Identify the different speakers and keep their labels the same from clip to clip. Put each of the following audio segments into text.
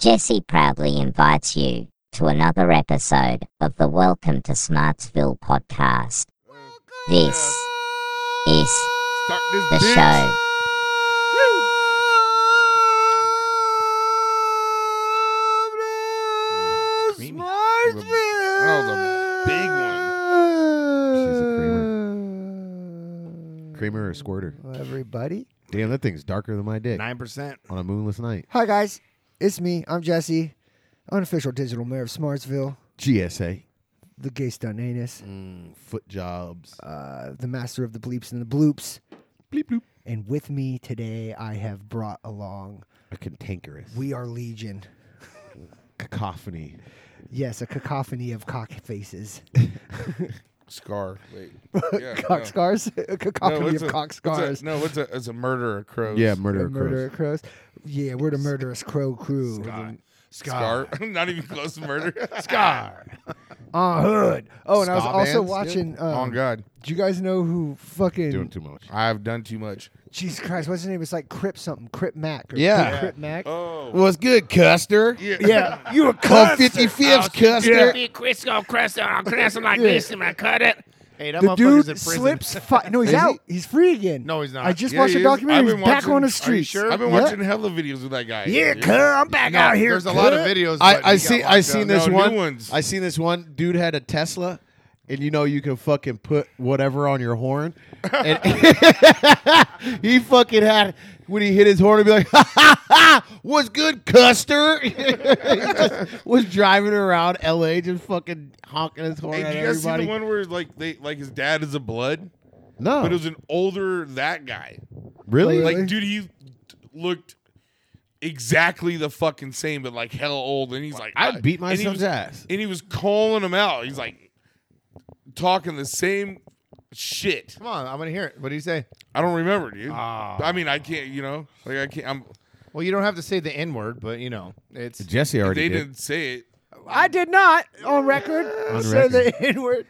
Speaker 1: Jesse proudly invites you to another episode of the Welcome to Smartsville podcast. This is
Speaker 2: Start this
Speaker 1: the
Speaker 2: bitch.
Speaker 1: show.
Speaker 2: Creamy.
Speaker 3: Smart
Speaker 2: It was a- that was a big
Speaker 3: She's
Speaker 4: a
Speaker 3: creamer.
Speaker 4: Creamer or squirter?
Speaker 3: Mm. Everybody.
Speaker 4: Damn, that thing's darker than my dick
Speaker 2: Nine percent.
Speaker 4: on a moonless night.
Speaker 3: Hi guys. It's me. I'm Jesse, unofficial digital mayor of Smartsville,
Speaker 4: GSA.
Speaker 3: the gay stunt anus,
Speaker 4: Mm, foot jobs.
Speaker 3: uh, the master of the bleeps and the bloops.
Speaker 4: Bleep bloop.
Speaker 3: And with me today I have brought along
Speaker 4: A cantankerous.
Speaker 3: We Are Legion.
Speaker 4: cacophony.
Speaker 3: Yes, a cacophony of cock faces.
Speaker 2: Scar. Wait. Yeah,
Speaker 3: cock scars? a
Speaker 2: no. No,
Speaker 3: cacophony
Speaker 2: it's
Speaker 3: of
Speaker 2: a-
Speaker 3: cock
Speaker 2: it's a-
Speaker 3: scars.
Speaker 2: no, it's a it's a murder of crows.
Speaker 4: Yeah,
Speaker 3: We're
Speaker 4: murder.
Speaker 3: murderer crows. Yeah, we're the murderous crow crew.
Speaker 2: Scar. Scar. Not even close to murder.
Speaker 4: Scar.
Speaker 3: On hood. Oh, and I was
Speaker 4: Ska
Speaker 3: also
Speaker 4: bands,
Speaker 3: watching. Um,
Speaker 2: oh God,
Speaker 3: Do you guys know who fucking
Speaker 4: Doing too much.
Speaker 2: I've done too much.
Speaker 3: Jesus Christ? What's his name? It's like Crip something. Crip Mac. Or
Speaker 4: Yeah.
Speaker 3: Crip Mac.
Speaker 2: Oh.
Speaker 4: What's good, Custer?
Speaker 2: yeah.
Speaker 3: yeah. You a
Speaker 4: Call 55th, Custer.
Speaker 5: Crisco Crescent, I'm crashing like
Speaker 3: Yeah.
Speaker 5: this and I cut it. Hey, that
Speaker 3: The
Speaker 5: motherfucker's in prison.
Speaker 3: dude slips. Fi- no, he's out. He's free again.
Speaker 5: No, he's not.
Speaker 3: I just
Speaker 2: Yeah,
Speaker 3: watched
Speaker 2: he
Speaker 3: a
Speaker 2: is. I've
Speaker 3: documentary.
Speaker 2: been
Speaker 3: He's back
Speaker 2: watching-
Speaker 3: on
Speaker 2: are
Speaker 3: the
Speaker 2: you
Speaker 3: street.
Speaker 5: sure?
Speaker 2: I've been
Speaker 3: Yeah.
Speaker 2: watching hella videos with that guy.
Speaker 5: Yeah, cuz, I'm back out here.
Speaker 2: There's a lot of
Speaker 5: cuz.
Speaker 2: videos. but
Speaker 4: I, I
Speaker 2: he
Speaker 4: see.
Speaker 2: got
Speaker 4: I
Speaker 2: locked
Speaker 4: seen
Speaker 2: down.
Speaker 4: this
Speaker 2: No,
Speaker 4: one.
Speaker 2: New ones.
Speaker 4: I seen this one. Dude had a Tesla, and you know you can fucking put whatever on your horn. And he fucking had when he hit his horn, he'd be like, "Ha ha ha! What's good, Custer?" He just was driving around L.A. just fucking honking his horn
Speaker 2: Hey,
Speaker 4: at
Speaker 2: did you guys see
Speaker 4: everybody.
Speaker 2: the one where like they like his dad is a blood,
Speaker 4: No,
Speaker 2: but it was an older that guy.
Speaker 4: really.
Speaker 2: Like,
Speaker 3: Really?
Speaker 2: dude, he looked exactly the fucking same, but like hell old. And he's like, "Ah,"
Speaker 4: I'd beat
Speaker 2: and he
Speaker 4: myself's
Speaker 2: was-
Speaker 4: ass.
Speaker 2: And he was calling him out. He's like, talking the same shit.
Speaker 5: Come on, I'm going to hear it. What do you say?
Speaker 2: I don't remember, dude.
Speaker 5: Ah.
Speaker 2: I mean, I can't. You know, like I can't. I'm,
Speaker 5: Well, you don't have to say the N word, but you know, it's.
Speaker 4: Jesse already
Speaker 2: they
Speaker 4: did.
Speaker 2: didn't say it.
Speaker 3: I did not on record.
Speaker 4: On
Speaker 3: Said
Speaker 4: record.
Speaker 3: the N-word.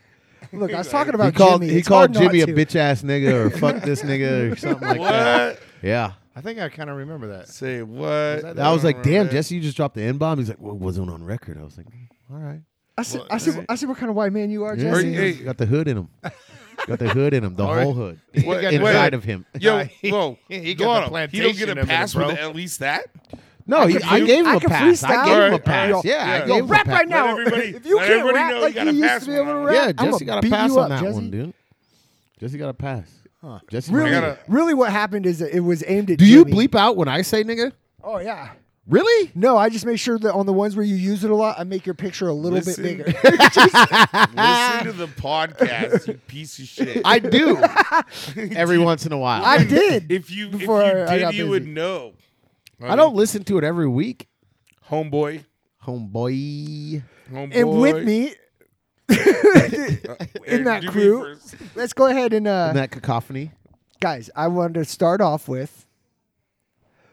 Speaker 3: Look, I was talking
Speaker 4: He
Speaker 3: about
Speaker 4: called.
Speaker 3: Jimmy.
Speaker 4: He
Speaker 3: It's hard
Speaker 4: called
Speaker 3: not
Speaker 4: Jimmy a
Speaker 3: to.
Speaker 4: bitch ass nigga or fuck this nigga or something like that.
Speaker 2: What?
Speaker 4: Yeah.
Speaker 5: I think I kind of remember that.
Speaker 2: Say what?
Speaker 5: that-
Speaker 4: I was like,
Speaker 2: remember
Speaker 4: damn,
Speaker 2: that.
Speaker 4: Jesse, you just dropped the N bomb. He's like, well, it wasn't on record. I was like, all right.
Speaker 3: I said, I said, I said, what kind of white man you are,
Speaker 4: Yeah,
Speaker 2: Or-
Speaker 3: Jesse?
Speaker 4: he
Speaker 2: hey.
Speaker 4: got the hood in him. Got the hood in him, the
Speaker 5: All right.
Speaker 4: whole hood.
Speaker 5: What-
Speaker 4: inside
Speaker 2: wait.
Speaker 4: of him.
Speaker 2: Yo,
Speaker 5: Nah, he-
Speaker 2: whoa,
Speaker 5: he
Speaker 2: go
Speaker 5: got
Speaker 2: on
Speaker 5: the
Speaker 2: him. He
Speaker 5: plantation
Speaker 2: don't get
Speaker 5: up
Speaker 2: a
Speaker 5: in him,
Speaker 2: pass with
Speaker 5: bro.
Speaker 2: at least that.
Speaker 4: No, he, I
Speaker 3: free-
Speaker 4: gave him
Speaker 3: I
Speaker 4: a
Speaker 3: can
Speaker 4: pass. I
Speaker 3: freestyle.
Speaker 4: gave him a
Speaker 2: Alright,
Speaker 4: pass.
Speaker 3: alright.
Speaker 4: yeah,
Speaker 2: Yeah.
Speaker 4: I
Speaker 2: Yo,
Speaker 4: gave him
Speaker 3: rap
Speaker 4: a pass.
Speaker 3: right now.
Speaker 2: Let everybody-
Speaker 3: if you
Speaker 2: let
Speaker 3: can't
Speaker 2: everybody
Speaker 3: rap
Speaker 2: know you
Speaker 3: like
Speaker 2: got
Speaker 3: you
Speaker 2: a
Speaker 3: used
Speaker 2: pass
Speaker 3: to be able to
Speaker 2: now.
Speaker 3: rap,
Speaker 4: Yeah,
Speaker 3: I'm
Speaker 4: Jesse
Speaker 3: gonna
Speaker 4: got a
Speaker 3: beat
Speaker 4: pass
Speaker 3: you
Speaker 4: on
Speaker 3: up,
Speaker 4: that
Speaker 3: Jesse.
Speaker 4: one, dude. Jesse got a pass. Jesse,
Speaker 3: Really,
Speaker 4: made
Speaker 2: gotta-
Speaker 4: it.
Speaker 3: really, what happened is that it was aimed at.
Speaker 4: do you
Speaker 3: Jimmy.
Speaker 4: bleep out when I say nigga?
Speaker 3: Oh yeah.
Speaker 4: Really?
Speaker 3: No, I just make sure that on the ones where you use it a lot, I make your picture a little
Speaker 2: Listen.
Speaker 3: bit bigger.
Speaker 2: Listen to the podcast, you piece of shit.
Speaker 4: I do. Every once in a while.
Speaker 3: I did.
Speaker 2: if you if you
Speaker 3: Before I- I
Speaker 2: did,
Speaker 3: got
Speaker 2: you would
Speaker 3: busy.
Speaker 2: know.
Speaker 4: I don't listen to it every week.
Speaker 2: homeboy.
Speaker 4: Homeboy.
Speaker 2: homeboy.
Speaker 3: and with me,
Speaker 2: Hey,
Speaker 3: that
Speaker 2: do me
Speaker 3: crew.
Speaker 2: first.
Speaker 3: let's go ahead and uh,
Speaker 4: Isn't that cacophony?
Speaker 3: guys, I wanted to start off with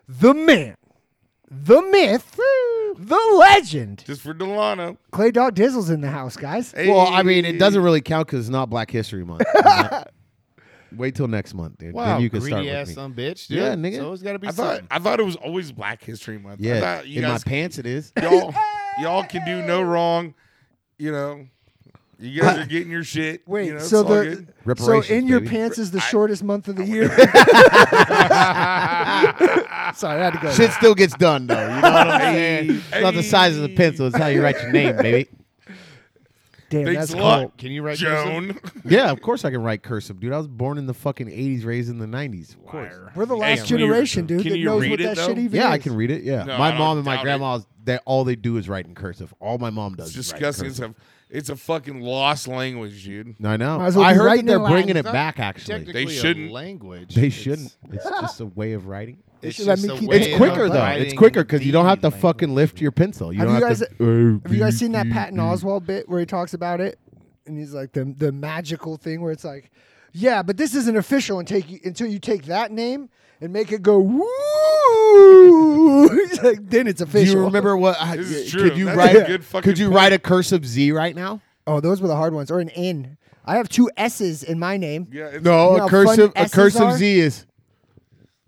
Speaker 3: the man, the myth, the legend.
Speaker 2: just for Delano.
Speaker 3: Clay Dog Dizzle's in the house, guys.
Speaker 4: Well, I mean, it doesn't really count because it's not Black History Month. Wait till next month, dude.
Speaker 5: Wow,
Speaker 4: then you can
Speaker 5: greedy
Speaker 4: start with
Speaker 5: ass
Speaker 4: me.
Speaker 5: some bitch, dude.
Speaker 4: Yeah, nigga.
Speaker 5: So it's got to be
Speaker 2: I thought
Speaker 5: something.
Speaker 2: I thought it was always Black History Month. I
Speaker 4: Yeah,
Speaker 2: thought you
Speaker 4: in
Speaker 2: guys,
Speaker 4: my pants it is.
Speaker 2: y'all, y'all can do no wrong. You know, you guys are getting your shit. you
Speaker 3: Wait,
Speaker 2: know, it's
Speaker 3: so
Speaker 2: all
Speaker 3: the
Speaker 2: good.
Speaker 3: so
Speaker 4: Reparations,
Speaker 3: in your
Speaker 4: baby.
Speaker 3: pants is the shortest month of the year. Sorry, I had to go.
Speaker 4: Shit still gets done though. You know what I'm saying? It's not the size of the pencil. It's how you write your name, baby.
Speaker 3: Damn,
Speaker 2: Thanks
Speaker 3: that's
Speaker 2: a lot,
Speaker 3: cold.
Speaker 5: Can you write cursive?
Speaker 2: Joan.
Speaker 4: Yeah, of course I can write cursive, dude. I was born in the fucking '80s, raised in the '90s. Of course.
Speaker 3: We're the
Speaker 2: Hey, can
Speaker 3: last
Speaker 2: you-
Speaker 3: generation, dude,
Speaker 2: can
Speaker 3: that
Speaker 2: you
Speaker 3: knows
Speaker 2: read
Speaker 3: what
Speaker 2: it,
Speaker 3: that
Speaker 2: though?
Speaker 3: shit even
Speaker 4: Yeah, I
Speaker 3: is.
Speaker 4: can read it. Yeah,
Speaker 2: No, I
Speaker 4: my
Speaker 2: don't
Speaker 4: mom and my
Speaker 2: doubt it.
Speaker 4: grandma's that all they do is write in cursive. All my mom does.
Speaker 2: It's
Speaker 4: is write in
Speaker 2: disgusting. It's
Speaker 4: cursive.
Speaker 2: a, it's a fucking lost language, dude.
Speaker 4: I know.
Speaker 3: Might as well
Speaker 4: I
Speaker 3: be
Speaker 4: heard
Speaker 3: writing
Speaker 4: that they're
Speaker 3: in Latin.
Speaker 4: bringing it
Speaker 5: It's not
Speaker 4: back. Actually,
Speaker 5: Technically a
Speaker 2: shouldn't.
Speaker 5: language.
Speaker 4: they
Speaker 5: It's-
Speaker 4: shouldn't. It's just a way of writing.
Speaker 3: They
Speaker 5: It's
Speaker 3: should let
Speaker 5: just
Speaker 3: me
Speaker 5: a
Speaker 3: keep
Speaker 5: way
Speaker 3: it.
Speaker 4: It's
Speaker 5: of
Speaker 4: quicker though.
Speaker 5: writing
Speaker 4: It's quicker because you don't have to
Speaker 5: the
Speaker 4: fucking
Speaker 5: language.
Speaker 4: lift your pencil. You
Speaker 3: Have
Speaker 4: don't
Speaker 3: you
Speaker 4: have to. uh,
Speaker 3: Have you guys seen that Patton Oswald bit where he talks about it? And he's like the the magical thing where it's like, yeah, but this isn't official until you, until you take that name and make it go woo. He's like, then it's
Speaker 4: Do
Speaker 3: official.
Speaker 4: you remember what? I-
Speaker 2: This is true.
Speaker 4: Could you
Speaker 2: That's a
Speaker 4: write?
Speaker 2: good fucking
Speaker 4: Could you
Speaker 2: point.
Speaker 4: write a cursive Z right now?
Speaker 3: Oh, those were the hard ones. Or an N. I have two S's in my name.
Speaker 2: Yeah, it's,
Speaker 4: No,
Speaker 3: You know
Speaker 4: a
Speaker 3: how fun
Speaker 4: cursive a
Speaker 3: S's
Speaker 4: cursive
Speaker 3: are?
Speaker 4: Z is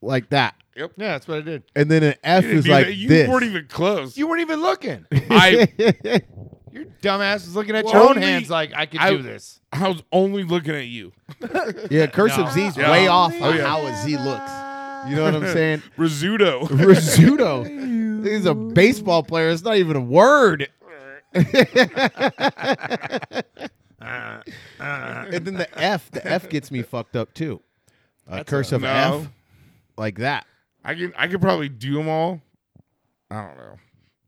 Speaker 4: like that.
Speaker 2: Yep.
Speaker 5: Yeah, that's what I did.
Speaker 4: and then an F
Speaker 2: You didn't
Speaker 4: is
Speaker 2: do
Speaker 4: like
Speaker 2: that. you
Speaker 4: this.
Speaker 2: weren't even close.
Speaker 5: You weren't even looking.
Speaker 2: I
Speaker 5: Your dumbass was looking at
Speaker 2: Well,
Speaker 5: your own
Speaker 2: only-
Speaker 5: hands like I could
Speaker 2: I-
Speaker 5: do this.
Speaker 2: I was only looking at you.
Speaker 4: yeah, cursive
Speaker 5: No.
Speaker 4: Z's
Speaker 2: Yeah.
Speaker 4: way off on
Speaker 2: Oh, yeah.
Speaker 4: how a Z looks. You know what I'm saying?
Speaker 2: Rizzuto.
Speaker 4: Rizzuto. He's a baseball player. It's not even a word. and then the F, the F gets me fucked up too. A cursive
Speaker 2: no.
Speaker 4: F, like that.
Speaker 2: I can I could probably do them all. I don't know.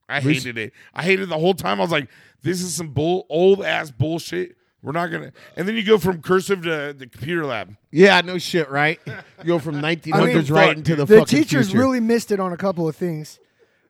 Speaker 2: I hated it. I hated it the whole time. I was like, this is some bull old ass bullshit. We're not gonna and then you go from cursive to the computer lab.
Speaker 4: Yeah, no shit, right? You go from 1900s right
Speaker 2: fuck,
Speaker 4: into the,
Speaker 3: The
Speaker 4: fucking
Speaker 3: teachers
Speaker 4: future.
Speaker 3: really missed it on a couple of things.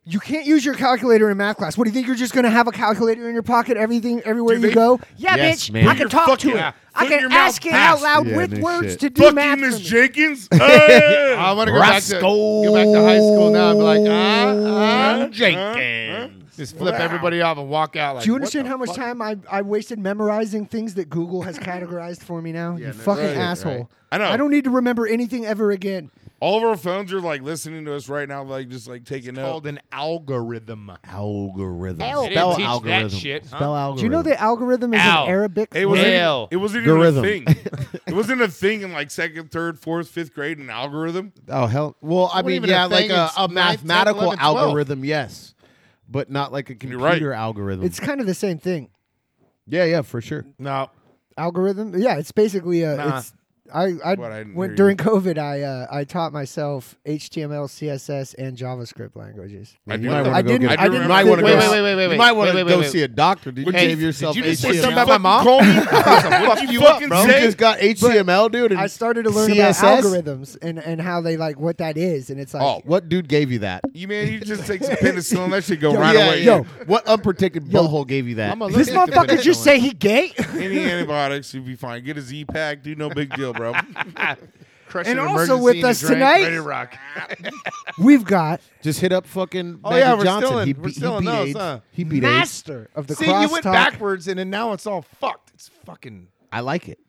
Speaker 3: You can't use your calculator in math class. What do you think? You're just going to have a calculator in your pocket, everything, everywhere
Speaker 2: Dude,
Speaker 3: you
Speaker 2: they-
Speaker 3: go. Yeah,
Speaker 4: Yes,
Speaker 3: bitch.
Speaker 4: man.
Speaker 3: I
Speaker 4: Put
Speaker 3: can
Speaker 2: your
Speaker 3: talk to
Speaker 2: fucking-
Speaker 3: it.
Speaker 2: yeah,
Speaker 3: I
Speaker 2: put
Speaker 3: can
Speaker 2: your mouth
Speaker 3: ask it out
Speaker 2: past.
Speaker 3: loud
Speaker 4: Yeah,
Speaker 3: with
Speaker 4: no
Speaker 3: words
Speaker 4: shit.
Speaker 3: to do math.
Speaker 2: Fucking
Speaker 3: for
Speaker 2: Miss
Speaker 3: me.
Speaker 2: Jenkins. Hey!
Speaker 5: I want to go back to
Speaker 4: Rascal.
Speaker 5: go back to high school now and be like, ah, ah,
Speaker 4: Jenkins.
Speaker 5: just flip everybody off and walk out. Like,
Speaker 3: do you
Speaker 5: what
Speaker 3: understand
Speaker 5: the
Speaker 3: how much
Speaker 5: fuck?
Speaker 3: time I, I wasted memorizing things that Google has categorized for me now? you
Speaker 5: no
Speaker 3: fucking
Speaker 2: shit, right.
Speaker 3: asshole.
Speaker 2: I know.
Speaker 3: I don't need to remember anything ever again.
Speaker 2: All of our phones are like listening to us right now, like just like taking notes.
Speaker 5: Called an algorithm.
Speaker 4: Algorithm.
Speaker 3: Al- They
Speaker 5: didn't
Speaker 4: Spell
Speaker 5: teach that
Speaker 4: algorithm.
Speaker 5: shit, huh?
Speaker 4: Spell algorithm.
Speaker 3: Do you know that algorithm is
Speaker 5: Ow.
Speaker 3: an Arabic?
Speaker 2: It wasn't.
Speaker 3: word?
Speaker 5: Hell.
Speaker 2: It wasn't even
Speaker 4: Algorithm.
Speaker 2: a thing. it wasn't a thing in like second, third, fourth, fifth grade. An algorithm.
Speaker 4: Oh hell! Well, I
Speaker 5: Well,
Speaker 4: mean,
Speaker 5: even
Speaker 4: yeah,
Speaker 5: a
Speaker 4: like
Speaker 5: thing
Speaker 4: a,
Speaker 5: is
Speaker 4: a
Speaker 5: nine, 10,
Speaker 4: mathematical
Speaker 5: 11, 12.
Speaker 4: algorithm, yes, but not like a
Speaker 2: You're right.
Speaker 4: computer algorithm.
Speaker 3: It's kind of the same thing.
Speaker 4: yeah, yeah, for sure.
Speaker 5: No,
Speaker 3: algorithm. Yeah, it's basically a.
Speaker 5: Nah.
Speaker 3: It's, I I
Speaker 2: What, I didn't hear
Speaker 3: went
Speaker 2: you.
Speaker 3: during COVID. I uh, I taught myself HTML, CSS, and JavaScript languages.
Speaker 2: I
Speaker 4: you
Speaker 2: do know.
Speaker 4: might wanna
Speaker 3: I
Speaker 4: go
Speaker 3: didn't-
Speaker 4: get-
Speaker 2: I
Speaker 4: you
Speaker 2: didn't
Speaker 4: might
Speaker 2: think-
Speaker 4: wanna
Speaker 5: wait,
Speaker 4: go-
Speaker 5: wait, wait, wait, wait,
Speaker 4: You might
Speaker 5: wait,
Speaker 4: want to
Speaker 5: wait, wait,
Speaker 4: go
Speaker 5: wait.
Speaker 4: see a doctor. Did you
Speaker 5: Hey,
Speaker 4: save yourself
Speaker 5: did you just say
Speaker 4: HTML?
Speaker 5: something about
Speaker 2: fucking
Speaker 5: my mom?
Speaker 2: Call me?
Speaker 5: Fuck
Speaker 2: what you
Speaker 5: you up,
Speaker 2: fucking
Speaker 5: bro.
Speaker 4: You
Speaker 2: say?
Speaker 4: just got HTML, dude. and
Speaker 3: I started to learn
Speaker 4: CSS?
Speaker 3: about algorithms and and how they like what that is, and it's like.
Speaker 2: Oh,
Speaker 4: What dude gave you that?
Speaker 2: you man, you just take some penicillin. That should go
Speaker 3: Yo,
Speaker 2: right
Speaker 3: yeah,
Speaker 2: away.
Speaker 3: yo.
Speaker 4: What unprotected
Speaker 3: Yo.
Speaker 4: butthole gave you that?
Speaker 5: I'm a-
Speaker 3: This
Speaker 5: Look at the
Speaker 3: motherfucker just say he gay,
Speaker 2: Any antibiotics, you'd be fine. Get a Z pack. Do no big deal, bro.
Speaker 5: Crush
Speaker 3: And
Speaker 5: an
Speaker 3: also
Speaker 5: emergency
Speaker 3: with
Speaker 5: in a
Speaker 3: us
Speaker 5: drink,
Speaker 3: tonight-
Speaker 5: ready to rock.
Speaker 3: we've got
Speaker 4: Just hit up fucking.
Speaker 5: Oh, yeah,
Speaker 4: Magic
Speaker 5: we're
Speaker 4: Johnson.
Speaker 5: still in-
Speaker 4: he
Speaker 5: we're
Speaker 4: beat,
Speaker 5: still
Speaker 4: he
Speaker 5: in
Speaker 4: beat
Speaker 5: those,
Speaker 4: AIDS.
Speaker 5: huh?
Speaker 4: He beat AIDS.
Speaker 3: master of the
Speaker 5: See,
Speaker 3: crosstalk.
Speaker 5: you went backwards, and then now it's all fucked. It's fucking.
Speaker 4: I like it.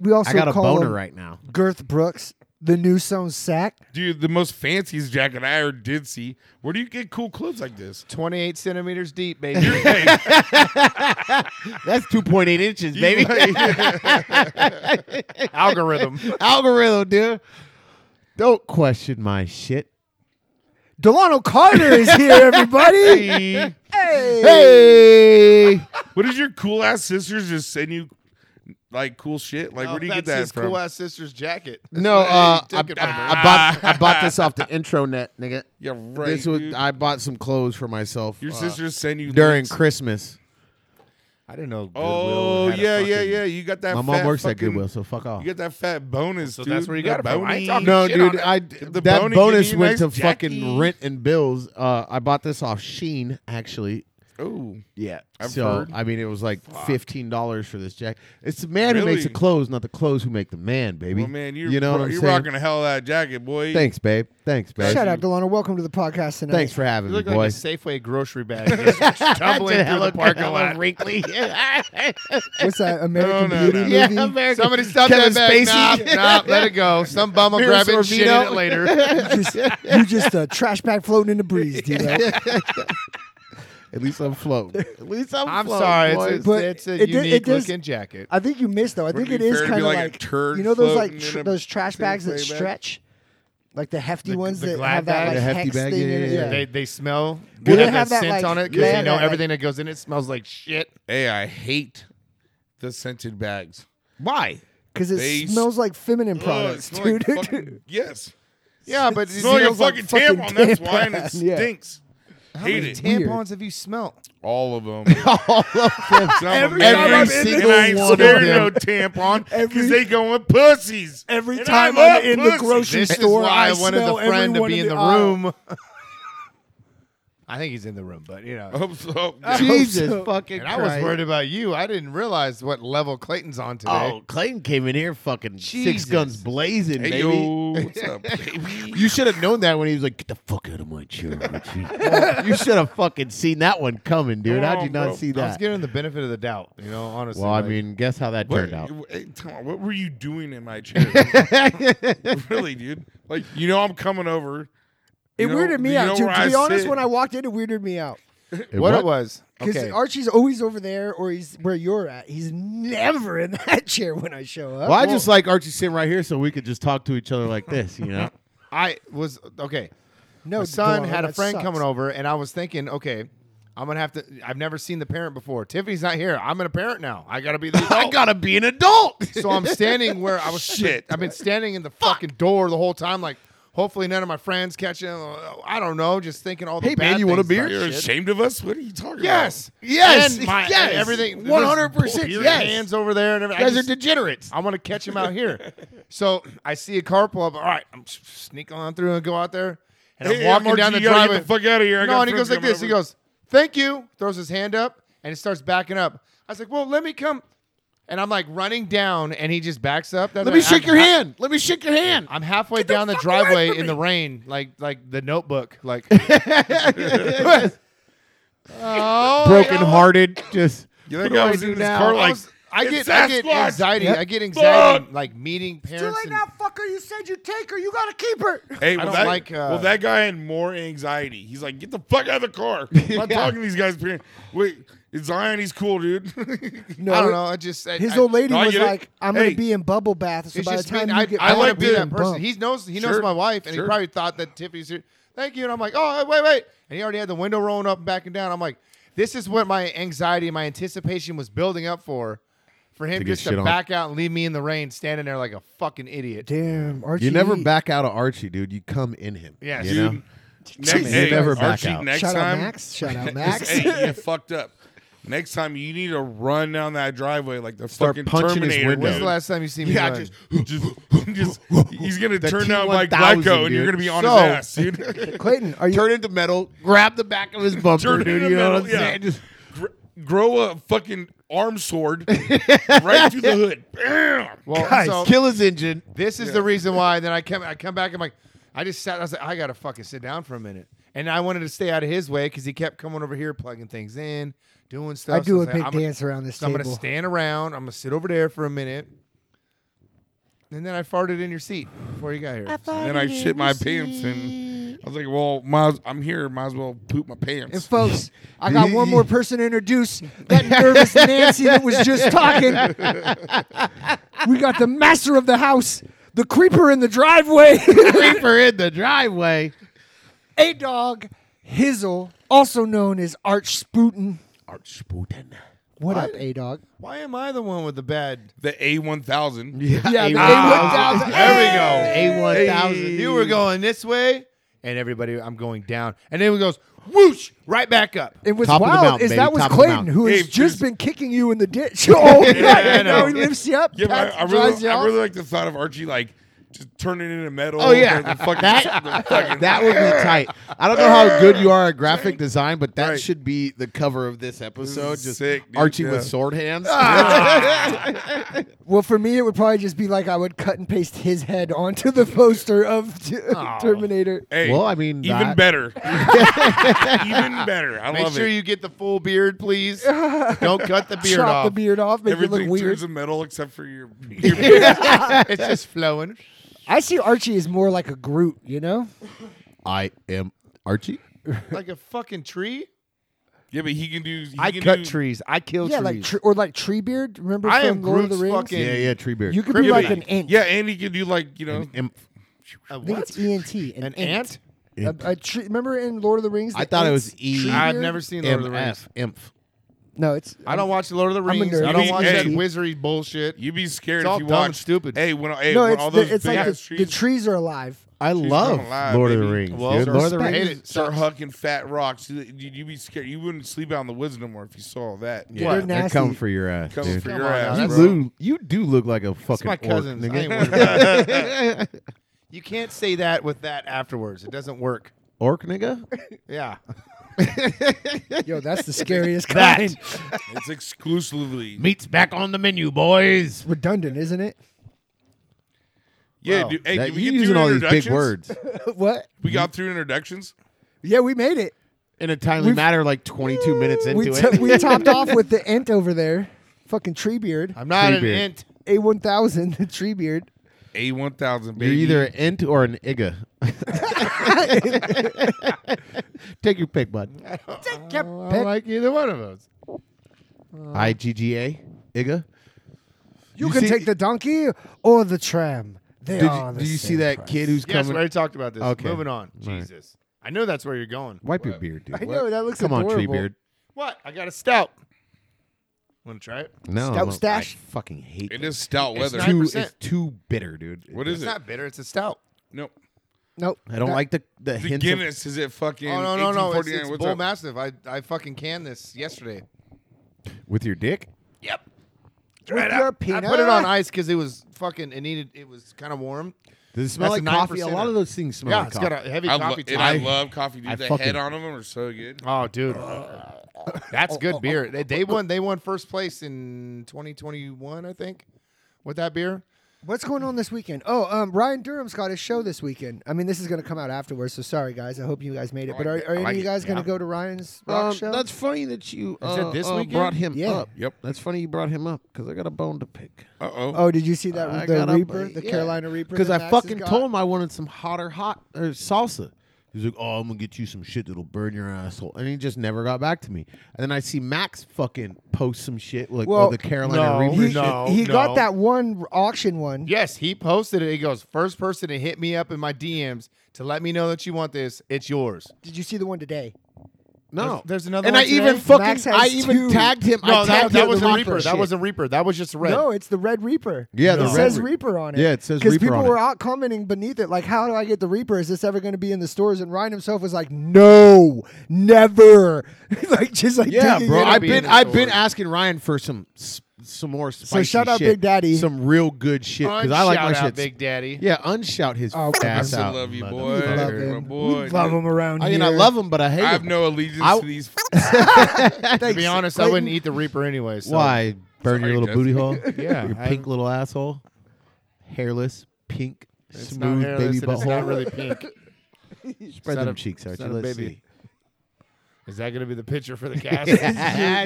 Speaker 3: We also
Speaker 4: I got a
Speaker 3: call
Speaker 4: boner
Speaker 3: him
Speaker 4: right now.
Speaker 3: Girth Brooks, the new song sack.
Speaker 2: Dude, the most fanciest jacket I ever did see. Where do you get cool clothes like this?
Speaker 5: 28 centimeters deep, baby.
Speaker 2: Hey,
Speaker 4: That's 2.8 inches, baby.
Speaker 5: Algorithm.
Speaker 4: algorithm, dude. Don't question my shit.
Speaker 3: Delano Carter is here, everybody.
Speaker 2: hey.
Speaker 4: Hey,
Speaker 2: what does your cool ass sisters just send you like cool shit? Like where do you get that
Speaker 5: Oh, his
Speaker 2: from?
Speaker 5: cool ass sister's jacket.
Speaker 4: no, uh, I, I, I
Speaker 5: took it from her.
Speaker 4: bought I bought this off the intranet, nigga.
Speaker 2: yeah, right.
Speaker 4: This was
Speaker 2: dude.
Speaker 4: I bought some clothes for myself
Speaker 2: your
Speaker 4: uh,
Speaker 2: sisters send you
Speaker 4: during
Speaker 2: links.
Speaker 4: Christmas.
Speaker 5: I didn't know. Goodwill
Speaker 2: Oh
Speaker 5: had a
Speaker 2: yeah, yeah,
Speaker 5: fucking-
Speaker 2: yeah. You got that.
Speaker 4: My mom
Speaker 2: fat
Speaker 4: works at
Speaker 2: fucking-
Speaker 4: Goodwill, so fuck off.
Speaker 2: You got that fat bonus.
Speaker 5: So
Speaker 2: dude.
Speaker 5: that's where you
Speaker 2: That
Speaker 5: got it from. I ain't talking
Speaker 2: bonus.
Speaker 4: No,
Speaker 5: shit on
Speaker 4: dude,
Speaker 5: it.
Speaker 4: I
Speaker 2: The
Speaker 4: that
Speaker 2: bony
Speaker 4: bonus
Speaker 2: giving you
Speaker 4: went
Speaker 2: nice
Speaker 4: to
Speaker 2: jackies.
Speaker 4: fucking rent and bills. Uh, I bought this off Sheen actually.
Speaker 2: Oh,
Speaker 4: Yeah,
Speaker 2: I've
Speaker 4: so
Speaker 2: heard.
Speaker 4: I mean, it was like fifteen dollars for this jacket. It's the man who makes the
Speaker 2: Really?
Speaker 4: clothes, not the clothes who make the man, baby.
Speaker 2: well, man, you're
Speaker 4: you know what
Speaker 2: ro-
Speaker 4: I'm
Speaker 2: you're
Speaker 4: saying?
Speaker 2: rocking a hell of that jacket, boy.
Speaker 4: Thanks, babe. Thanks, babe.
Speaker 3: Shout out Delano. Welcome to the podcast tonight.
Speaker 4: Thanks for having
Speaker 5: You
Speaker 4: me,
Speaker 5: look like
Speaker 4: boy.
Speaker 5: a Safeway grocery bag just tumbling through the parking lot.
Speaker 3: What's that American
Speaker 2: no,
Speaker 3: Beauty
Speaker 2: no.
Speaker 3: movie?
Speaker 5: Somebody stop
Speaker 4: Kevin
Speaker 5: that bag.
Speaker 4: Spacey.
Speaker 5: Nah, nah, let it go. Some bum will
Speaker 4: Mira
Speaker 5: grab it and shit in
Speaker 4: Sorvino.
Speaker 5: it later.
Speaker 3: You just, you just a trash bag floating in the breeze, D-Lo.
Speaker 4: At least I'm floating. At least I'm,
Speaker 5: I'm
Speaker 4: floating,
Speaker 5: sorry.
Speaker 4: boy.
Speaker 5: It's
Speaker 3: But
Speaker 5: a, it's a
Speaker 3: it did- it
Speaker 5: unique
Speaker 3: does-
Speaker 5: looking jacket.
Speaker 3: I think you missed though. I think
Speaker 2: it
Speaker 3: it
Speaker 2: be
Speaker 3: is
Speaker 2: fair to be
Speaker 3: kind of
Speaker 2: like
Speaker 3: like,
Speaker 2: a turd
Speaker 3: you know those like
Speaker 2: floating in
Speaker 3: tr-
Speaker 2: a
Speaker 3: those trash bags that
Speaker 2: Safeway bag?
Speaker 3: stretch, like the hefty
Speaker 5: The-
Speaker 3: ones
Speaker 5: the
Speaker 3: that
Speaker 5: glad
Speaker 3: have
Speaker 5: bag?
Speaker 3: that like
Speaker 5: The
Speaker 4: hefty
Speaker 3: hex
Speaker 4: bag?
Speaker 3: thing
Speaker 4: Yeah,
Speaker 3: in it.
Speaker 4: yeah, yeah.
Speaker 5: They they smell.
Speaker 3: Well,
Speaker 5: They
Speaker 3: they
Speaker 5: have,
Speaker 3: have
Speaker 5: that
Speaker 3: that,
Speaker 5: scent
Speaker 3: like-
Speaker 5: on it
Speaker 3: yeah,
Speaker 5: because you know
Speaker 3: that, like-
Speaker 5: everything that goes in it smells like shit.
Speaker 2: Hey, I hate the scented bags.
Speaker 4: Why?
Speaker 3: because it
Speaker 2: They s-
Speaker 3: smells like feminine
Speaker 2: Ugh,
Speaker 3: products,
Speaker 2: it smells
Speaker 3: dude.
Speaker 2: like fucking- yes.
Speaker 5: Yeah, but
Speaker 2: It's like a
Speaker 5: smells like
Speaker 2: fucking
Speaker 3: fucking
Speaker 2: tampon. That's why and it
Speaker 3: tampon, yeah.
Speaker 2: stinks.
Speaker 5: How
Speaker 2: Hate
Speaker 5: many
Speaker 2: it.
Speaker 3: Weird.
Speaker 5: tampons have you smelled?
Speaker 2: All of them. All of them.
Speaker 3: Every time
Speaker 2: every
Speaker 3: I'm in
Speaker 2: single
Speaker 3: the
Speaker 2: I ain't
Speaker 3: one of
Speaker 2: sparing
Speaker 4: them.
Speaker 2: no tampon
Speaker 3: Every-
Speaker 2: because they going with pussies.
Speaker 3: Every
Speaker 2: And
Speaker 3: time
Speaker 2: I love
Speaker 3: I'm in the
Speaker 2: pussy.
Speaker 3: grocery
Speaker 5: This is
Speaker 3: store,
Speaker 5: why I
Speaker 3: I
Speaker 5: wanted the
Speaker 3: smell every
Speaker 5: friend to
Speaker 3: one
Speaker 5: be
Speaker 3: of
Speaker 5: in
Speaker 3: the
Speaker 5: the
Speaker 3: aisle.
Speaker 5: room. I think he's in the room, but you know.
Speaker 2: I hope so.
Speaker 4: Jesus
Speaker 3: so.
Speaker 4: fucking
Speaker 5: And I was
Speaker 4: Christ.
Speaker 5: worried about you. I didn't realize what level Clayton's on today.
Speaker 4: Oh, Clayton came in here fucking six
Speaker 5: Jesus.
Speaker 4: guns blazing,
Speaker 2: Hey,
Speaker 4: baby.
Speaker 2: yo, what's up, baby?
Speaker 4: You should have known that when he was like, "Get the fuck out of my chair!" Richie." you should have fucking seen that one coming, dude.
Speaker 2: Come
Speaker 4: I
Speaker 2: on,
Speaker 4: did not
Speaker 2: bro.
Speaker 5: I
Speaker 4: see
Speaker 5: was
Speaker 4: that.
Speaker 5: giving him the benefit of the doubt, you know, honestly.
Speaker 4: Well, I
Speaker 5: like-
Speaker 4: mean, guess how that
Speaker 2: What,
Speaker 4: turned out.
Speaker 2: hey, come on, what were you doing in my chair? really, dude? Like, you know, I'm coming over.
Speaker 3: It
Speaker 2: You know-
Speaker 3: weirded me
Speaker 2: you
Speaker 3: out.
Speaker 2: know
Speaker 3: To,
Speaker 2: where
Speaker 3: to be honest,
Speaker 2: sit?
Speaker 3: when I walked in, it weirded me out
Speaker 4: It
Speaker 5: what, it
Speaker 4: what?
Speaker 5: was.
Speaker 3: because
Speaker 5: Okay.
Speaker 3: Archie's always over there, or he's where you're at. He's never in that chair when I show up.
Speaker 4: Well, I just like Archie sitting right here, so we could just talk to each other like this, you know.
Speaker 5: I was okay.
Speaker 3: no
Speaker 5: My son
Speaker 3: Delano,
Speaker 5: had a
Speaker 3: that
Speaker 5: friend
Speaker 3: sucks.
Speaker 5: coming over, and I was thinking, okay, I'm gonna have to. I've never seen the parent before. Tiffany's not here. I'm a parent now. I gotta be the.
Speaker 4: I gotta be an adult.
Speaker 5: so I'm standing where I was. Shit, I've been standing in the fucking door the whole time, like. Hopefully none of my friends catch it. I don't know. Just thinking all the
Speaker 4: Hey,
Speaker 5: bad
Speaker 4: man, you want a
Speaker 5: things
Speaker 4: beer?
Speaker 5: about
Speaker 2: You're
Speaker 5: shit.
Speaker 2: ashamed of us? What are you talking
Speaker 5: Yes,
Speaker 4: Yes,
Speaker 5: and my,
Speaker 4: yes.
Speaker 5: and everything.
Speaker 4: 100%,
Speaker 5: Your
Speaker 4: yes.
Speaker 5: hands over there and everything. I
Speaker 4: guys are
Speaker 5: just-
Speaker 4: degenerates.
Speaker 5: I want to catch him out here. So I see a carpool. I'm, all right, I'm s- sneak on through and go out there. And
Speaker 2: about?
Speaker 5: I'm walking
Speaker 2: Margie,
Speaker 5: down the
Speaker 2: you gotta
Speaker 5: driveway.
Speaker 2: Get the fuck out of here. I
Speaker 5: no,
Speaker 2: got
Speaker 5: and he
Speaker 2: friends
Speaker 5: goes like
Speaker 2: coming
Speaker 5: this. He
Speaker 2: over.
Speaker 5: goes, "Thank you." Throws his hand up and he starts backing up. I was like, "Well, let me come." And I'm like running down, and he just backs up. That's
Speaker 4: Let
Speaker 5: like-
Speaker 4: me shake
Speaker 5: I'm-
Speaker 4: your
Speaker 5: I-
Speaker 4: hand. Let me shake your hand.
Speaker 5: I'm halfway down the driveway in the rain, like like the Notebook, like oh,
Speaker 4: Broken
Speaker 5: yeah.
Speaker 4: hearted, just.
Speaker 2: Yeah,
Speaker 4: what
Speaker 2: that
Speaker 4: do
Speaker 2: guy
Speaker 4: I
Speaker 2: was
Speaker 4: do
Speaker 2: in his
Speaker 4: now?
Speaker 2: car
Speaker 5: I
Speaker 2: like,
Speaker 5: was- I
Speaker 2: "It's
Speaker 5: get I get
Speaker 2: Sasquatch!"
Speaker 5: anxiety. I get anxiety
Speaker 2: Fuck.
Speaker 5: like meeting
Speaker 3: Too
Speaker 5: parents.
Speaker 3: late
Speaker 5: and-
Speaker 3: now, fucker. You said you'd take her. You got to keep her.
Speaker 2: Hey,
Speaker 5: I
Speaker 2: well
Speaker 5: don't
Speaker 2: that,
Speaker 5: like, uh,
Speaker 2: well, that guy had more anxiety. He's like, get the fuck out of the car. I'm not
Speaker 5: Yeah.
Speaker 2: talking to these guys. parents. Wait, it's Zion. He's cool, dude.
Speaker 3: No,
Speaker 5: I don't know. I just I-
Speaker 3: His
Speaker 5: I-
Speaker 3: old lady
Speaker 2: no, I
Speaker 3: was
Speaker 2: get it.
Speaker 3: like, "I'm
Speaker 2: Hey,
Speaker 3: gonna be in bubble bath." So
Speaker 5: It's
Speaker 3: by the
Speaker 5: just
Speaker 3: time
Speaker 5: mean,
Speaker 3: you
Speaker 5: I,
Speaker 3: get
Speaker 5: I
Speaker 3: back,
Speaker 2: wanna
Speaker 5: like
Speaker 3: you'll
Speaker 5: be
Speaker 3: be
Speaker 5: that person.
Speaker 3: bump.
Speaker 5: He knows he
Speaker 2: Sure.
Speaker 5: knows my wife, and
Speaker 2: Sure.
Speaker 5: he probably thought that Tiffany's here. Thank you, and I'm like, oh wait, wait, and he already had the window rolling up and backing down. I'm like, this is what my anxiety, my anticipation was building up for, for him
Speaker 4: To get
Speaker 5: just
Speaker 4: shit
Speaker 5: to
Speaker 4: on.
Speaker 5: back out and leave me in the rain, standing there like a fucking idiot.
Speaker 3: Damn, Archie.
Speaker 4: You never back out of Archie, dude. You come in him.
Speaker 5: Yeah,
Speaker 4: you
Speaker 5: dude.
Speaker 4: know?
Speaker 2: next,
Speaker 4: You
Speaker 2: hey,
Speaker 4: never back
Speaker 2: Archie,
Speaker 4: out.
Speaker 2: next
Speaker 3: Shout out
Speaker 2: time,
Speaker 3: Max. Shout out
Speaker 2: Just,
Speaker 3: Max.
Speaker 2: hey, you fucked up. Next time you need to run down that driveway like the
Speaker 4: Start
Speaker 2: fucking
Speaker 4: punching his
Speaker 2: Terminator.
Speaker 4: window.
Speaker 5: When's
Speaker 2: dude.
Speaker 5: the last time you see me?
Speaker 4: Yeah,
Speaker 5: run?
Speaker 4: just-
Speaker 2: just, just- he's gonna
Speaker 4: The
Speaker 2: turn down like
Speaker 4: T1000,
Speaker 2: Glyco, and you're
Speaker 4: dude.
Speaker 2: gonna be on
Speaker 5: So-
Speaker 2: his ass, dude.
Speaker 3: Clayton, are you?
Speaker 4: Turn into metal, grab the back of his bumper,
Speaker 2: Turn
Speaker 4: dude.
Speaker 2: into
Speaker 4: You know what I'm
Speaker 2: metal, yeah.
Speaker 4: saying? Just
Speaker 2: Gr- grow a fucking arm sword right through the hood. Bam!
Speaker 5: well,
Speaker 4: guys,
Speaker 5: so
Speaker 4: kill his engine.
Speaker 5: this is the reason why. Then I come, I come back. I'm like, I just sat. I was like, I gotta fucking sit down for a minute. And I wanted to stay out of his way because he kept coming over here, plugging things in, doing stuff.
Speaker 3: I
Speaker 5: So
Speaker 3: do a
Speaker 5: was like,
Speaker 3: big
Speaker 5: I'm gonna-
Speaker 3: dance around this
Speaker 5: So I'm gonna
Speaker 3: table.
Speaker 5: stand around. I'm gonna sit over there for a minute, and then I farted in your seat before you got here.
Speaker 2: And then I shit my pants, and I was like, "Well, might as- I'm here. Might as well poop my pants."
Speaker 3: And folks, I got one more person to introduce. That nervous Nancy that was just talking. We got the master of the house, the creeper in the driveway,
Speaker 4: Creeper in the driveway.
Speaker 3: a dog, Hizzle, also known as Arch Sputin.
Speaker 4: Arch Spooten.
Speaker 3: What, up, a dog?
Speaker 5: Why am I the one with the bad?
Speaker 2: the A1000.
Speaker 3: Yeah, the
Speaker 4: A1000.
Speaker 3: A1000.
Speaker 5: There
Speaker 4: A one thousand.
Speaker 5: You were going this way, and everybody, I'm going down, and then it goes whoosh right back up.
Speaker 3: And what's
Speaker 4: Top of the
Speaker 3: wild
Speaker 4: mountain,
Speaker 3: is
Speaker 4: baby,
Speaker 3: that was
Speaker 4: top of the
Speaker 3: Clayton,
Speaker 4: mountain.
Speaker 3: who has
Speaker 2: Hey,
Speaker 3: just
Speaker 2: please.
Speaker 3: been kicking you in the ditch. Oh, yeah,
Speaker 5: I
Speaker 3: no,
Speaker 5: know.
Speaker 3: he lifts you up.
Speaker 2: Yeah, but I,
Speaker 3: pats-
Speaker 2: I
Speaker 3: drives
Speaker 2: really,
Speaker 3: you
Speaker 2: I
Speaker 3: off.
Speaker 2: really like the thought of Archie like just turning into metal.
Speaker 4: Oh yeah,
Speaker 2: or the fucking,
Speaker 4: that,
Speaker 2: the fucking-
Speaker 4: that would be tight. I don't know how good you are at graphic design, but that
Speaker 2: Right.
Speaker 4: should be the cover of this episode.
Speaker 2: is
Speaker 4: Just
Speaker 2: sick, dude,
Speaker 4: Archie
Speaker 2: yeah.
Speaker 4: with sword hands.
Speaker 5: Ah.
Speaker 3: Well, for me, it would probably just be like I would cut and paste his head onto the poster of t- Terminator.
Speaker 2: Hey,
Speaker 4: Well, I mean,
Speaker 2: even
Speaker 4: that-
Speaker 2: better, even better. I
Speaker 5: Make
Speaker 2: love
Speaker 5: sure
Speaker 2: it.
Speaker 5: you get the full beard, please. Don't cut the beard
Speaker 3: Chop
Speaker 5: off.
Speaker 3: the beard off, make it look
Speaker 2: Everything
Speaker 3: weird.
Speaker 2: turns to metal except for your. your
Speaker 5: it's just flowing.
Speaker 3: I see Archie as more like a Groot, you know?
Speaker 4: I am Archie.
Speaker 5: Like a fucking tree.
Speaker 2: yeah, but he can do. He
Speaker 5: I
Speaker 2: can
Speaker 5: cut
Speaker 2: do,
Speaker 5: trees. I kill
Speaker 3: yeah, like
Speaker 5: trees.
Speaker 3: tre- or like Treebeard. Remember
Speaker 5: I
Speaker 3: from
Speaker 5: am
Speaker 3: Lord of the
Speaker 5: Groot's
Speaker 3: Rings?
Speaker 5: fucking-
Speaker 4: Yeah, yeah, tree beard.
Speaker 3: You could be
Speaker 5: Crimson
Speaker 3: like an
Speaker 5: Knight.
Speaker 3: ant.
Speaker 2: Yeah, and he can do like you know.
Speaker 4: Imp.
Speaker 5: A
Speaker 3: I think
Speaker 5: what?
Speaker 3: it's ENT. An,
Speaker 5: An
Speaker 3: ant.
Speaker 5: ant?
Speaker 3: A, a tree, remember in Lord of the Rings?
Speaker 4: I
Speaker 3: the
Speaker 4: thought it
Speaker 3: ants?
Speaker 4: was E.
Speaker 3: Treebeard?
Speaker 5: I've never seen Lord of the Rings.
Speaker 4: Impf. Impf.
Speaker 3: No, it's.
Speaker 5: I don't watch Lord of the
Speaker 3: I'm a
Speaker 5: Rings.
Speaker 3: nerd.
Speaker 5: I don't
Speaker 2: Hey,
Speaker 5: watch that
Speaker 2: hey.
Speaker 5: wizardry bullshit.
Speaker 2: You'd be scared
Speaker 5: It's all
Speaker 2: if you
Speaker 5: dumb and
Speaker 2: watched.
Speaker 5: stupid.
Speaker 2: Hey, when, hey,
Speaker 3: No,
Speaker 2: when
Speaker 3: it's,
Speaker 2: all those
Speaker 3: the, it's
Speaker 2: big
Speaker 3: like
Speaker 2: ass
Speaker 3: the, the
Speaker 2: trees
Speaker 3: trees are alive.
Speaker 4: I love
Speaker 2: coming alive,
Speaker 4: Lord of the
Speaker 2: baby.
Speaker 4: Rings.
Speaker 5: Well,
Speaker 4: dude. Lord of the
Speaker 5: respect.
Speaker 4: Rings.
Speaker 5: Hate it.
Speaker 2: start
Speaker 5: sucks.
Speaker 2: hucking fat rocks, you'd, you'd be scared. You wouldn't sleep out in the woods no more if you saw that.
Speaker 3: Yeah. They're
Speaker 4: They're
Speaker 3: nasty.
Speaker 4: coming for your ass,
Speaker 2: Coming
Speaker 4: dude.
Speaker 2: for your
Speaker 5: Come on now,
Speaker 2: ass,
Speaker 4: you,
Speaker 5: that's-
Speaker 2: bro.
Speaker 4: loo- you do look like a fucking
Speaker 5: my cousins.
Speaker 4: Orc,
Speaker 5: I ain't
Speaker 4: nigga.
Speaker 5: worried about it. you can't say that with that afterwards. It doesn't work.
Speaker 4: orc nigga.
Speaker 5: Yeah.
Speaker 3: Yo, that's the scariest kind.
Speaker 2: It's exclusively.
Speaker 4: Meat's back on the menu, boys.
Speaker 3: Redundant, isn't it?
Speaker 2: Yeah,
Speaker 4: Wow.
Speaker 2: dude. Hey,
Speaker 4: Oh, That-
Speaker 2: did we
Speaker 4: you
Speaker 2: get
Speaker 4: using
Speaker 2: through
Speaker 4: all these big
Speaker 2: introductions?
Speaker 4: words
Speaker 3: what?
Speaker 2: We got through introductions.
Speaker 3: Yeah, we made it.
Speaker 4: in a timely
Speaker 3: We've-
Speaker 4: manner, like 22 minutes into
Speaker 3: We,
Speaker 4: it.
Speaker 3: t- we topped off with the ent over there. Fucking Treebeard.
Speaker 5: I'm not an
Speaker 4: Creepy.
Speaker 5: int.
Speaker 3: A1000, the Treebeard.
Speaker 2: A one thousand,
Speaker 4: You're
Speaker 2: baby.
Speaker 4: either an int or an igga. Take your pick, bud.
Speaker 5: Uh. Yep. I don't like either one of those.
Speaker 4: I G G A igga.
Speaker 3: You,
Speaker 4: You
Speaker 3: can
Speaker 4: see-
Speaker 3: take the donkey or the tram. They
Speaker 4: Did you,
Speaker 3: are Oh, the
Speaker 4: did you see
Speaker 3: same
Speaker 4: that
Speaker 3: price.
Speaker 4: kid who's
Speaker 5: Yes, we
Speaker 4: coming?
Speaker 5: already talked about this.
Speaker 4: Okay.
Speaker 5: Moving on.
Speaker 4: right.
Speaker 5: Jesus. I know that's where you're going.
Speaker 4: Wipe your beard, dude.
Speaker 3: I know, that looks
Speaker 4: Come on, tree
Speaker 3: adorable.
Speaker 4: beard.
Speaker 5: What? I got a stout. Want to try it?
Speaker 4: No,
Speaker 3: Stout
Speaker 4: I'm a-
Speaker 3: stash?
Speaker 4: I fucking hate
Speaker 2: It
Speaker 4: that.
Speaker 2: is stout
Speaker 5: It's
Speaker 2: weather.
Speaker 5: not-
Speaker 4: Too,
Speaker 5: 9%.
Speaker 4: it's too bitter, dude.
Speaker 2: What is
Speaker 5: It's
Speaker 2: it?
Speaker 5: not bitter. It's a stout.
Speaker 2: nope.
Speaker 3: Nope.
Speaker 4: I don't
Speaker 3: That-
Speaker 4: like the the
Speaker 2: The
Speaker 4: hints. Of,
Speaker 2: Guinness is it fucking?
Speaker 5: Oh no no no! It's, it's
Speaker 2: 1849. What's
Speaker 5: bull
Speaker 2: up?
Speaker 5: massive. I I fucking canned this yesterday.
Speaker 4: with your dick.
Speaker 5: Yep.
Speaker 3: With your peanut.
Speaker 5: I put it on ice because it was fucking. It needed. It was kind of warm.
Speaker 4: Does it smell
Speaker 5: That's
Speaker 4: like
Speaker 5: a
Speaker 4: coffee? A
Speaker 5: 9%er.
Speaker 4: lot of those things smell
Speaker 5: yeah,
Speaker 4: like
Speaker 5: it's
Speaker 4: coffee.
Speaker 5: got a heavy
Speaker 2: I, lo-
Speaker 5: coffee
Speaker 2: and
Speaker 5: taste.
Speaker 2: I love coffee, dude.
Speaker 4: I
Speaker 2: the
Speaker 4: fucking-
Speaker 2: head on them are so good.
Speaker 5: Oh, dude, that's good beer. They, they won. They won first place in 2021, I think, with that beer.
Speaker 3: What's going on this weekend? Oh, um, Ryan Durham's got his show this weekend. I mean, this is going to come out afterwards, so sorry, guys. I hope you guys made it. But are, are any of you guys going to go to Ryan's rock
Speaker 4: Um,
Speaker 3: show?
Speaker 4: that's funny that you
Speaker 5: Is it
Speaker 4: uh,
Speaker 5: this
Speaker 4: uh,
Speaker 5: weekend?
Speaker 4: brought him
Speaker 3: Yeah.
Speaker 4: up.
Speaker 2: Yep.
Speaker 4: That's funny you brought him up because I got a bone to pick.
Speaker 2: Uh oh.
Speaker 3: oh, did you see that?
Speaker 4: I
Speaker 3: the
Speaker 4: got a-
Speaker 3: Reaper, the
Speaker 4: yeah.
Speaker 3: Carolina Reaper.
Speaker 4: Because
Speaker 3: that
Speaker 4: I
Speaker 3: Max has
Speaker 4: fucking
Speaker 3: got?
Speaker 4: told him I wanted some hotter hot or salsa. He's like, "Oh, I'm gonna get you some shit that'll burn your asshole," and he just never got back to me. And then I see Max fucking post some shit like,
Speaker 3: Well,
Speaker 4: "Oh, the Carolina
Speaker 5: no,
Speaker 4: Reaper."
Speaker 3: He,
Speaker 4: shit."
Speaker 5: No,
Speaker 3: he got
Speaker 5: no.
Speaker 3: that one auction one.
Speaker 5: Yes, he posted it. He goes, first person to hit me up in my DMs to let me know that you want this, it's yours.
Speaker 3: Did you see the one today?
Speaker 4: No,
Speaker 5: There's- there's another
Speaker 4: And
Speaker 5: one
Speaker 4: I even
Speaker 5: today?
Speaker 3: Max
Speaker 4: fucking,
Speaker 3: has
Speaker 4: I even
Speaker 3: two.
Speaker 4: tagged him. I
Speaker 5: No, that,
Speaker 4: tagged
Speaker 5: that
Speaker 4: him
Speaker 5: was
Speaker 4: the
Speaker 5: a
Speaker 4: Reaper.
Speaker 5: Reaper. That
Speaker 3: shit.
Speaker 5: wasn't Reaper. That was just a red.
Speaker 3: No, it's the Red Reaper.
Speaker 4: Yeah, the
Speaker 3: it
Speaker 4: Red
Speaker 3: says
Speaker 4: Reaper.
Speaker 3: Reaper on it.
Speaker 4: Yeah, it says
Speaker 3: because
Speaker 4: Reaper
Speaker 3: people
Speaker 4: on
Speaker 3: were
Speaker 4: it.
Speaker 3: out commenting beneath it, like, "How do I get the Reaper? Is this ever going to be in the stores?" And Ryan himself was like, "No, never." like just like
Speaker 4: Yeah,
Speaker 3: digging
Speaker 4: bro.
Speaker 3: in.
Speaker 5: it'll
Speaker 4: I've
Speaker 5: be
Speaker 4: been
Speaker 5: in the
Speaker 4: I've been
Speaker 5: store.
Speaker 4: asking Ryan for some s- some more spicy
Speaker 3: shout out
Speaker 4: shit.
Speaker 3: Big Daddy.
Speaker 4: Some real good shit because I like my
Speaker 5: Shout out,
Speaker 4: shit.
Speaker 5: Big Daddy.
Speaker 4: yeah, unshout his
Speaker 3: Oh,
Speaker 2: I
Speaker 4: ass
Speaker 2: still
Speaker 4: out.
Speaker 2: love you,
Speaker 4: motherfucker.
Speaker 2: boy.
Speaker 3: We love
Speaker 2: My
Speaker 3: him.
Speaker 2: boy.
Speaker 3: We love him around
Speaker 4: I
Speaker 3: here.
Speaker 4: mean, I love him, but I hate
Speaker 2: I have
Speaker 4: him.
Speaker 2: no allegiance
Speaker 4: I-
Speaker 2: to these.
Speaker 5: to be honest, I wouldn't eat the Reaper anyway. So.
Speaker 4: Why burn
Speaker 2: Sorry,
Speaker 4: your little
Speaker 2: Jeff.
Speaker 4: booty hole?
Speaker 5: Yeah,
Speaker 4: your
Speaker 5: I-
Speaker 4: pink little asshole, hairless, pink,
Speaker 5: It's
Speaker 4: smooth
Speaker 5: not hairless
Speaker 4: baby
Speaker 5: and It's not
Speaker 4: butthole.
Speaker 5: really pink.
Speaker 4: Spread
Speaker 5: not
Speaker 4: them
Speaker 5: a-
Speaker 4: cheeks,
Speaker 5: it's
Speaker 4: Archie.
Speaker 5: not a
Speaker 4: Let's
Speaker 5: baby.
Speaker 4: see.
Speaker 5: Is that going to be the picture for the cast?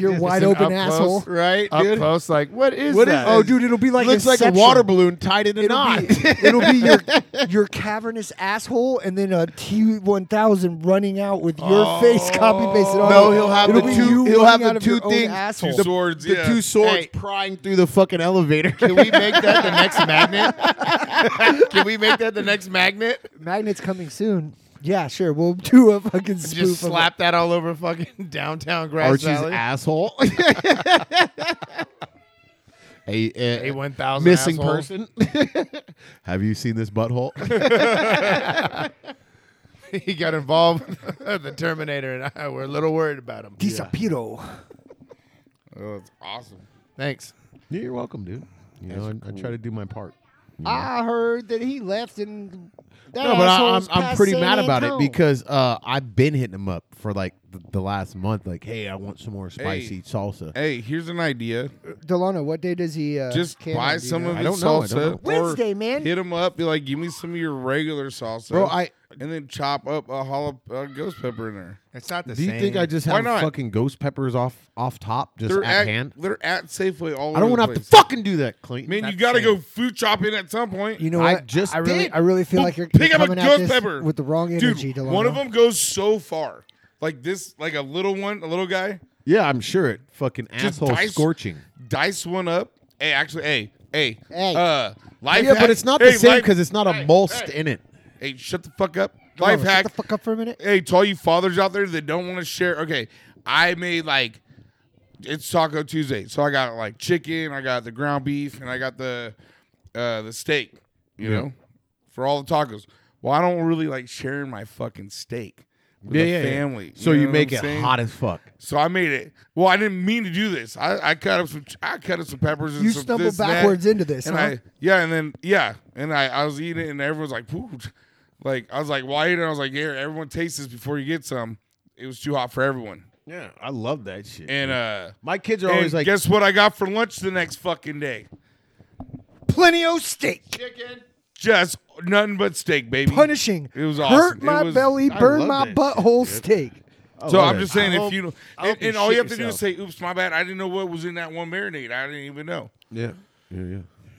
Speaker 3: Your- your wide open asshole.
Speaker 5: right? Up
Speaker 4: dude?
Speaker 5: close, like what is
Speaker 4: What is-
Speaker 5: that?
Speaker 3: Oh, dude, it'll be like
Speaker 4: Looks like a
Speaker 3: Inception.
Speaker 4: water balloon tied in a
Speaker 3: It'll
Speaker 4: knot.
Speaker 3: be, it'll be your your cavernous asshole, and then a T one thousand running out with your face copy pasted on.
Speaker 4: Oh. No,
Speaker 3: it.
Speaker 4: he'll have
Speaker 3: It'll
Speaker 4: the
Speaker 3: be
Speaker 4: two-
Speaker 3: you
Speaker 4: he'll
Speaker 3: running
Speaker 4: have the
Speaker 3: out of your
Speaker 4: two
Speaker 3: own
Speaker 4: things.
Speaker 2: Two
Speaker 3: Asshole.
Speaker 2: swords.
Speaker 4: the
Speaker 2: yeah.
Speaker 4: two swords
Speaker 5: Hey.
Speaker 4: prying through the fucking elevator.
Speaker 5: Can we make that the next magnet? Can we make that the next magnet?
Speaker 3: Magnet's coming soon. Yeah, sure. We'll do a fucking spoof.
Speaker 5: Just
Speaker 3: of it.
Speaker 5: slap that all over fucking downtown Grass
Speaker 4: Archie's
Speaker 5: Valley.
Speaker 4: asshole. hey, uh,
Speaker 5: A one thousand
Speaker 4: missing person. Have you seen this butthole?
Speaker 5: he got involved with the Terminator, and I, we're a little worried about him.
Speaker 3: Disapiro.
Speaker 2: Oh, that's awesome.
Speaker 5: Thanks.
Speaker 4: Yeah, You're welcome, dude. You know, I, I try to do my part.
Speaker 3: I heard that he left and that
Speaker 4: No, but I, I'm,
Speaker 3: asshole's
Speaker 4: I'm
Speaker 3: past
Speaker 4: pretty
Speaker 3: San
Speaker 4: mad about it
Speaker 3: Antone.
Speaker 4: because uh, I've been hitting him up for like the, the last month. Like, hey, I want some more spicy salsa.
Speaker 2: Hey, here's an idea.
Speaker 3: Delano, what day does he uh,
Speaker 2: Just
Speaker 3: can
Speaker 2: buy
Speaker 3: do
Speaker 2: some
Speaker 3: that?
Speaker 2: of
Speaker 4: I
Speaker 2: his
Speaker 4: don't know, I
Speaker 2: salsa.
Speaker 4: don't know.
Speaker 2: or
Speaker 3: Wednesday, man.
Speaker 2: Hit him up. Be like, give me some of your regular salsa,
Speaker 4: Bro, I-
Speaker 2: and then chop up a jalap- uh, ghost pepper in there.
Speaker 5: It's not the
Speaker 4: do you
Speaker 5: same.
Speaker 4: think I just
Speaker 2: Why
Speaker 4: have
Speaker 2: not?
Speaker 4: fucking ghost peppers off off top just
Speaker 2: They're
Speaker 4: at,
Speaker 2: at,
Speaker 4: hand?
Speaker 2: They're at Safeway all
Speaker 4: I don't
Speaker 2: want to
Speaker 4: have to fucking do that, Clayton.
Speaker 2: Man,
Speaker 4: That's
Speaker 2: you got to
Speaker 4: insane.
Speaker 2: go food shopping at some point.
Speaker 3: You know
Speaker 4: I
Speaker 3: what?
Speaker 4: just
Speaker 3: I really,
Speaker 4: did.
Speaker 3: I really feel like you're,
Speaker 2: Pick
Speaker 3: you're
Speaker 2: up a
Speaker 3: coming at
Speaker 2: ghost
Speaker 3: this
Speaker 2: pepper
Speaker 3: with the wrong energy,
Speaker 2: Dude,
Speaker 3: Delano.
Speaker 2: one of them goes so far. Like this, like a little one, a little guy,
Speaker 4: Yeah, I'm sure it fucking
Speaker 2: Just
Speaker 4: asshole
Speaker 2: dice-
Speaker 4: scorching.
Speaker 2: dice one up. Hey, actually, hey, hey,
Speaker 3: Hey.
Speaker 2: uh, life.
Speaker 4: Yeah,
Speaker 2: hack-
Speaker 4: but it's not
Speaker 2: hey,
Speaker 4: the same
Speaker 2: life-
Speaker 4: because it's not a
Speaker 2: hey,
Speaker 4: most
Speaker 2: hey.
Speaker 4: in it.
Speaker 2: Hey, shut the fuck up.
Speaker 3: Come on,
Speaker 2: Life hack.
Speaker 3: Shut the fuck up for a minute.
Speaker 2: hey, to all you fathers out there that don't want to share, okay, I made like it's Taco Tuesday, so I got like chicken, I got the ground beef, and I got the uh, the steak, you know, for all the tacos. Well, I don't really like sharing my fucking steak with the family.
Speaker 4: So you,
Speaker 2: know
Speaker 4: make
Speaker 2: what I'm
Speaker 4: it
Speaker 2: saying?
Speaker 4: hot as fuck.
Speaker 2: So I made it. Well, I didn't mean to do this. I, I cut up some. ch- I cut up some peppers. And
Speaker 3: You
Speaker 2: some
Speaker 3: stumbled
Speaker 2: this and that.
Speaker 3: backwards into this,
Speaker 2: And
Speaker 3: huh?
Speaker 2: I, yeah, and then yeah, and I, I was eating it, and everyone's like, "Pooh," like I was like, "Why?" And I was like, "Yeah, everyone tastes this before you get some." it was too hot for everyone.
Speaker 4: Yeah, I love that shit.
Speaker 2: And uh,
Speaker 4: My kids are
Speaker 2: and
Speaker 4: always like,
Speaker 2: guess what I got for lunch the next fucking day?
Speaker 3: Plenty of steak.
Speaker 5: Chicken.
Speaker 2: Just nothing but steak, baby.
Speaker 3: punishing.
Speaker 2: It was
Speaker 3: Hurt
Speaker 2: awesome. It
Speaker 3: my
Speaker 2: was-
Speaker 3: belly,
Speaker 4: I
Speaker 3: burn
Speaker 4: love
Speaker 3: my
Speaker 4: that
Speaker 3: butthole steak.
Speaker 4: I
Speaker 2: So
Speaker 4: love
Speaker 2: I'm
Speaker 4: it.
Speaker 2: just saying,
Speaker 4: I
Speaker 2: if
Speaker 4: hope-
Speaker 2: you don't,
Speaker 4: I hope
Speaker 2: and, and all
Speaker 4: shit
Speaker 2: you have to do is
Speaker 4: yourself.
Speaker 2: say, "Oops, my bad. I didn't know what was in that one marinade. I didn't even know."
Speaker 4: yeah, yeah, yeah.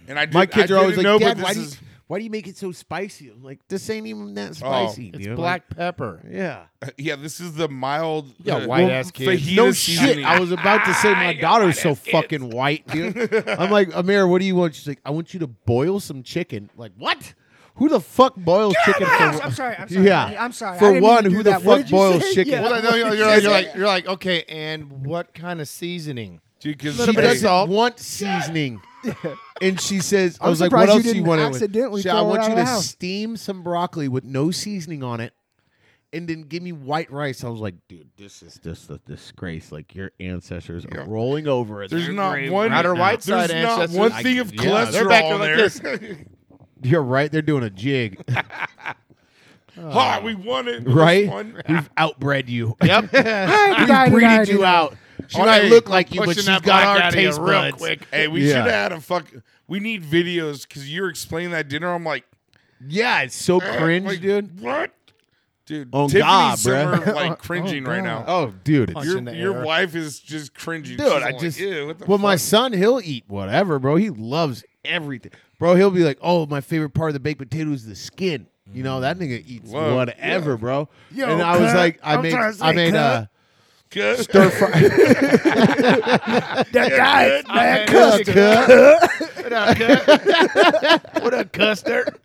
Speaker 2: And I did,
Speaker 4: My kids
Speaker 2: I
Speaker 4: are always like,
Speaker 2: didn't know, but
Speaker 4: Dad,
Speaker 2: this
Speaker 4: why do, you,
Speaker 2: is-
Speaker 4: why do you make it so spicy? I'm like, this ain't even that spicy.
Speaker 5: It's
Speaker 4: dude.
Speaker 5: black pepper.
Speaker 4: Like, yeah.
Speaker 2: yeah, this is the mild,
Speaker 5: Yeah,
Speaker 2: uh,
Speaker 5: white ass kids.
Speaker 2: fajita
Speaker 4: no
Speaker 2: seasoning.
Speaker 4: shit. I was about to say my
Speaker 2: Yeah,
Speaker 4: daughter's
Speaker 2: white
Speaker 4: so
Speaker 2: ass kids.
Speaker 4: fucking white, dude. I'm like, Amir, what do you want? She's like, I want you to boil some chicken. Like, what? Who the fuck boils chicken for?
Speaker 3: I'm sorry. I'm sorry.
Speaker 4: Yeah.
Speaker 3: I'm sorry. I
Speaker 4: For
Speaker 3: didn't mean
Speaker 4: one,
Speaker 3: to do
Speaker 4: who the
Speaker 3: that. What
Speaker 4: fuck
Speaker 3: did you
Speaker 4: boils
Speaker 3: say?
Speaker 4: chicken?
Speaker 3: Yeah.
Speaker 4: Well,
Speaker 5: Well, I know you're,
Speaker 3: What
Speaker 5: you're, like,
Speaker 3: did you
Speaker 5: you're
Speaker 3: say?
Speaker 5: like you're like okay, and what kind of seasoning?
Speaker 2: Dude, 'cause
Speaker 4: she
Speaker 2: they-
Speaker 4: doesn't want seasoning. And she says, I
Speaker 3: I'm
Speaker 4: was like, what
Speaker 3: surprised you
Speaker 4: else do you
Speaker 3: didn't
Speaker 4: want? it with?"
Speaker 3: accidentally
Speaker 4: She said, I
Speaker 3: throw it
Speaker 4: want
Speaker 3: out
Speaker 4: you
Speaker 3: of the
Speaker 4: to
Speaker 3: house."
Speaker 4: steam some broccoli with no seasoning on it and then give me white rice. I was like, dude, this is just a disgrace. Like, your ancestors are rolling over it.
Speaker 2: There's
Speaker 4: They're
Speaker 2: not
Speaker 4: grave
Speaker 2: one.
Speaker 4: right
Speaker 5: Outer
Speaker 4: now.
Speaker 5: white
Speaker 2: there's
Speaker 5: side
Speaker 2: not
Speaker 5: ancestors.
Speaker 2: one
Speaker 5: I
Speaker 2: thing
Speaker 5: get-
Speaker 2: of
Speaker 5: yeah,
Speaker 2: cholesterol
Speaker 5: they're back there like
Speaker 2: there.
Speaker 5: this.
Speaker 4: You're right. They're doing a jig,
Speaker 2: ha, we won it. This
Speaker 4: right?
Speaker 2: one.
Speaker 4: We've outbred you.
Speaker 5: Yep.
Speaker 4: We've
Speaker 3: Died,
Speaker 4: breeded
Speaker 3: died,
Speaker 4: you
Speaker 3: died.
Speaker 4: out. She
Speaker 2: Oh,
Speaker 4: might
Speaker 2: hey,
Speaker 4: look like you, but
Speaker 5: pushing
Speaker 4: she's
Speaker 5: that
Speaker 4: got
Speaker 5: black
Speaker 4: our
Speaker 5: outta here
Speaker 4: taste
Speaker 5: real
Speaker 4: buds.
Speaker 5: quick.
Speaker 2: Hey, we
Speaker 4: Yeah.
Speaker 2: should have had a fuck. We need videos because you're explaining that dinner. I'm like,
Speaker 4: Yeah, it's so
Speaker 2: eh,
Speaker 4: cringe,
Speaker 2: like,
Speaker 4: dude.
Speaker 2: What, dude?
Speaker 4: On
Speaker 2: Tiffany's
Speaker 4: Oh, God,
Speaker 2: somewhere,
Speaker 4: bruh.
Speaker 2: like cringing right now.
Speaker 4: Oh, dude, it's
Speaker 2: Your,
Speaker 5: in the
Speaker 2: your
Speaker 5: air.
Speaker 2: wife is just cringing.
Speaker 4: dude.
Speaker 2: She's
Speaker 4: I
Speaker 2: like,
Speaker 4: just
Speaker 2: "Ew, what the
Speaker 4: well, my
Speaker 2: fuck?"
Speaker 4: son, he'll eat whatever, bro. He loves everything, bro. He'll be like, oh, my favorite part of the baked potato is the skin. You know that nigga eats
Speaker 2: Mm. Whoa,
Speaker 4: whatever, bro.
Speaker 3: Yo,
Speaker 4: and I was
Speaker 3: cut.
Speaker 4: like, I
Speaker 3: I'm
Speaker 4: made,
Speaker 3: trying to
Speaker 4: I
Speaker 3: say
Speaker 4: made
Speaker 3: cut.
Speaker 4: uh,
Speaker 2: Good.
Speaker 4: stir fry.
Speaker 3: That guy, man,
Speaker 5: Cut.
Speaker 3: custard.
Speaker 4: what a custard!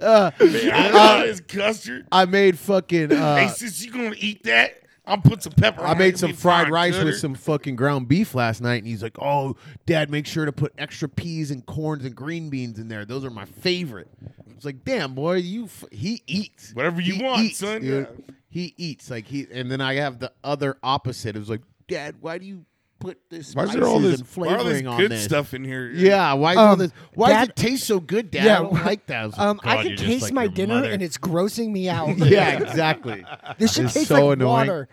Speaker 2: Uh, is custard.
Speaker 4: I made fucking.
Speaker 2: hey,
Speaker 4: Uh,
Speaker 2: since you gonna eat that, I'll put some pepper.
Speaker 4: I
Speaker 2: on it.
Speaker 4: made
Speaker 2: It'll
Speaker 4: some
Speaker 2: be
Speaker 4: fried
Speaker 2: fine,
Speaker 4: rice with
Speaker 2: cutter.
Speaker 4: some fucking ground beef last night, and he's like, "Oh, Dad, make sure to put extra peas and corns and green beans in there. Those are my favorite." I was like, "Damn, boy, you f- he eats
Speaker 2: Whatever you
Speaker 4: He
Speaker 2: want,
Speaker 4: eats,
Speaker 2: son.
Speaker 4: dude.
Speaker 2: Yeah.
Speaker 4: He eats like he." And then I have the other opposite. It was like, "Dad, why do you put this
Speaker 2: Why is
Speaker 4: spices
Speaker 2: there all this
Speaker 4: and
Speaker 2: why all this
Speaker 4: flavoring on
Speaker 2: good
Speaker 4: this?"
Speaker 2: stuff in here?
Speaker 4: Yeah, why is all
Speaker 3: Um,
Speaker 4: this? Why does
Speaker 3: Dad-
Speaker 4: it taste so good, Dad?
Speaker 3: Yeah,
Speaker 4: I don't
Speaker 3: wh-
Speaker 4: like that. I was like,
Speaker 3: Um, I
Speaker 4: "God,
Speaker 3: can
Speaker 4: you're just
Speaker 3: taste
Speaker 4: like
Speaker 3: my
Speaker 4: your
Speaker 3: dinner
Speaker 4: mother."
Speaker 3: and it's grossing me out.
Speaker 4: yeah, exactly.
Speaker 3: this shit
Speaker 4: It's
Speaker 3: tastes
Speaker 4: so
Speaker 3: like
Speaker 4: annoying.
Speaker 3: water.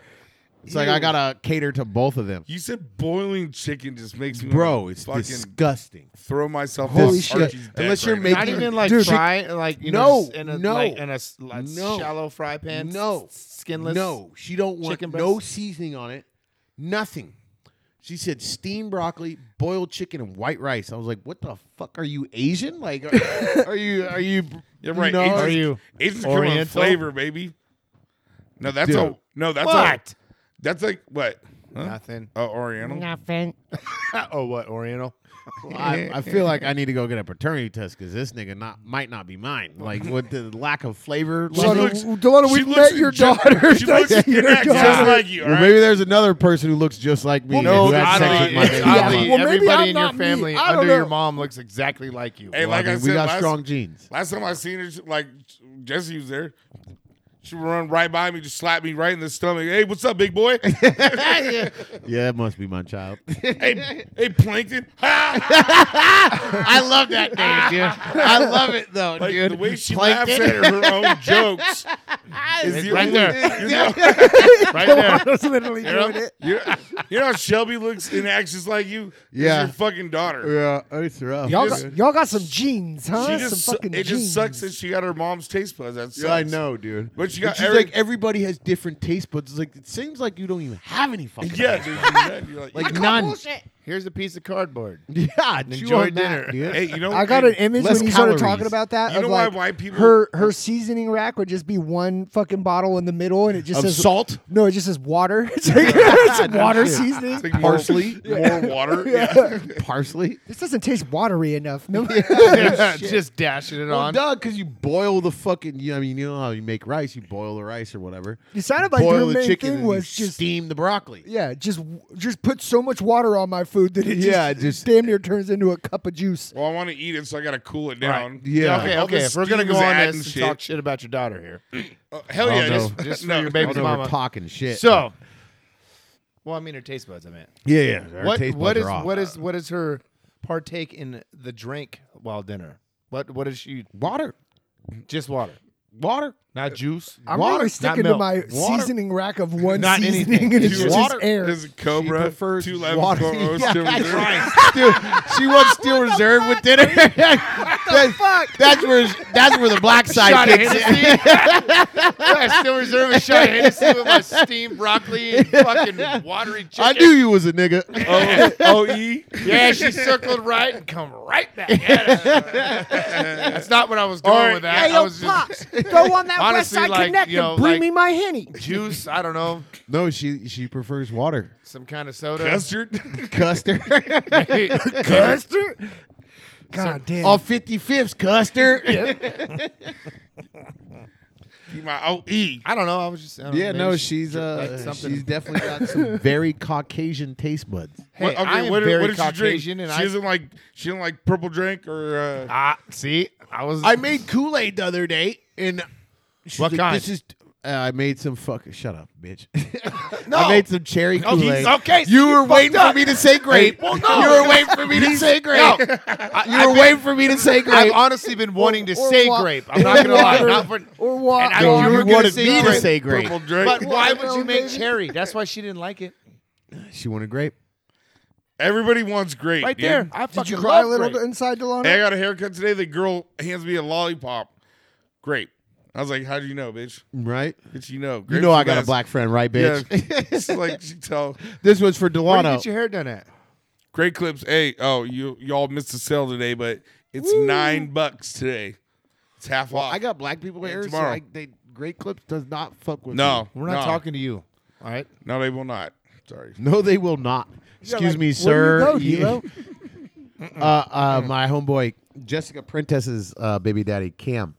Speaker 4: It's like I gotta cater to both of them.
Speaker 2: You said boiling chicken just makes me
Speaker 4: Bro,
Speaker 2: wanna
Speaker 4: it's
Speaker 2: fucking
Speaker 4: disgusting.
Speaker 2: throw myself
Speaker 4: Holy
Speaker 2: off
Speaker 4: shit.
Speaker 2: Archie's deck
Speaker 4: Unless you're
Speaker 2: right
Speaker 4: making-
Speaker 2: now.
Speaker 5: Not even like
Speaker 4: Dude, she-
Speaker 5: fry, like you
Speaker 4: No,
Speaker 5: know, s- in a,
Speaker 4: no,
Speaker 5: like, in a s- like,
Speaker 4: no.
Speaker 5: shallow fry pan. s-
Speaker 4: No.
Speaker 5: s- skinless.
Speaker 4: No, she don't want
Speaker 5: Chicken
Speaker 4: no
Speaker 5: breast?
Speaker 4: seasoning on it. Nothing. She said steamed broccoli, boiled chicken, and white rice. I was like, "What the fuck are you Asian? Like, uh, are, are you are you?
Speaker 2: You're right.
Speaker 4: No,
Speaker 2: Asians,
Speaker 4: are you?
Speaker 2: Asians come
Speaker 4: Oriental?
Speaker 2: with flavor, baby. No, that's
Speaker 4: Dude.
Speaker 2: a no. That's
Speaker 5: What?
Speaker 2: A, that's like what? Huh?
Speaker 5: Nothing.
Speaker 2: Oh, Oriental.
Speaker 5: oh, what Oriental?
Speaker 4: I, I feel like I need to go get a paternity test because this nigga not might not be mine. Like with the lack of flavor.
Speaker 2: She
Speaker 4: level.
Speaker 2: looks-
Speaker 3: Delana,
Speaker 2: she
Speaker 3: we
Speaker 2: looks
Speaker 3: met your
Speaker 2: ju-
Speaker 3: daughter.
Speaker 2: She looks
Speaker 3: That's your
Speaker 2: and acts just
Speaker 3: daughter.
Speaker 2: like you.
Speaker 4: Well,
Speaker 2: all right?
Speaker 4: maybe there's another person who looks just like Oh, me.
Speaker 2: Well,
Speaker 4: who had
Speaker 2: oddly-
Speaker 4: sex with my
Speaker 2: it's
Speaker 4: baby
Speaker 2: oddly-
Speaker 4: mama.
Speaker 3: Well, maybe
Speaker 5: everybody
Speaker 3: I'm
Speaker 5: in your
Speaker 3: not me.
Speaker 5: family
Speaker 3: I don't
Speaker 5: under your
Speaker 3: know.
Speaker 5: mom looks exactly like you.
Speaker 2: Hey,
Speaker 4: Well,
Speaker 2: like
Speaker 4: I
Speaker 2: I,
Speaker 4: mean,
Speaker 2: said,
Speaker 4: we got
Speaker 2: last,
Speaker 4: strong genes.
Speaker 2: last time I seen her, she- like Jesse was there. She would run right by me, just slap me right in the stomach. Hey, what's up, big boy?
Speaker 4: Yeah, that must be my child.
Speaker 2: hey, hey, plankton. Ha!
Speaker 4: I love that name, dude. I love it though,
Speaker 2: Like
Speaker 4: dude.
Speaker 2: the way she
Speaker 4: Plankton.
Speaker 2: laughs at her own jokes. is the
Speaker 5: right
Speaker 2: only-
Speaker 5: there.
Speaker 2: You know,
Speaker 5: right there.
Speaker 3: I was literally doing it.
Speaker 2: you know- you know how Shelby looks and acts just like you? It's
Speaker 4: Yeah.
Speaker 2: your fucking daughter.
Speaker 4: Yeah, it's rough.
Speaker 3: Y'all
Speaker 4: dude.
Speaker 3: got, y'all got some jeans, huh?
Speaker 2: She just
Speaker 3: Uh, some
Speaker 2: su-
Speaker 3: fucking
Speaker 2: it
Speaker 3: jeans.
Speaker 2: just sucks that she got her mom's taste buds. That's
Speaker 4: Yeah, I know, dude.
Speaker 2: But you got
Speaker 4: she's
Speaker 2: every-
Speaker 4: like everybody has different taste buds. It's like it seems like you don't even have any fucking.
Speaker 2: Yeah, dude, you're nut. You're like,
Speaker 4: like none.
Speaker 5: Here's a piece of cardboard.
Speaker 4: Yeah, chew
Speaker 5: Enjoy
Speaker 4: on that,
Speaker 5: dinner.
Speaker 4: dude.
Speaker 2: hey, you know,
Speaker 3: I got
Speaker 2: hey,
Speaker 3: an image
Speaker 4: less
Speaker 3: when you started
Speaker 4: calories.
Speaker 3: talking about that.
Speaker 2: You
Speaker 3: of
Speaker 2: know why
Speaker 3: like
Speaker 2: white people-
Speaker 3: her her seasoning rack would just be one fucking bottle in the middle, and it just
Speaker 4: Of
Speaker 3: says
Speaker 4: salt?
Speaker 3: No, it just says water. It's, like, it's water
Speaker 2: it's
Speaker 3: seasoning.
Speaker 2: like more-
Speaker 4: Parsley,
Speaker 2: more, water. Yeah.
Speaker 4: parsley.
Speaker 3: This doesn't taste watery enough. No,
Speaker 5: just dashing it
Speaker 4: Well,
Speaker 5: on.
Speaker 4: duh, because you boil the fucking. You, I mean, you know how you make rice. You boil the rice or whatever.
Speaker 3: It sounded like
Speaker 4: boil
Speaker 3: your
Speaker 4: the
Speaker 3: main
Speaker 4: chicken
Speaker 3: thing
Speaker 4: and you
Speaker 3: was just-
Speaker 4: steam the broccoli.
Speaker 3: yeah, just just put so much water on my food that it just,
Speaker 4: Yeah, just-
Speaker 3: damn near turns into a cup of juice.
Speaker 2: Well, I want to eat it, so I got to cool it down.
Speaker 4: Yeah.
Speaker 5: Okay,
Speaker 2: All
Speaker 5: okay.
Speaker 2: this
Speaker 5: If we're gonna
Speaker 2: steam
Speaker 5: go
Speaker 2: is
Speaker 5: on
Speaker 2: adding
Speaker 5: this and
Speaker 2: shit.
Speaker 5: talk shit about your daughter here,
Speaker 2: Uh, hell
Speaker 4: Oh,
Speaker 2: yeah,
Speaker 4: no.
Speaker 2: just,
Speaker 5: just for
Speaker 2: no,
Speaker 5: your
Speaker 4: I
Speaker 5: baby's
Speaker 4: know we're
Speaker 5: mama.
Speaker 4: talking shit.
Speaker 5: So, well, I mean her taste buds. I meant.
Speaker 4: yeah, yeah. our
Speaker 5: what
Speaker 4: taste
Speaker 5: what
Speaker 4: buds
Speaker 5: is
Speaker 4: are off.
Speaker 5: what is what is her partake in the drink while dinner? What what is she?
Speaker 4: water?
Speaker 5: Just water.
Speaker 4: Water.
Speaker 5: Not juice.
Speaker 3: I'm
Speaker 5: Water,
Speaker 3: really
Speaker 5: not
Speaker 3: sticking to
Speaker 5: milk.
Speaker 3: my
Speaker 5: Water.
Speaker 3: seasoning rack of one
Speaker 5: Not
Speaker 3: seasoning,
Speaker 5: anything.
Speaker 3: and it's
Speaker 5: Dude,
Speaker 3: just
Speaker 5: water
Speaker 3: air.
Speaker 2: There's a
Speaker 5: She
Speaker 2: cobra,
Speaker 5: prefers
Speaker 2: two lemon
Speaker 5: water.
Speaker 2: Cobros,
Speaker 5: Yeah,
Speaker 2: two
Speaker 5: that's
Speaker 2: Missouri.
Speaker 5: right.
Speaker 4: Dude, she wants steel reserve with dinner. what the fuck? That's where that's where the black side
Speaker 5: Shot of
Speaker 4: kicks in.
Speaker 5: Hennessy. I still reserve a shot of Hennessy with my steamed broccoli and fucking watery chicken.
Speaker 4: I knew you was a nigga.
Speaker 2: O- E? O-E.
Speaker 5: E? Yeah, she circled right and come right back. at us. That's not what I was going
Speaker 2: Alright,
Speaker 5: with that.
Speaker 3: Hey,
Speaker 5: I
Speaker 3: yo,
Speaker 5: was just
Speaker 3: Pops, go on that
Speaker 5: Honestly,
Speaker 3: West Side
Speaker 5: like,
Speaker 3: Connect
Speaker 5: you know,
Speaker 3: and bring
Speaker 5: like-
Speaker 3: me my henny.
Speaker 5: juice. I don't know,
Speaker 4: No, she she prefers water.
Speaker 5: some kind of soda.
Speaker 2: Custard.
Speaker 4: Custer.
Speaker 3: Custard. God damn.
Speaker 4: All 55s, Custer.
Speaker 2: Keep my E. O-E.
Speaker 5: I don't know. I was just I don't know,
Speaker 4: Yeah,
Speaker 5: maybe
Speaker 4: no,
Speaker 5: she-
Speaker 4: she's uh,
Speaker 5: like something.
Speaker 4: she's definitely got some very Caucasian taste buds.
Speaker 5: Hey,
Speaker 2: What-
Speaker 5: I am
Speaker 2: what,
Speaker 5: very
Speaker 2: what did
Speaker 5: Caucasian,
Speaker 2: she drink?
Speaker 5: and
Speaker 2: she
Speaker 5: I
Speaker 2: doesn't like she doesn't like purple drink or uh,
Speaker 5: ah see I was
Speaker 4: I made Kool Aid the other day, and she's
Speaker 5: What
Speaker 4: like,
Speaker 5: kind?
Speaker 4: This is. Uh, I made some fucking. Shut up, bitch.
Speaker 5: No. Oh,
Speaker 4: I made some cherry Kool Aid.
Speaker 5: he's- okay, so
Speaker 4: you
Speaker 5: you
Speaker 4: were waiting
Speaker 5: fucked
Speaker 4: for me to say grape.
Speaker 5: Well, no.
Speaker 4: you were waiting for me to say grape.
Speaker 5: No.
Speaker 4: you were waiting for me to say
Speaker 5: I've
Speaker 4: grape.
Speaker 5: honestly been wanting to
Speaker 3: or
Speaker 5: say
Speaker 3: wa-
Speaker 5: grape. I'm not gonna lie.
Speaker 3: water.
Speaker 5: Not for,
Speaker 3: or wa-
Speaker 5: and I
Speaker 4: No,
Speaker 5: thought
Speaker 4: you
Speaker 5: you were gonna
Speaker 4: wanted
Speaker 5: say
Speaker 4: me to
Speaker 5: grape.
Speaker 4: say grape.
Speaker 2: purple drink.
Speaker 5: but why
Speaker 3: Watermelon,
Speaker 5: would you make
Speaker 3: baby.
Speaker 5: cherry? That's why she didn't like it.
Speaker 4: She wanted grape.
Speaker 2: Everybody wants grape.
Speaker 5: Right
Speaker 2: dude.
Speaker 5: there. I fucking
Speaker 3: Did you cry a
Speaker 5: love
Speaker 3: little
Speaker 5: grape.
Speaker 3: bit inside Delano?
Speaker 2: Hey, I got a haircut today. The girl hands me a lollipop. Grape. I was like, "How do you know, bitch?
Speaker 4: Right?
Speaker 2: Bitch, you know.
Speaker 4: You
Speaker 2: Grape's
Speaker 4: know
Speaker 2: the
Speaker 4: I got a
Speaker 2: best."
Speaker 4: black friend, right,
Speaker 2: Yeah.
Speaker 4: bitch?
Speaker 2: it's like she tell
Speaker 4: This was for
Speaker 5: Where do you
Speaker 4: Delano.
Speaker 5: get your hair done at?
Speaker 2: great clips. Hey, oh, you y'all missed the sale today, but it's nine bucks today. It's half off.
Speaker 4: I got black people hair, so
Speaker 2: tomorrow.
Speaker 4: I, they, Great Clips does not fuck with
Speaker 2: no.
Speaker 4: me.
Speaker 5: We're not
Speaker 2: no.
Speaker 5: talking to you. All right.
Speaker 2: No, they will not. Sorry.
Speaker 4: No, they will not. Excuse
Speaker 3: like,
Speaker 4: me,
Speaker 3: where do
Speaker 4: sir.
Speaker 3: you go,
Speaker 4: You-
Speaker 3: Hilo?
Speaker 4: uh, uh, my homeboy Jessica Prentice's uh, baby daddy Cam.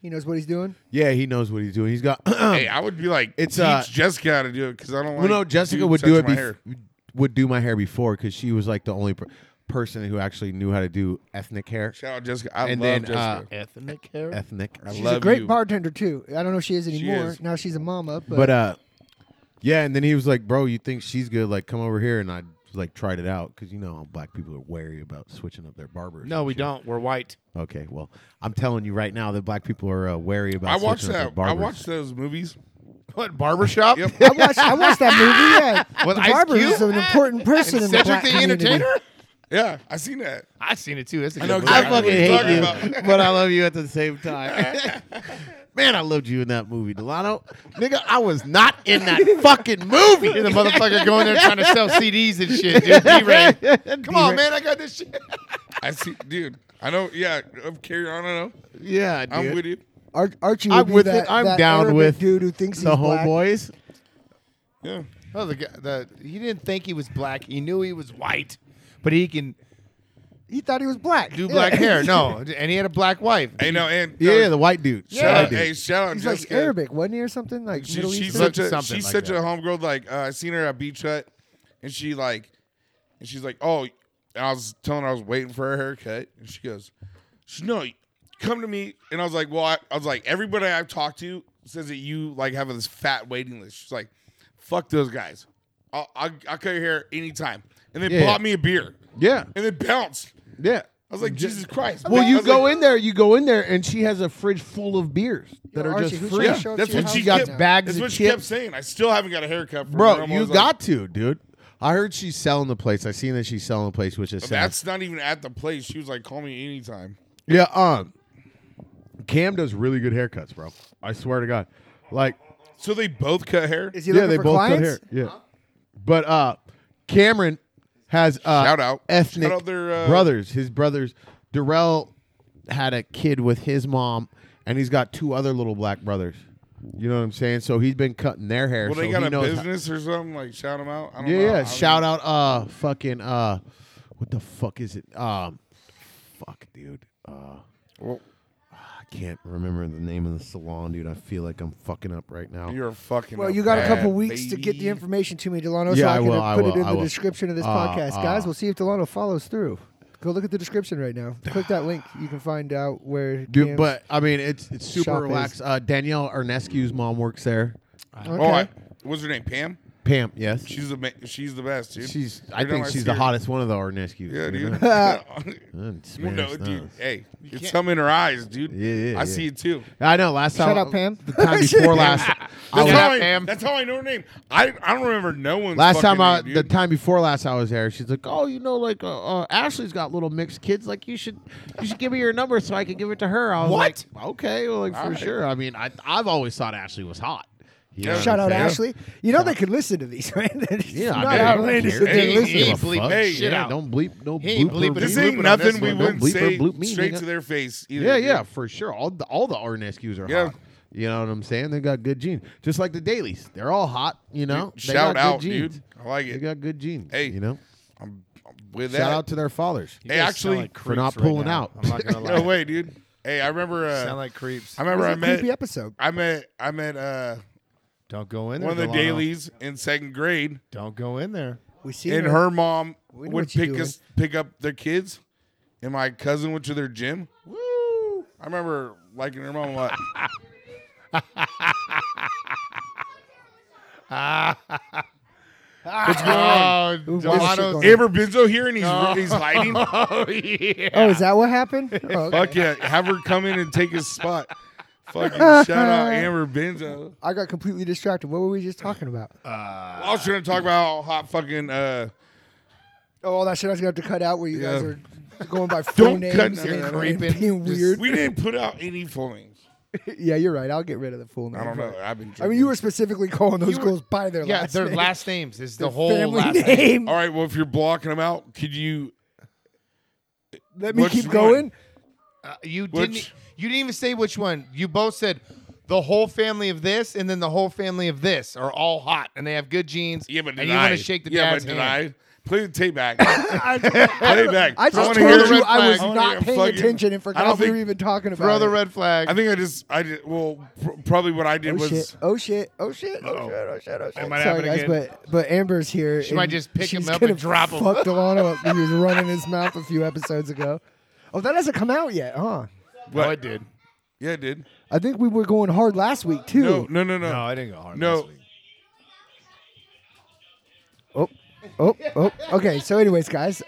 Speaker 3: He knows what he's doing.
Speaker 4: Yeah, he knows what he's doing. He's got.
Speaker 2: hey, I would be like,
Speaker 4: It's,
Speaker 2: it's
Speaker 4: uh,
Speaker 2: teach Jessica how to do it because I don't.
Speaker 4: well,
Speaker 2: Like
Speaker 4: no, Jessica
Speaker 2: dudes
Speaker 4: would do it.
Speaker 2: touching my
Speaker 4: bef-
Speaker 2: hair.
Speaker 4: Would do my hair before because she was like the only per- person who actually knew how to do ethnic hair.
Speaker 2: Shout out Jessica. I
Speaker 4: and
Speaker 2: love
Speaker 4: then uh,
Speaker 2: Jessica.
Speaker 5: Ethnic hair.
Speaker 4: ethnic.
Speaker 2: I
Speaker 3: She's
Speaker 2: love
Speaker 3: a great
Speaker 2: you.
Speaker 3: bartender too. I don't know if she is anymore.
Speaker 2: is.
Speaker 3: Now she's a mama, but,
Speaker 4: But uh, yeah, and then he was like, "Bro, you think she's good? Like, come over here." And I like tried it out because you know how black people are wary about switching up their barbers.
Speaker 5: No,
Speaker 4: and
Speaker 5: we
Speaker 4: shit.
Speaker 5: don't. We're white.
Speaker 4: Okay, well, I'm telling you right now that black people are uh, wary about.
Speaker 2: I watched
Speaker 4: switching up
Speaker 2: that.
Speaker 4: their
Speaker 2: I
Speaker 4: barbers.
Speaker 2: watched those movies.
Speaker 5: What barbershop?
Speaker 2: Yep.
Speaker 3: I watched I watched that movie. Yeah,
Speaker 5: With
Speaker 3: the
Speaker 5: Ice
Speaker 3: barber
Speaker 5: Cube?
Speaker 3: is an important person in the
Speaker 5: Cedric
Speaker 3: black
Speaker 5: the
Speaker 3: community.
Speaker 5: Entertainer.
Speaker 2: Yeah, I seen that.
Speaker 5: I seen it too. It's a
Speaker 2: know
Speaker 5: good
Speaker 4: I
Speaker 2: exactly
Speaker 5: movie.
Speaker 4: fucking
Speaker 2: what you're
Speaker 4: hate you,
Speaker 2: talking
Speaker 4: but I love you at the same time. Man, I loved you in that movie, Delano. Nigga, I was not in that fucking movie.
Speaker 5: You're the motherfucker going there trying to sell CDs and shit, dude. D-Ray. Come on, man. I got this shit.
Speaker 2: I see, dude. I know. Yeah, I'm carry on. I know.
Speaker 4: Yeah, dude.
Speaker 2: I'm with you.
Speaker 3: Ar- Archie, would
Speaker 4: I'm
Speaker 3: be
Speaker 4: with
Speaker 3: that,
Speaker 4: it. I'm
Speaker 3: that
Speaker 4: down
Speaker 3: Arabic
Speaker 4: with
Speaker 3: dude who thinks
Speaker 4: the
Speaker 3: he's black.
Speaker 4: homeboys.
Speaker 2: Yeah.
Speaker 5: Oh, the, guy, the he didn't think he was black. He knew he was white, but he can
Speaker 3: He thought he was black.
Speaker 5: do
Speaker 3: Yeah.
Speaker 5: black hair. No, and he had a black wife.
Speaker 2: Hey, no, and no,
Speaker 4: Yeah, the white dude.
Speaker 5: Yeah.
Speaker 2: shout
Speaker 4: Shout
Speaker 2: out, hey, shout out
Speaker 3: He's like
Speaker 2: Jessica.
Speaker 3: Arabic, wasn't he, or something like
Speaker 2: She,
Speaker 3: Middle
Speaker 2: she's
Speaker 3: Eastern?
Speaker 2: such
Speaker 5: Looked
Speaker 2: a
Speaker 5: something
Speaker 2: she's
Speaker 5: like
Speaker 2: such
Speaker 5: that.
Speaker 2: a homegirl. Like uh, I seen her at Beach Hut, and she like, and she's like, oh, and I was telling her I was waiting for her haircut, and she goes, she no, come to me, and I was like, well, I, I was like, everybody I've talked to says that you like have this fat waiting list. She's like, fuck those guys, I'll I'll, I'll cut your hair anytime, and they
Speaker 4: Yeah.
Speaker 2: bought me a beer,
Speaker 4: Yeah,
Speaker 2: and they bounced.
Speaker 4: yeah.
Speaker 2: I was like, Jesus Christ.
Speaker 4: Well,
Speaker 2: man." I
Speaker 4: you
Speaker 2: was
Speaker 4: go
Speaker 2: like,
Speaker 4: in there, you go in there, and she has a fridge full of beers that
Speaker 3: Yo,
Speaker 4: are
Speaker 3: Archie,
Speaker 4: just
Speaker 3: who's
Speaker 4: free.
Speaker 3: your
Speaker 2: Yeah,
Speaker 3: show
Speaker 2: that's
Speaker 3: to your
Speaker 2: what she
Speaker 3: house
Speaker 2: kept-
Speaker 3: now?
Speaker 4: bags
Speaker 2: That's
Speaker 4: of
Speaker 2: what she
Speaker 4: chips.
Speaker 2: kept saying. I still haven't got a haircut. From her.
Speaker 4: Bro,
Speaker 2: I'm
Speaker 4: you
Speaker 2: always like,
Speaker 4: got to, dude. I heard she's selling the place. I seen that she's selling the place, which is sad.
Speaker 2: Oh, That's not even at the place. She was like, call me anytime.
Speaker 4: yeah. Um, Cam does really good haircuts, bro. I swear to God, like
Speaker 2: So they both cut hair.
Speaker 3: Is he
Speaker 4: yeah,
Speaker 3: looking
Speaker 4: they
Speaker 3: for
Speaker 4: both
Speaker 3: clients?
Speaker 4: cut hair. Yeah, but uh, Cameron has uh,
Speaker 2: Shout out.
Speaker 4: ethnic
Speaker 2: Shout out their, uh,
Speaker 4: brothers. His brothers, Darrell had a kid with his mom, and he's got two other little black brothers. You know what I'm saying? So he's been cutting their hair.
Speaker 2: well,
Speaker 4: so
Speaker 2: they got
Speaker 4: he
Speaker 2: a
Speaker 4: knows how-
Speaker 2: business or something. Like shout them out. I don't
Speaker 4: Yeah,
Speaker 2: know.
Speaker 4: yeah. Shout out, uh, fucking, uh, what the fuck is it? Um, fuck, dude. Uh,
Speaker 2: Well-
Speaker 4: I can't remember the name of the salon, dude. I feel like I'm fucking up right now.
Speaker 2: You're a fucking.
Speaker 3: Well,
Speaker 2: a
Speaker 3: you got a
Speaker 2: bad
Speaker 3: couple weeks to get the
Speaker 2: baby.
Speaker 3: information to me, Delano,
Speaker 4: Yeah,
Speaker 3: so
Speaker 4: I
Speaker 3: I can
Speaker 4: will,
Speaker 3: uh,
Speaker 4: I
Speaker 3: put
Speaker 4: will,
Speaker 3: it in
Speaker 4: I
Speaker 3: the
Speaker 4: will.
Speaker 3: description of this
Speaker 4: Uh,
Speaker 3: podcast.
Speaker 4: uh,
Speaker 3: Guys, we'll see if Delano follows through. Go look at the description right now. Click that link. You can find out where.
Speaker 4: Dude,
Speaker 3: Cam's-
Speaker 4: but I mean, it's it's super
Speaker 3: Shop is-
Speaker 4: relaxed. Uh, Danielle Ernescu's mom works there.
Speaker 3: okay.
Speaker 2: Oh, I, Oh, what's her name? Pam.
Speaker 4: Pam, yes.
Speaker 2: She's the ma- she's the best, dude.
Speaker 4: She's. I
Speaker 2: Every time
Speaker 4: think she's
Speaker 2: see
Speaker 4: the
Speaker 2: her-
Speaker 4: hottest one of the Arnescus.
Speaker 2: Yeah, dude. well, no, dude. Hey, it's
Speaker 5: can't-
Speaker 2: something in her eyes, dude.
Speaker 4: Yeah, yeah,
Speaker 2: I
Speaker 4: yeah.
Speaker 2: see it too.
Speaker 4: I know. Last time,
Speaker 3: Shut up, Pam.
Speaker 4: The time before last, I
Speaker 2: That's,
Speaker 4: was,
Speaker 2: how
Speaker 5: up,
Speaker 2: I,
Speaker 5: Pam.
Speaker 2: that's how I know her name. I I don't remember no one's
Speaker 4: last time
Speaker 2: fucking
Speaker 4: I
Speaker 2: name,
Speaker 4: the
Speaker 2: dude.
Speaker 4: time before last I was there. She's like, oh, you know, like uh, uh, Ashley's got little mixed kids. Like you should, you should give me your number so I can give it to her. I was
Speaker 5: What?
Speaker 4: like, okay, well, like for
Speaker 2: Alright.
Speaker 4: sure. I mean, I I've always thought Ashley was hot. You
Speaker 2: Yeah.
Speaker 4: know
Speaker 3: Shout
Speaker 4: what
Speaker 3: out
Speaker 4: I'm saying?
Speaker 3: Ashley. You know they could listen to these, right? It's
Speaker 4: Yeah, I
Speaker 3: not
Speaker 4: mean, I don't
Speaker 3: outlandish
Speaker 4: care.
Speaker 3: that they
Speaker 2: Hey,
Speaker 3: listen.
Speaker 2: hey,
Speaker 4: Give a
Speaker 5: bleep
Speaker 4: fuck.
Speaker 2: hey,
Speaker 5: shit
Speaker 4: yeah,
Speaker 5: out.
Speaker 4: don't bleep, no
Speaker 5: He ain't
Speaker 4: blooper,
Speaker 5: bleeping
Speaker 2: this
Speaker 5: Don't
Speaker 2: ain't
Speaker 5: bleep it on
Speaker 2: nothing
Speaker 5: this
Speaker 2: we
Speaker 5: one.
Speaker 2: wouldn't
Speaker 4: Don't bleep her,
Speaker 2: say
Speaker 4: bloop me,
Speaker 2: straight
Speaker 4: nigga.
Speaker 2: to their face. Either,
Speaker 4: Yeah,
Speaker 2: dude.
Speaker 4: yeah, for sure. All the, all the Arnescues are
Speaker 2: Yeah.
Speaker 4: hot. You know what I'm saying? They got good genes, just like the dailies. They're all hot. You know,
Speaker 2: Dude,
Speaker 4: They
Speaker 2: shout
Speaker 4: got good
Speaker 2: out,
Speaker 4: genes.
Speaker 2: dude. I like
Speaker 4: They
Speaker 2: it.
Speaker 4: got good genes.
Speaker 2: Hey,
Speaker 4: you know,
Speaker 2: I'm, I'm with
Speaker 4: shout
Speaker 2: that.
Speaker 4: out to their fathers.
Speaker 5: You
Speaker 2: Hey,
Speaker 5: guys sound
Speaker 2: actually-
Speaker 5: like
Speaker 4: For not
Speaker 5: creeps right
Speaker 4: pulling
Speaker 5: now.
Speaker 4: out.
Speaker 5: I'm not gonna lie.
Speaker 2: no way, dude. Hey, I remember. Uh,
Speaker 5: Sound like creeps.
Speaker 2: I remember I
Speaker 3: It was a creepy
Speaker 2: met.
Speaker 3: episode.
Speaker 2: I met. I met. Uh,
Speaker 5: Don't go in there.
Speaker 2: one of the
Speaker 5: Delano.
Speaker 2: dailies in second grade,
Speaker 5: Don't go in there.
Speaker 3: We see
Speaker 2: and her mom
Speaker 3: We know
Speaker 2: would
Speaker 3: what you're
Speaker 2: pick
Speaker 3: doing.
Speaker 2: us pick up their kids, and my cousin went to their gym. Woo! I remember liking her mom a lot.
Speaker 5: What's going
Speaker 2: uh,
Speaker 5: on?
Speaker 3: Ooh, what's
Speaker 5: Delano's-
Speaker 4: Oh.
Speaker 3: going on?
Speaker 2: Ever Benzo here, and he's he's hiding.
Speaker 5: Oh yeah.
Speaker 3: Oh, is that what happened? Oh, okay.
Speaker 2: Fuck yeah! Have her come in and take his spot. Fucking shout out Amber Benzo.
Speaker 3: I got completely distracted. What were we just talking about?
Speaker 2: I was trying to talk about how hot fucking. Uh,
Speaker 3: oh, all that shit I was gonna have to cut out where you guys
Speaker 2: Yeah.
Speaker 3: are going by full
Speaker 2: cut
Speaker 3: names
Speaker 2: nothing,
Speaker 3: and, and
Speaker 5: creeping.
Speaker 3: being
Speaker 5: Just-
Speaker 3: weird.
Speaker 2: we didn't put out any full names.
Speaker 3: yeah, you're right. I'll get rid of the full name.
Speaker 2: I don't know.
Speaker 3: but-
Speaker 2: I've been. Drinking.
Speaker 3: I mean, you were specifically calling those
Speaker 5: You were-
Speaker 3: girls by their
Speaker 5: Yeah,
Speaker 3: last
Speaker 5: their
Speaker 3: name.
Speaker 5: last names is the
Speaker 3: Their
Speaker 5: whole
Speaker 3: family
Speaker 5: last name.
Speaker 3: name.
Speaker 2: All right. Well, if you're blocking them out, could you?
Speaker 3: Let me
Speaker 2: Which
Speaker 3: keep
Speaker 2: one?
Speaker 3: going.
Speaker 5: Uh, you
Speaker 2: Which-
Speaker 5: didn't. You didn't even say which one. You both said the whole family of this, and then the whole family of this are all hot, and they have good genes.
Speaker 2: Yeah, but
Speaker 5: and
Speaker 2: did
Speaker 5: you
Speaker 2: I?
Speaker 5: want to shake the
Speaker 2: yeah,
Speaker 5: dad's
Speaker 2: but did
Speaker 5: hand.
Speaker 2: I? Play the tape back. Play it back.
Speaker 3: I just
Speaker 2: wanna
Speaker 3: told
Speaker 2: hear the
Speaker 3: you
Speaker 2: red
Speaker 3: I was
Speaker 2: flag. wanna hear
Speaker 3: not
Speaker 2: a
Speaker 3: paying
Speaker 2: fucking-
Speaker 3: attention
Speaker 2: I don't
Speaker 3: and forgot we
Speaker 2: think-
Speaker 3: were even talking about
Speaker 5: Throw the
Speaker 3: it.
Speaker 5: red flag.
Speaker 2: I think I just I did, well pr- probably what I did
Speaker 3: Oh
Speaker 2: was
Speaker 3: shit! Oh shit! Oh shit! Oh shit! Oh shit! Oh shit!
Speaker 5: might
Speaker 3: Sorry
Speaker 5: happen
Speaker 3: guys,
Speaker 5: again.
Speaker 3: but but Amber's here.
Speaker 5: She might
Speaker 3: and
Speaker 5: just pick him
Speaker 3: she's
Speaker 5: up
Speaker 3: gonna
Speaker 5: and drop him.
Speaker 3: Fuck Delano up. He was running his mouth a few episodes ago. Oh, that hasn't come out yet, huh?
Speaker 5: no, I did.
Speaker 2: yeah, I did.
Speaker 3: I think we were going hard last week too.
Speaker 2: No, no, no, no.
Speaker 5: No, I didn't go hard.
Speaker 2: No.
Speaker 5: last week.
Speaker 3: Oh, oh, oh. Okay. So, anyways, guys,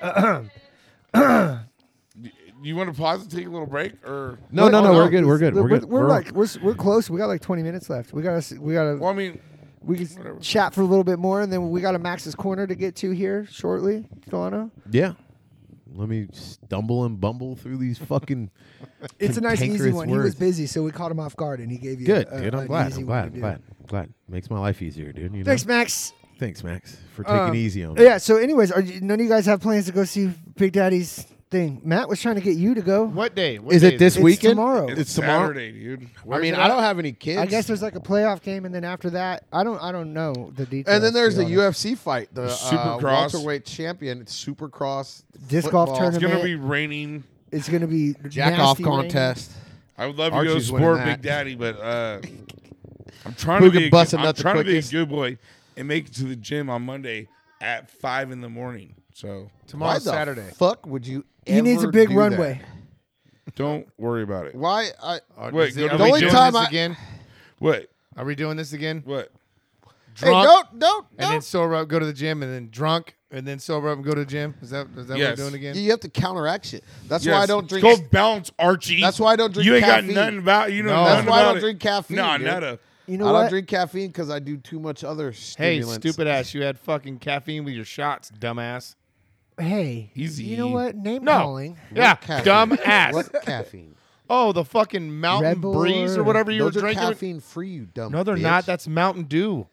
Speaker 2: You want to pause and take a little break, or Oh,
Speaker 4: No, no, no.
Speaker 3: Hold
Speaker 4: We're
Speaker 3: on.
Speaker 4: good. We're good. We're good.
Speaker 3: We're, like we're s- we're close. We got like 20 minutes left. We gotta s- we gotta
Speaker 2: well, I mean,
Speaker 3: we can s-
Speaker 2: whatever.
Speaker 3: chat for a little bit more, and then we got a Max's corner to get to here shortly. Delano,
Speaker 4: Yeah. Let me stumble and bumble through these fucking.
Speaker 3: it's a nice easy
Speaker 4: cantankerous
Speaker 3: one. He was
Speaker 4: words.
Speaker 3: busy, so we caught him off guard, and he gave you
Speaker 4: Good,
Speaker 3: a-
Speaker 4: dude.
Speaker 3: a-
Speaker 4: I'm
Speaker 3: uh, an
Speaker 4: glad.
Speaker 3: easy
Speaker 4: I'm
Speaker 3: one
Speaker 4: glad.
Speaker 3: to
Speaker 4: I'm
Speaker 3: do.
Speaker 4: glad. Glad. Makes my life easier, dude. You know?
Speaker 3: Thanks, Max.
Speaker 4: Thanks, Max, for taking
Speaker 3: Um,
Speaker 4: it easy on me.
Speaker 3: Yeah. So, anyways, are you, none of you guys have plans to go see Big Daddy's thing? Matt was trying to get you to go.
Speaker 5: What day? What
Speaker 4: Is
Speaker 5: day
Speaker 4: it this
Speaker 3: It's
Speaker 4: weekend?
Speaker 3: tomorrow.
Speaker 2: it's,
Speaker 4: It's tomorrow.
Speaker 2: Saturday, dude.
Speaker 4: I mean, I don't have any kids.
Speaker 3: I guess there's like a playoff game, and then after that, I don't I don't know the details.
Speaker 4: And then there's
Speaker 3: to
Speaker 4: a
Speaker 3: be honest.
Speaker 4: UFC fight, the uh,
Speaker 2: Supercross.
Speaker 4: welterweight champion, it's Supercross
Speaker 3: Disc golf
Speaker 4: football.
Speaker 3: tournament.
Speaker 2: It's gonna be raining.
Speaker 3: It's gonna be
Speaker 4: jack
Speaker 3: nasty
Speaker 4: off
Speaker 3: rain.
Speaker 4: contest.
Speaker 2: I would love to go
Speaker 4: Archie's winning
Speaker 2: support Big
Speaker 4: that.
Speaker 2: Daddy, but uh, I'm trying
Speaker 4: Who
Speaker 2: to
Speaker 4: can
Speaker 2: be a
Speaker 4: bust
Speaker 2: good,
Speaker 4: a
Speaker 2: I'm
Speaker 4: nut the
Speaker 2: trying to be a
Speaker 4: quickest?
Speaker 2: good boy and make it to the gym on Monday at five in the morning. So
Speaker 5: Tomorrow,
Speaker 4: Why the
Speaker 5: Saturday.
Speaker 4: Fuck, would you?
Speaker 3: He needs a
Speaker 4: ever
Speaker 3: big
Speaker 4: do that?
Speaker 3: runway.
Speaker 2: don't worry about it.
Speaker 4: Why? I,
Speaker 2: Wait,
Speaker 5: Is
Speaker 2: go
Speaker 5: it-
Speaker 2: to
Speaker 5: are
Speaker 2: the
Speaker 5: we
Speaker 2: only
Speaker 5: doing
Speaker 4: time
Speaker 5: this
Speaker 4: I-
Speaker 5: again?
Speaker 2: What?
Speaker 5: Are we doing this again?
Speaker 2: What?
Speaker 4: hey,
Speaker 5: Drunk,
Speaker 4: don't, don't,
Speaker 5: and then
Speaker 4: don't.
Speaker 5: sober up, go to the gym, and then drunk, and then sober up and go to the gym. Is that is that
Speaker 2: Yes.
Speaker 5: what we're doing again?
Speaker 4: You have to counteract shit. That's why I
Speaker 2: Yes.
Speaker 4: don't drink.
Speaker 2: Go balance, Archie.
Speaker 4: That's why I don't drink
Speaker 2: You ain't
Speaker 4: caffeine.
Speaker 2: got nothing about you. Know
Speaker 5: No.
Speaker 2: nothing
Speaker 4: That's why I
Speaker 2: about
Speaker 4: don't
Speaker 2: it.
Speaker 4: drink caffeine,
Speaker 2: Nah,
Speaker 4: dude.
Speaker 2: not a.
Speaker 3: You
Speaker 4: I
Speaker 3: know
Speaker 4: don't
Speaker 3: what?
Speaker 4: drink caffeine because I do too much other
Speaker 5: Hey,
Speaker 4: stimulants.
Speaker 5: stupid ass! You had fucking caffeine with your shots, dumbass.
Speaker 3: Hey,
Speaker 2: Easy.
Speaker 3: You know what? Name
Speaker 5: No.
Speaker 3: calling.
Speaker 5: Yeah,
Speaker 4: caffeine?
Speaker 5: dumb ass.
Speaker 4: What caffeine?
Speaker 5: Oh, the fucking Mountain
Speaker 3: Red Bull
Speaker 5: Breeze
Speaker 3: or-
Speaker 5: or whatever you
Speaker 4: Those
Speaker 5: were
Speaker 4: are
Speaker 5: drinking.
Speaker 4: caffeine free, you dumb.
Speaker 5: no, they're
Speaker 4: bitch.
Speaker 5: not. That's Mountain Dew.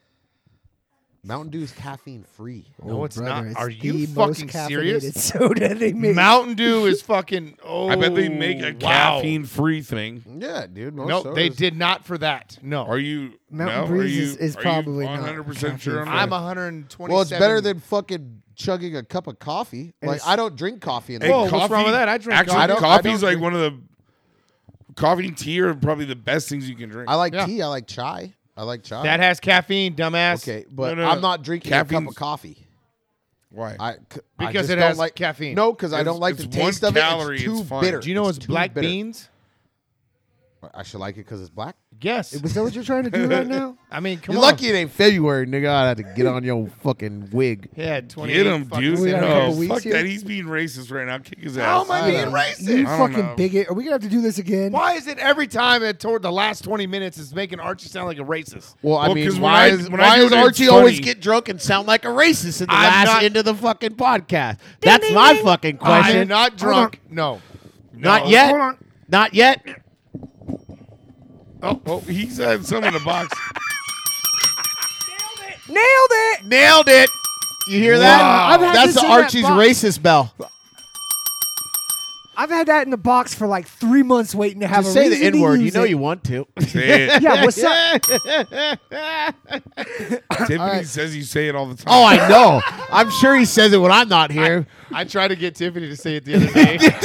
Speaker 4: Mountain Dew is caffeine free.
Speaker 5: No, it's
Speaker 3: Oh, Brother,
Speaker 5: not.
Speaker 3: it's
Speaker 5: are
Speaker 3: the
Speaker 5: you
Speaker 3: most
Speaker 5: fucking
Speaker 3: caffeinated
Speaker 5: serious?
Speaker 3: Soda they make.
Speaker 5: Mountain Dew is fucking. Oh,
Speaker 2: I bet they make a
Speaker 5: wow.
Speaker 2: caffeine-free thing.
Speaker 4: Yeah, dude. most
Speaker 5: No, they
Speaker 4: sodas-
Speaker 5: did not for that. Oh, No,
Speaker 2: Are you
Speaker 3: Mountain
Speaker 2: no?
Speaker 3: Breeze
Speaker 2: are you,
Speaker 3: is- is
Speaker 2: are you
Speaker 3: probably not
Speaker 2: 100% sure on
Speaker 3: caffeine-free.
Speaker 5: I'm
Speaker 2: that?
Speaker 5: 120.
Speaker 4: Well, it's better than fucking chugging a cup of coffee.
Speaker 3: And
Speaker 4: Like
Speaker 3: it's-
Speaker 4: I don't drink coffee. In the
Speaker 2: Hey,
Speaker 5: Whoa,
Speaker 4: morning.
Speaker 5: what's wrong with that? I drink
Speaker 2: Actually,
Speaker 5: coffee. I
Speaker 4: don't- I
Speaker 2: coffee's
Speaker 4: don't
Speaker 2: like
Speaker 4: drink-
Speaker 2: one of the coffee and tea are probably the best things you can drink.
Speaker 4: I like
Speaker 5: Yeah.
Speaker 4: tea. I like chai. I like chai.
Speaker 5: that has caffeine, dumbass.
Speaker 4: okay, but
Speaker 2: No, no,
Speaker 4: I'm
Speaker 2: no.
Speaker 4: not drinking a cup
Speaker 2: Caffeine's-
Speaker 4: of coffee.
Speaker 2: Why?
Speaker 4: I c- I
Speaker 5: Because
Speaker 4: just
Speaker 5: it
Speaker 4: don't
Speaker 5: has
Speaker 4: like
Speaker 5: caffeine.
Speaker 4: No, because I
Speaker 2: It's-
Speaker 4: don't like
Speaker 2: it's
Speaker 4: the
Speaker 2: one
Speaker 4: taste of it.
Speaker 2: calorie,
Speaker 4: It's too
Speaker 2: it's fine.
Speaker 4: bitter.
Speaker 5: Do you know it's,
Speaker 4: too
Speaker 5: black
Speaker 4: bitter.
Speaker 5: beans?
Speaker 4: I should like it because it's black.
Speaker 5: Yes.
Speaker 3: Was that what you're trying to do right now?
Speaker 5: I mean, come
Speaker 4: You're
Speaker 5: on.
Speaker 4: lucky it ain't February, nigga. I had to get on your fucking wig.
Speaker 5: Yeah, 20.
Speaker 2: Get him, dude.
Speaker 3: We got a
Speaker 2: No,
Speaker 3: couple weeks
Speaker 2: fuck
Speaker 3: here.
Speaker 2: that. He's being racist right now. Kick his ass.
Speaker 5: How am I being
Speaker 3: don't-
Speaker 5: racist?
Speaker 3: You
Speaker 2: I don't
Speaker 3: fucking
Speaker 2: know.
Speaker 3: bigot. Are we gonna have to do this again?
Speaker 5: Why is it every time that toward the last 20 minutes is making Archie sound like a racist?
Speaker 4: Well, I
Speaker 2: Well, 'cause
Speaker 4: mean,
Speaker 2: when
Speaker 4: why,
Speaker 2: I-
Speaker 4: is,
Speaker 2: when I
Speaker 4: why
Speaker 2: do
Speaker 4: does
Speaker 2: it, it's
Speaker 4: Archie always
Speaker 2: funny.
Speaker 4: get drunk and sound like a racist at the
Speaker 5: I'm
Speaker 4: last
Speaker 5: not-
Speaker 4: end of the fucking podcast? That's my fucking
Speaker 5: I
Speaker 4: question.
Speaker 5: am not drunk. No.
Speaker 4: Not yet.
Speaker 2: Hold on.
Speaker 4: Not yet.
Speaker 2: Oh, oh, he's had some in the box.
Speaker 3: Nailed it.
Speaker 4: Nailed it. You hear
Speaker 3: Wow.
Speaker 4: that?
Speaker 3: I've had
Speaker 4: That's
Speaker 3: this
Speaker 4: the
Speaker 3: in that
Speaker 4: Archie's
Speaker 3: box.
Speaker 4: racist bell.
Speaker 3: I've had that in the box for like three months, waiting to have
Speaker 4: Just
Speaker 3: a
Speaker 4: say the
Speaker 3: reason to
Speaker 4: N word. You
Speaker 3: use
Speaker 4: know
Speaker 3: it.
Speaker 4: you want to.
Speaker 2: Say it.
Speaker 3: Yeah, what's up?
Speaker 2: Tiffany says you say it all the time.
Speaker 4: Oh, I know. I'm sure he says it when I'm not here.
Speaker 5: I tried to get Tiffany to say it the other day. Like,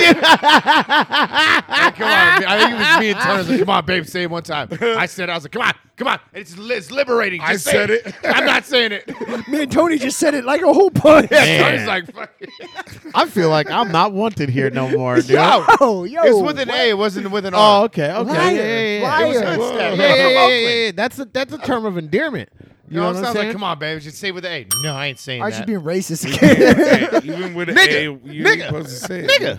Speaker 5: come on. I think it was me and Turner. I was like, come on, babe, say it one time. I said, I was like, come on, come on. It's, it's liberating.
Speaker 2: I
Speaker 5: Just say
Speaker 2: said it.
Speaker 5: I'm not saying it.
Speaker 3: Man, Tony just said it like a whole punch.
Speaker 5: Turner's like, fuck it.
Speaker 4: I feel like I'm not wanted here no more, dude.
Speaker 5: No.
Speaker 3: Oh, yo.
Speaker 5: It was with an A. It wasn't with an R.
Speaker 4: Oh, okay, okay.
Speaker 3: Liar,
Speaker 4: Yeah, yeah, yeah.
Speaker 3: liar.
Speaker 5: Good
Speaker 4: It was- yeah,
Speaker 5: step.
Speaker 4: yeah, yeah, yeah, yeah,
Speaker 5: Oakland.
Speaker 4: yeah. That's a that's a term of endearment. You
Speaker 5: You know,
Speaker 4: know
Speaker 5: it
Speaker 4: what I'm
Speaker 5: sounds
Speaker 4: saying?
Speaker 5: like, come on, babe, just say it with an A. No, I ain't saying
Speaker 3: Aren't you
Speaker 5: that.
Speaker 3: being racist again?
Speaker 2: Hey, even with an A,
Speaker 4: Nigga.
Speaker 2: you ain't
Speaker 4: Nigga.
Speaker 2: supposed to say it.
Speaker 4: nigga,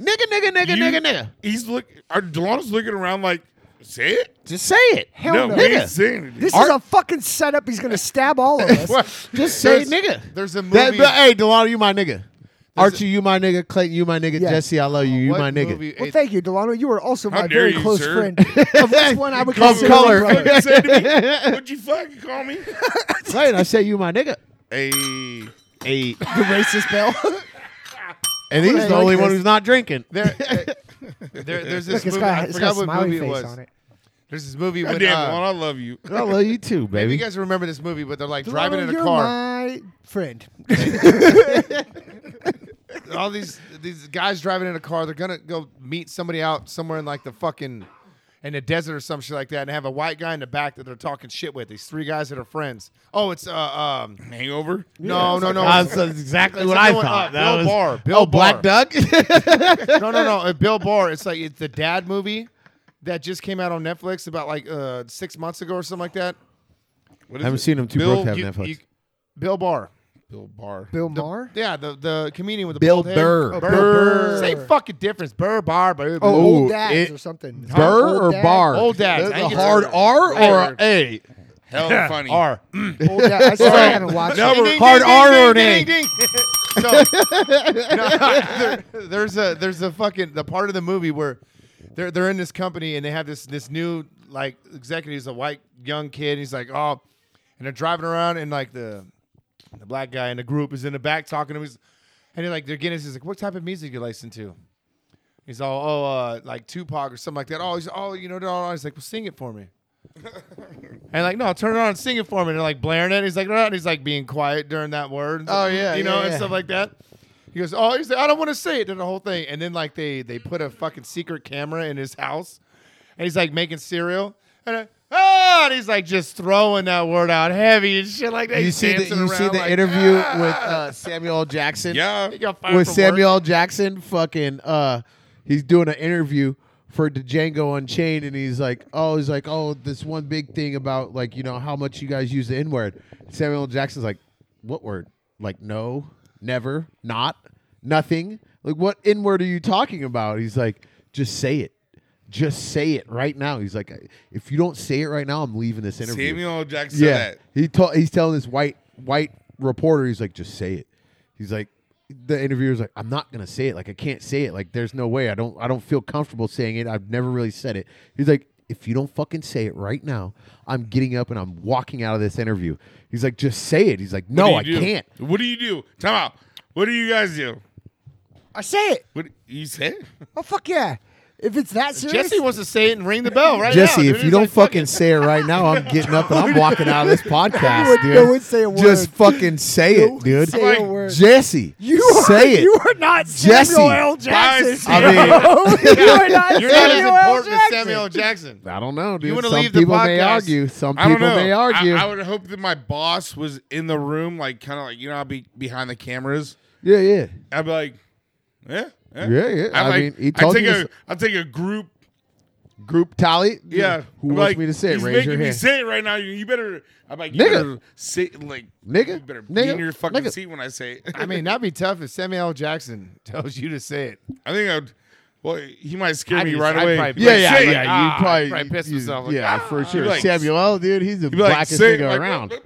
Speaker 4: nigga, nigga, nigga,
Speaker 2: You-
Speaker 4: nigga, nigga.
Speaker 2: He's look. Our Delano's looking around like, say it.
Speaker 4: Just say it.
Speaker 3: Hell
Speaker 2: no,
Speaker 3: no.
Speaker 2: we ain't
Speaker 4: Nigga.
Speaker 2: saying it.
Speaker 3: This
Speaker 2: Our-
Speaker 3: is a fucking setup. He's gonna stab all of us.
Speaker 4: Just say
Speaker 5: There's-
Speaker 4: nigga.
Speaker 5: There's a
Speaker 4: That-
Speaker 5: movie.
Speaker 4: but, hey, Delano, you my nigga. Archie, you my nigga. Clayton, you my nigga.
Speaker 3: Yeah.
Speaker 4: Jesse, I love you. You
Speaker 5: What
Speaker 4: my nigga.
Speaker 5: movie-
Speaker 3: Well,
Speaker 5: it-
Speaker 3: thank you, Delano. You are also
Speaker 2: How
Speaker 3: my
Speaker 2: dare
Speaker 3: very
Speaker 2: you,
Speaker 3: close
Speaker 2: sir.
Speaker 3: friend. Of which one I would
Speaker 4: Come
Speaker 3: consider
Speaker 4: color.
Speaker 3: my brother.
Speaker 2: Fucking said to me, What'd you fucking call me?
Speaker 4: Clayton, I say you my nigga.
Speaker 2: Hey,
Speaker 4: Eight.
Speaker 3: The racist bell.
Speaker 4: And he's
Speaker 3: I
Speaker 4: the
Speaker 3: like
Speaker 4: only one
Speaker 3: this.
Speaker 4: who's not drinking.
Speaker 5: there, there- there's this
Speaker 3: Look, it's
Speaker 5: movie.
Speaker 3: got,
Speaker 5: I
Speaker 3: it's got
Speaker 5: forgot
Speaker 3: a
Speaker 5: what movie
Speaker 3: smiley
Speaker 5: it
Speaker 3: face
Speaker 5: was.
Speaker 3: on it.
Speaker 5: There's this movie when
Speaker 2: goddamn,
Speaker 5: uh,
Speaker 2: Lon, I love you.
Speaker 4: I love Oh, you too,
Speaker 5: Maybe
Speaker 4: baby.
Speaker 5: you guys remember this movie, but they're like driving in
Speaker 3: Delano,
Speaker 5: a
Speaker 3: you're
Speaker 5: car.
Speaker 3: my friend.
Speaker 5: All these these guys driving in a car. They're gonna go meet somebody out somewhere in like the fucking in the desert or some shit like that, and have a white guy in the back that they're talking shit with. These three guys that are friends. Oh, it's uh um
Speaker 2: Hangover?
Speaker 5: oh, no no no
Speaker 4: Uh, that's exactly
Speaker 5: That's
Speaker 4: what
Speaker 5: a
Speaker 4: I
Speaker 5: good one.
Speaker 4: thought.
Speaker 5: Uh,
Speaker 4: That
Speaker 5: Bill
Speaker 4: was-
Speaker 5: Barr. Bill
Speaker 4: oh, Black
Speaker 5: Barr.
Speaker 4: Doug.
Speaker 5: no no no. Uh, Bill Barr. It's like it's the dad movie that just came out on Netflix about like uh six months ago or something like that.
Speaker 2: What
Speaker 4: I
Speaker 2: is
Speaker 4: haven't
Speaker 2: it?
Speaker 4: seen him too broke to have Netflix.
Speaker 5: Bill Barr.
Speaker 2: Bill Barr.
Speaker 3: Bill Maher.
Speaker 5: Yeah, the, the comedian with the
Speaker 4: Bill
Speaker 5: bald head.
Speaker 4: Burr.
Speaker 5: Oh,
Speaker 4: Oh,
Speaker 5: Burr.
Speaker 3: Bill Burr.
Speaker 5: Same fucking difference. Burr, bar, Burr.
Speaker 3: Oh,
Speaker 5: Burr.
Speaker 4: Ooh,
Speaker 3: old dads
Speaker 4: it-
Speaker 3: or something.
Speaker 4: Burr
Speaker 3: Old
Speaker 4: or
Speaker 3: dad?
Speaker 4: bar?
Speaker 5: Old dads.
Speaker 4: There's
Speaker 5: I
Speaker 4: a
Speaker 5: think it's
Speaker 4: hard
Speaker 5: a-
Speaker 4: R or a A.
Speaker 2: Hell funny.
Speaker 5: R.
Speaker 3: Old dad. I still haven't watched
Speaker 2: No,
Speaker 3: it.
Speaker 5: Ding,
Speaker 2: Never-
Speaker 5: ding,
Speaker 4: hard
Speaker 5: ding,
Speaker 4: R
Speaker 5: ding,
Speaker 4: or
Speaker 5: ding,
Speaker 4: an A.
Speaker 5: ding, ding. So, no, there- there's a there's a fucking the part of the movie where they're they're in this company and they have this this new like executive, he's a white young kid. and he's like, oh, and they're driving around and like the the black guy in the group is in the back talking to him. He's, and they're like, they're getting. He's like, what type of music you listen to? He's all, oh, uh, like Tupac or something like that. Oh, he's, oh, you know, no, no. he's like, well, sing it for me. and like, no, turn it on and sing it for me. And they're like blaring it. He's like, no, and he's like being quiet during that word. and
Speaker 4: Oh,
Speaker 5: stuff,
Speaker 4: yeah,
Speaker 5: you know,
Speaker 4: yeah,
Speaker 5: and
Speaker 4: yeah.
Speaker 5: stuff like that. He goes, oh, he's like, I don't want to say it. And the whole thing. And then like they they put a fucking secret camera in his house, and he's like making cereal. And I, Oh, and he's like just throwing that word out heavy and shit like that.
Speaker 4: You
Speaker 5: He's
Speaker 4: see the
Speaker 5: dancing
Speaker 4: you see
Speaker 5: around
Speaker 4: the
Speaker 5: like,
Speaker 4: interview with
Speaker 5: "Ah!"
Speaker 4: uh, Samuel L. Jackson.
Speaker 2: Yeah.
Speaker 5: He got fired
Speaker 4: with
Speaker 5: from work.
Speaker 4: Samuel L. Jackson fucking uh he's doing an interview for the Django Unchained and he's like, Oh, he's like, Oh, this one big thing about like, you know, how much you guys use the N word. Samuel L. Jackson's like, What word? Like, no, never, not, nothing. Like, what N word are you talking about? He's like, just say it. Just say it right now. He's like, if you don't say it right now, I'm leaving this interview.
Speaker 2: Samuel L. Jackson
Speaker 4: Yeah,
Speaker 2: said
Speaker 4: he told he's telling this white white reporter. He's like, just say it. He's like, the interviewer's like, I'm not gonna say it. Like, I can't say it. Like, there's no way. I don't. I don't feel comfortable saying it. I've never really said it. He's like, if you don't fucking say it right now, I'm getting up and I'm walking out of this interview. He's like, just say it. He's like,
Speaker 2: that.
Speaker 4: no, I
Speaker 2: What do you do?
Speaker 4: can't.
Speaker 2: What do you do? Time out. What do you guys do?
Speaker 3: I say it.
Speaker 2: What you say?
Speaker 3: Oh fuck yeah! If it's that serious,
Speaker 5: Jesse wants to say it and ring the bell right now.
Speaker 4: Jesse,
Speaker 5: dude.
Speaker 4: if
Speaker 5: He's
Speaker 4: you don't
Speaker 5: like,
Speaker 4: fucking say it right now, I'm getting up and I'm walking out of this podcast, dude.
Speaker 3: No one say a
Speaker 4: Just
Speaker 3: word.
Speaker 4: fucking say
Speaker 3: No,
Speaker 4: it, dude.
Speaker 3: say a word.
Speaker 4: Jesse,
Speaker 3: you are,
Speaker 4: say it.
Speaker 3: You are not Samuel
Speaker 4: Jesse.
Speaker 3: L. Jackson.
Speaker 2: I
Speaker 4: mean-
Speaker 3: mean, you are not
Speaker 5: You're not as
Speaker 3: Samuel L.
Speaker 5: important as
Speaker 3: Jackson.
Speaker 5: Samuel L. Jackson.
Speaker 4: I don't know, dude.
Speaker 5: wanna
Speaker 4: Some
Speaker 5: leave the
Speaker 4: people may
Speaker 5: podcast?
Speaker 4: argue. Some
Speaker 2: I
Speaker 4: people
Speaker 2: don't know.
Speaker 4: may argue.
Speaker 2: I, I would hope that my boss was in the room, like kind of like you know, I'll be behind the cameras.
Speaker 4: yeah, yeah,
Speaker 2: I'd be like, yeah, yeah,
Speaker 4: Yeah, yeah.
Speaker 2: i
Speaker 4: I
Speaker 2: like,
Speaker 4: mean, he
Speaker 2: I
Speaker 4: told
Speaker 2: take
Speaker 4: you
Speaker 2: a,
Speaker 4: this-
Speaker 2: I take a group
Speaker 4: group tally.
Speaker 2: Yeah.
Speaker 4: Who
Speaker 2: I'm
Speaker 4: wants
Speaker 2: like,
Speaker 4: me to say it?
Speaker 2: He's
Speaker 4: Raise
Speaker 2: making
Speaker 4: your
Speaker 2: me
Speaker 4: hand.
Speaker 2: say it right now. You- You better. I'm like, you
Speaker 4: Nigga.
Speaker 2: better say like,
Speaker 4: Nigga.
Speaker 2: You better be
Speaker 4: Nigga.
Speaker 2: in your fucking
Speaker 4: Nigga.
Speaker 2: seat when I say it.
Speaker 5: I mean, that'd be tough if Samuel L. Jackson tells you to say it.
Speaker 2: I think I'd. Well, he might scare
Speaker 5: I'd
Speaker 2: me
Speaker 5: just-
Speaker 2: right
Speaker 5: I'd
Speaker 2: away.
Speaker 5: probably be
Speaker 4: Yeah,
Speaker 2: Like,
Speaker 4: yeah,
Speaker 2: say it.
Speaker 4: yeah. You
Speaker 2: Ah, I'd
Speaker 4: probably,
Speaker 2: probably piss
Speaker 4: you-
Speaker 2: myself. Like,
Speaker 4: yeah,
Speaker 2: ah.
Speaker 4: for sure.
Speaker 2: Like,
Speaker 4: Samuel, L. dude, he's the
Speaker 2: He'd be like,
Speaker 4: blackest
Speaker 2: say it,
Speaker 4: nigga
Speaker 2: like,
Speaker 4: around,
Speaker 3: right?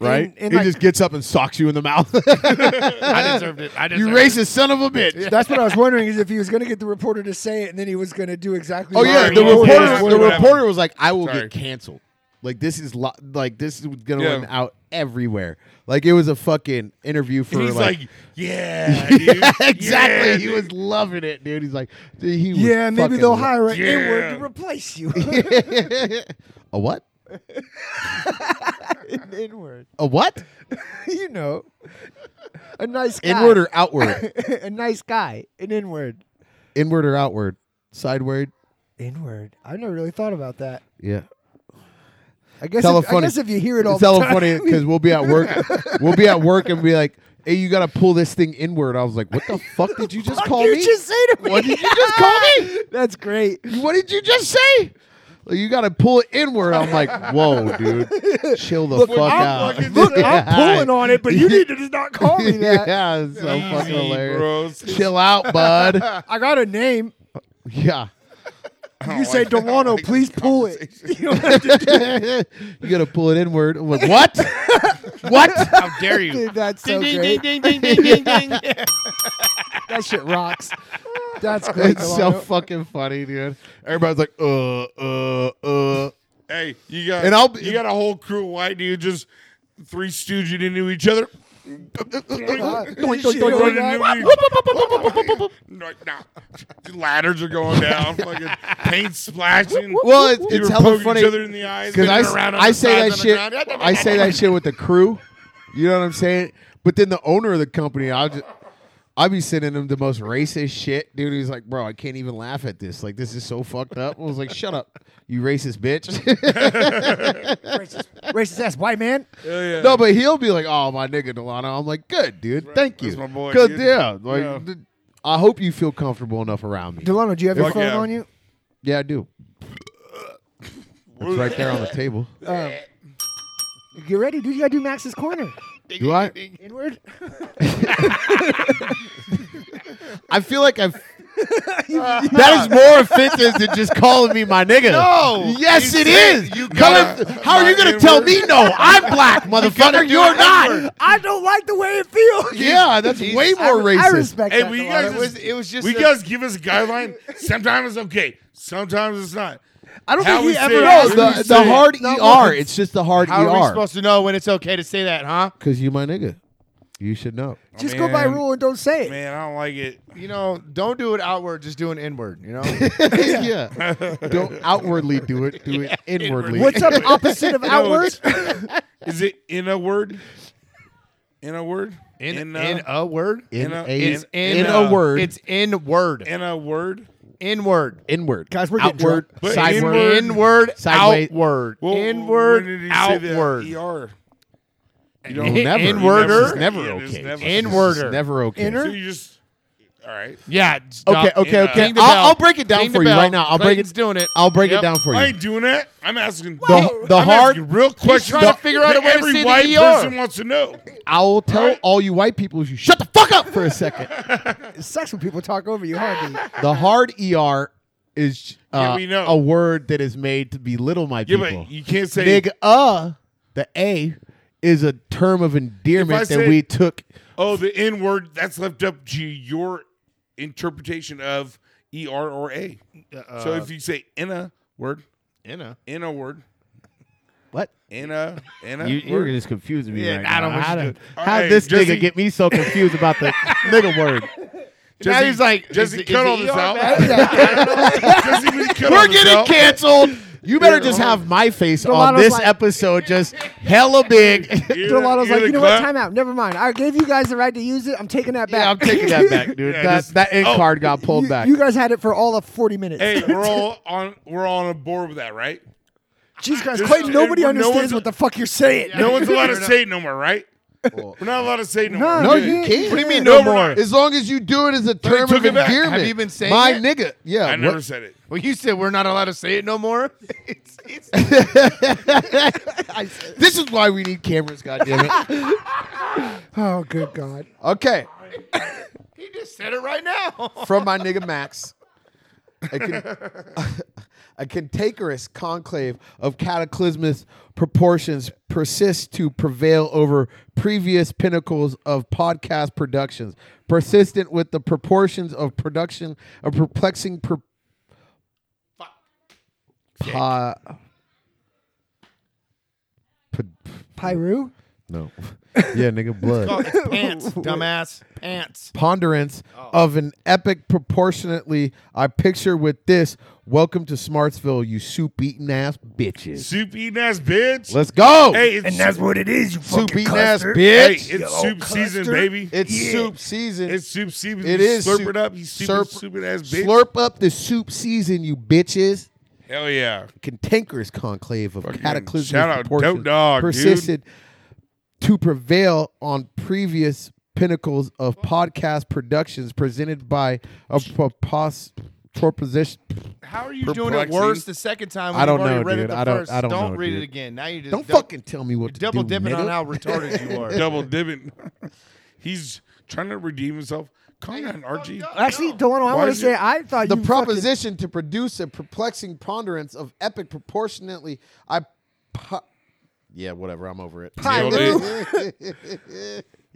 Speaker 4: right?
Speaker 3: And- and
Speaker 4: he
Speaker 3: like-
Speaker 4: just gets up and socks you in the mouth.
Speaker 5: I deserved it. I
Speaker 4: you
Speaker 5: deserved it.
Speaker 4: racist son of a bitch.
Speaker 3: That's what I was wondering is if he was going to get the reporter to say it and then he was going to do exactly.
Speaker 4: Oh
Speaker 3: what
Speaker 4: yeah,
Speaker 2: Sorry,
Speaker 4: the
Speaker 2: what was
Speaker 4: reporter.
Speaker 2: that?
Speaker 4: The
Speaker 2: What happened?
Speaker 4: reporter was like, "I will
Speaker 2: Sorry.
Speaker 4: get canceled. Like this is lo- like this is gonna
Speaker 2: Yeah.
Speaker 4: run out everywhere. Like it was a fucking interview for
Speaker 2: And he's
Speaker 4: like."
Speaker 2: like, ah." yeah, dude.
Speaker 4: Yeah, exactly.
Speaker 2: Yeah,
Speaker 4: he
Speaker 2: dude.
Speaker 4: was loving it, dude. He's like, dude, he was
Speaker 3: Yeah, maybe
Speaker 4: fucking
Speaker 3: they'll
Speaker 4: lo-
Speaker 3: hire an
Speaker 2: Yeah.
Speaker 3: inward to replace you.
Speaker 4: a what?
Speaker 3: inward,
Speaker 4: A what?
Speaker 3: you know, a nice guy.
Speaker 4: Inward or outward?
Speaker 3: a nice guy, an inward,
Speaker 4: Inward or outward? Sideward?
Speaker 3: inward. I never really thought about that.
Speaker 4: Yeah.
Speaker 3: I guess.
Speaker 4: Tell
Speaker 3: If,
Speaker 4: a
Speaker 3: I
Speaker 4: funny-
Speaker 3: guess if you hear it all
Speaker 4: it's hella
Speaker 3: the time,
Speaker 4: funny because we'll be at work. we'll be at work and be like, "Hey, you got to pull this thing inward." I was like, "What the fuck did you just
Speaker 3: Fuck
Speaker 4: call
Speaker 3: you
Speaker 4: me?
Speaker 3: just say to me?
Speaker 4: What did you just call me?
Speaker 3: That's great.
Speaker 4: What did you just say?" Like, you got to pull it inward. I'm like, "Whoa, dude, chill the fuck
Speaker 3: I'm
Speaker 4: out."
Speaker 2: fucking-
Speaker 3: Look, I'm
Speaker 4: Yeah.
Speaker 3: pulling on it, but you need to just not call me that.
Speaker 4: yeah, it's so
Speaker 2: Easy,
Speaker 4: fucking hilarious.
Speaker 2: bro. It's-
Speaker 4: Chill out, bud.
Speaker 3: I got a name.
Speaker 4: yeah.
Speaker 2: I don't
Speaker 3: You say
Speaker 2: like- I don't
Speaker 3: Delano,
Speaker 2: like this
Speaker 3: please pull it.
Speaker 2: conversation.
Speaker 3: You don't have to do
Speaker 4: you gotta pull it inward. I'm like, what? what?
Speaker 5: How dare you?
Speaker 3: Dude, that's
Speaker 5: Ding,
Speaker 3: so
Speaker 5: ding,
Speaker 3: great.
Speaker 5: ding, ding, ding, ding, ding, ding.
Speaker 3: That shit rocks. That's great.
Speaker 4: It's so
Speaker 3: Delano.
Speaker 4: fucking funny, dude. Everybody's like, uh, uh, uh.
Speaker 2: Hey, you got
Speaker 4: And I'll be-
Speaker 2: you got a whole crew of white dudes just three stooging into each other.
Speaker 3: Uh,
Speaker 4: Doink,
Speaker 3: shit,
Speaker 4: doink,
Speaker 3: you
Speaker 4: doink,
Speaker 3: know
Speaker 2: Throwing
Speaker 3: that?
Speaker 2: into each- No, no. Ladders are going down, fucking paint splashing.
Speaker 4: Well, it's,
Speaker 2: You
Speaker 4: it's
Speaker 2: were
Speaker 4: hella
Speaker 2: poking
Speaker 4: funny
Speaker 2: each other in the eyes.
Speaker 4: because I,
Speaker 2: bending
Speaker 4: s-
Speaker 2: around on
Speaker 4: I
Speaker 2: the
Speaker 4: say that
Speaker 2: sides
Speaker 4: shit.
Speaker 2: on the ground.
Speaker 4: I say that shit with the crew. You know what I'm saying? But then the owner of the company, I'll just. I be sending him the most racist shit, dude. He's like, bro, I can't even laugh at this. Like, this is so fucked up. I was like, shut up, you racist bitch.
Speaker 3: Racist, racist ass white man.
Speaker 2: Hell yeah.
Speaker 4: No, but he'll be like, "Oh, my nigga Delano." I'm like, "Good, dude. Thank you.
Speaker 2: That's my boy,
Speaker 4: Good,
Speaker 2: dude.
Speaker 4: yeah. Like,
Speaker 2: Yeah.
Speaker 4: th- I hope you feel comfortable enough around me.
Speaker 3: Delano, do you have your
Speaker 2: Fuck
Speaker 3: phone
Speaker 2: yeah.
Speaker 3: on you?
Speaker 4: yeah, I do. It's right there on the table.
Speaker 3: Um, get ready, dude. You gotta do Max's corner.
Speaker 4: Do I?
Speaker 3: Inward.
Speaker 4: I feel like I've. that is more offensive than just calling me my nigga.
Speaker 5: No.
Speaker 4: Yes,
Speaker 5: You said
Speaker 4: it is.
Speaker 5: you
Speaker 4: Come
Speaker 5: gotta-
Speaker 4: in- how are
Speaker 2: my
Speaker 4: you going to tell
Speaker 2: N-word.
Speaker 4: me no? I'm black, motherfucker.
Speaker 5: do
Speaker 4: You're
Speaker 5: it
Speaker 4: not.
Speaker 5: N-word.
Speaker 3: I don't like the way it feels.
Speaker 4: Yeah, that's
Speaker 5: Jesus.
Speaker 4: way more
Speaker 3: I,
Speaker 4: racist.
Speaker 3: I respect
Speaker 2: Hey,
Speaker 3: that.
Speaker 2: will you
Speaker 3: Delano.
Speaker 2: guys
Speaker 5: It was. It was just.
Speaker 2: we
Speaker 5: a-
Speaker 2: guys give us a guideline. Sometimes it's okay. Sometimes it's not.
Speaker 3: I don't
Speaker 2: how
Speaker 3: think
Speaker 2: we
Speaker 3: he
Speaker 2: say
Speaker 3: ever.
Speaker 2: it.
Speaker 4: No,
Speaker 2: What do
Speaker 4: the,
Speaker 2: you
Speaker 4: the
Speaker 2: say?
Speaker 4: hard
Speaker 3: Not
Speaker 4: ER.
Speaker 3: once.
Speaker 4: It's just the hard
Speaker 5: How are we
Speaker 4: ER.
Speaker 5: supposed to know when it's okay to say that, huh?
Speaker 4: Because you my nigga. You should know.
Speaker 3: Just go by
Speaker 2: Oh, Man.
Speaker 3: rule and don't say it.
Speaker 2: Man, I don't like it.
Speaker 5: You know, don't do it outward. Just do an inward. You know.
Speaker 4: yeah. Don't outwardly do it. Do it inwardly.
Speaker 3: What's up? Opposite of
Speaker 2: You know,
Speaker 3: outward.
Speaker 2: it's- Is it in a word? In a word?
Speaker 5: In uh,
Speaker 2: a, in a,
Speaker 5: word.
Speaker 4: in,
Speaker 2: in a-
Speaker 4: a,
Speaker 2: it's
Speaker 4: in,
Speaker 2: in
Speaker 4: a,
Speaker 2: a-
Speaker 4: word?
Speaker 5: It's inward.
Speaker 2: word?
Speaker 5: Inward.
Speaker 4: inward.
Speaker 3: Guys, we're getting
Speaker 4: outward.
Speaker 3: drunk.
Speaker 2: But
Speaker 4: Sideward.
Speaker 2: Inward.
Speaker 5: Inward.
Speaker 4: Sideways.
Speaker 5: Outward.
Speaker 2: Well,
Speaker 5: inward.
Speaker 2: when did he say the
Speaker 5: Outward.
Speaker 2: ER. You
Speaker 4: Oh, never.
Speaker 5: Inwarder.
Speaker 4: It's never
Speaker 2: Yeah,
Speaker 4: okay.
Speaker 2: it's never-
Speaker 4: It's
Speaker 5: Inwarder.
Speaker 4: never okay.
Speaker 2: So
Speaker 3: Inner?
Speaker 2: you just. All right.
Speaker 5: Yeah.
Speaker 4: Okay, okay,
Speaker 2: Yeah.
Speaker 4: okay.
Speaker 5: Ding the bell.
Speaker 4: I'll, I'll break it down
Speaker 5: Ding the
Speaker 4: for you
Speaker 5: bell.
Speaker 4: right now. I'll break
Speaker 5: Clayton's
Speaker 4: it.
Speaker 5: doing it.
Speaker 4: I'll break
Speaker 5: Yep.
Speaker 4: it down for
Speaker 2: I
Speaker 4: you.
Speaker 2: ain't doing that. I'm asking
Speaker 4: The, the
Speaker 2: I'm
Speaker 4: hard.
Speaker 2: asking real question.
Speaker 5: trying to figure out
Speaker 2: that
Speaker 5: a way to
Speaker 2: every
Speaker 5: say the
Speaker 2: white
Speaker 5: ER.
Speaker 2: person wants to know.
Speaker 4: I'll tell
Speaker 2: Alright.
Speaker 4: all you white people if you shut the fuck up for a second.
Speaker 3: It sucks when people talk over you, hardly.
Speaker 4: the hard er is uh,
Speaker 2: Yeah, we know.
Speaker 4: a word that is made to belittle my
Speaker 2: Yeah,
Speaker 4: people.
Speaker 2: but you can't say
Speaker 4: Big uh, the A is a term of endearment that
Speaker 2: said-
Speaker 4: we took.
Speaker 2: Oh, the N word, that's left up to your interpretation of E R or A.
Speaker 4: Uh-uh.
Speaker 2: so if you say in a word,
Speaker 5: Inna.
Speaker 2: in a word,
Speaker 4: What?
Speaker 2: in a, in a
Speaker 4: You, you're
Speaker 2: word.
Speaker 4: just confusing me
Speaker 5: Yeah,
Speaker 4: right
Speaker 5: I
Speaker 4: now.
Speaker 5: don't want
Speaker 4: How
Speaker 5: you
Speaker 4: did-
Speaker 2: to-
Speaker 4: how'd
Speaker 2: Hey,
Speaker 4: this
Speaker 2: Jesse-
Speaker 4: nigga get me so confused about the nigga word?
Speaker 5: Now he's like,
Speaker 2: Jesse,
Speaker 5: is it-
Speaker 2: cut
Speaker 5: is
Speaker 2: all
Speaker 5: it
Speaker 2: this
Speaker 5: ER
Speaker 2: out.
Speaker 5: bad?
Speaker 2: Jesse, will you cut all
Speaker 4: We're
Speaker 2: this
Speaker 4: getting
Speaker 2: out?
Speaker 4: canceled. You better just have my face on
Speaker 3: Delano's
Speaker 4: this
Speaker 3: like-
Speaker 4: episode, just hella big.
Speaker 2: You're the-
Speaker 3: Delano's
Speaker 2: you're
Speaker 3: like,
Speaker 2: the
Speaker 3: you know what?
Speaker 2: clap-
Speaker 3: Time out. Never mind. I gave you guys the right to use it. I'm taking that back.
Speaker 4: yeah, I'm taking that back, dude.
Speaker 2: Yeah,
Speaker 4: that
Speaker 2: just-
Speaker 4: that end
Speaker 2: oh.
Speaker 4: card got pulled
Speaker 3: you,
Speaker 4: back.
Speaker 3: you guys had it for all of 40 minutes.
Speaker 2: Hey, we're all on we're all on board with that, right?
Speaker 3: Jesus Christ,
Speaker 2: Just-
Speaker 3: Clayton, nobody
Speaker 2: no
Speaker 3: understands
Speaker 2: one's-
Speaker 3: what the fuck you're saying.
Speaker 2: No one's allowed to say it no more, right? We're not allowed to say no.
Speaker 3: No,
Speaker 2: more.
Speaker 4: No,
Speaker 3: Dude,
Speaker 4: you
Speaker 3: you
Speaker 4: can't.
Speaker 5: What do you mean
Speaker 2: No,
Speaker 5: no,
Speaker 2: we're
Speaker 5: more?
Speaker 2: not.
Speaker 4: As long as you do it as a term
Speaker 2: took
Speaker 4: of
Speaker 2: it back. Have
Speaker 4: endearment.
Speaker 5: you been saying
Speaker 4: My
Speaker 5: it?
Speaker 4: nigga. Yeah.
Speaker 2: I never
Speaker 4: what-
Speaker 2: said it.
Speaker 5: Well, you said we're not allowed to say it no more. It's- it's-
Speaker 4: This is why we need cameras, goddammit.
Speaker 3: Oh, good God.
Speaker 4: okay.
Speaker 5: he just said it right now.
Speaker 4: From my nigga Max. A, con- a cantankerous conclave of cataclysmic proportions persists to prevail over previous pinnacles of podcast productions, persistent with the proportions of production, a perplexing. Per- Pa- pa-
Speaker 3: Pyru?
Speaker 4: No. Yeah, nigga,
Speaker 5: Oh,
Speaker 4: blood.
Speaker 5: it's pants, dumbass, pants.
Speaker 4: Ponderance
Speaker 2: Oh.
Speaker 4: of an epic proportionately. I picture with this. Welcome to Smartsville, you soup eating ass bitches.
Speaker 2: Soup eating ass bitch.
Speaker 4: Let's go.
Speaker 2: hey, it's, and that's what
Speaker 4: soup eating ass
Speaker 2: hey,
Speaker 4: bitch.
Speaker 2: it's soup season, baby.
Speaker 4: it's soup season.
Speaker 2: It's soup season.
Speaker 4: It
Speaker 2: You
Speaker 4: is
Speaker 2: Slurp
Speaker 4: soup-
Speaker 2: it up. You stupid,
Speaker 4: slurp-
Speaker 2: stupid ass bitch.
Speaker 4: Slurp up the soup season, you bitches.
Speaker 2: Hell yeah.
Speaker 4: cantankerous conclave of
Speaker 2: Fucking
Speaker 4: cataclysmic
Speaker 2: shout out
Speaker 4: proportions
Speaker 2: Dope Dog, dude.
Speaker 4: persisted to prevail on previous pinnacles of podcast productions presented by a propos- proposition.
Speaker 5: How are you doing it
Speaker 2: Perplexing.
Speaker 5: worse the second time? When
Speaker 4: I don't
Speaker 5: you've already
Speaker 4: know,
Speaker 5: read
Speaker 4: dude.
Speaker 5: It the
Speaker 4: I don't-
Speaker 5: First.
Speaker 4: I don't know,
Speaker 5: read
Speaker 4: dude.
Speaker 5: it again. Now you just
Speaker 4: Don't
Speaker 5: dou-
Speaker 4: fucking tell me what to
Speaker 5: double
Speaker 4: do,
Speaker 5: dipping
Speaker 4: nigga.
Speaker 5: on how retarded you are.
Speaker 2: Double dipping. He's trying to redeem himself. Calm down, RG.
Speaker 3: Actually, the one I
Speaker 2: Why
Speaker 3: want to
Speaker 2: is it-
Speaker 3: say, I thought
Speaker 4: the
Speaker 3: you
Speaker 4: proposition to produce a perplexing ponderance of epic proportionately I po- yeah, whatever. I'm over it.
Speaker 2: Nailed it.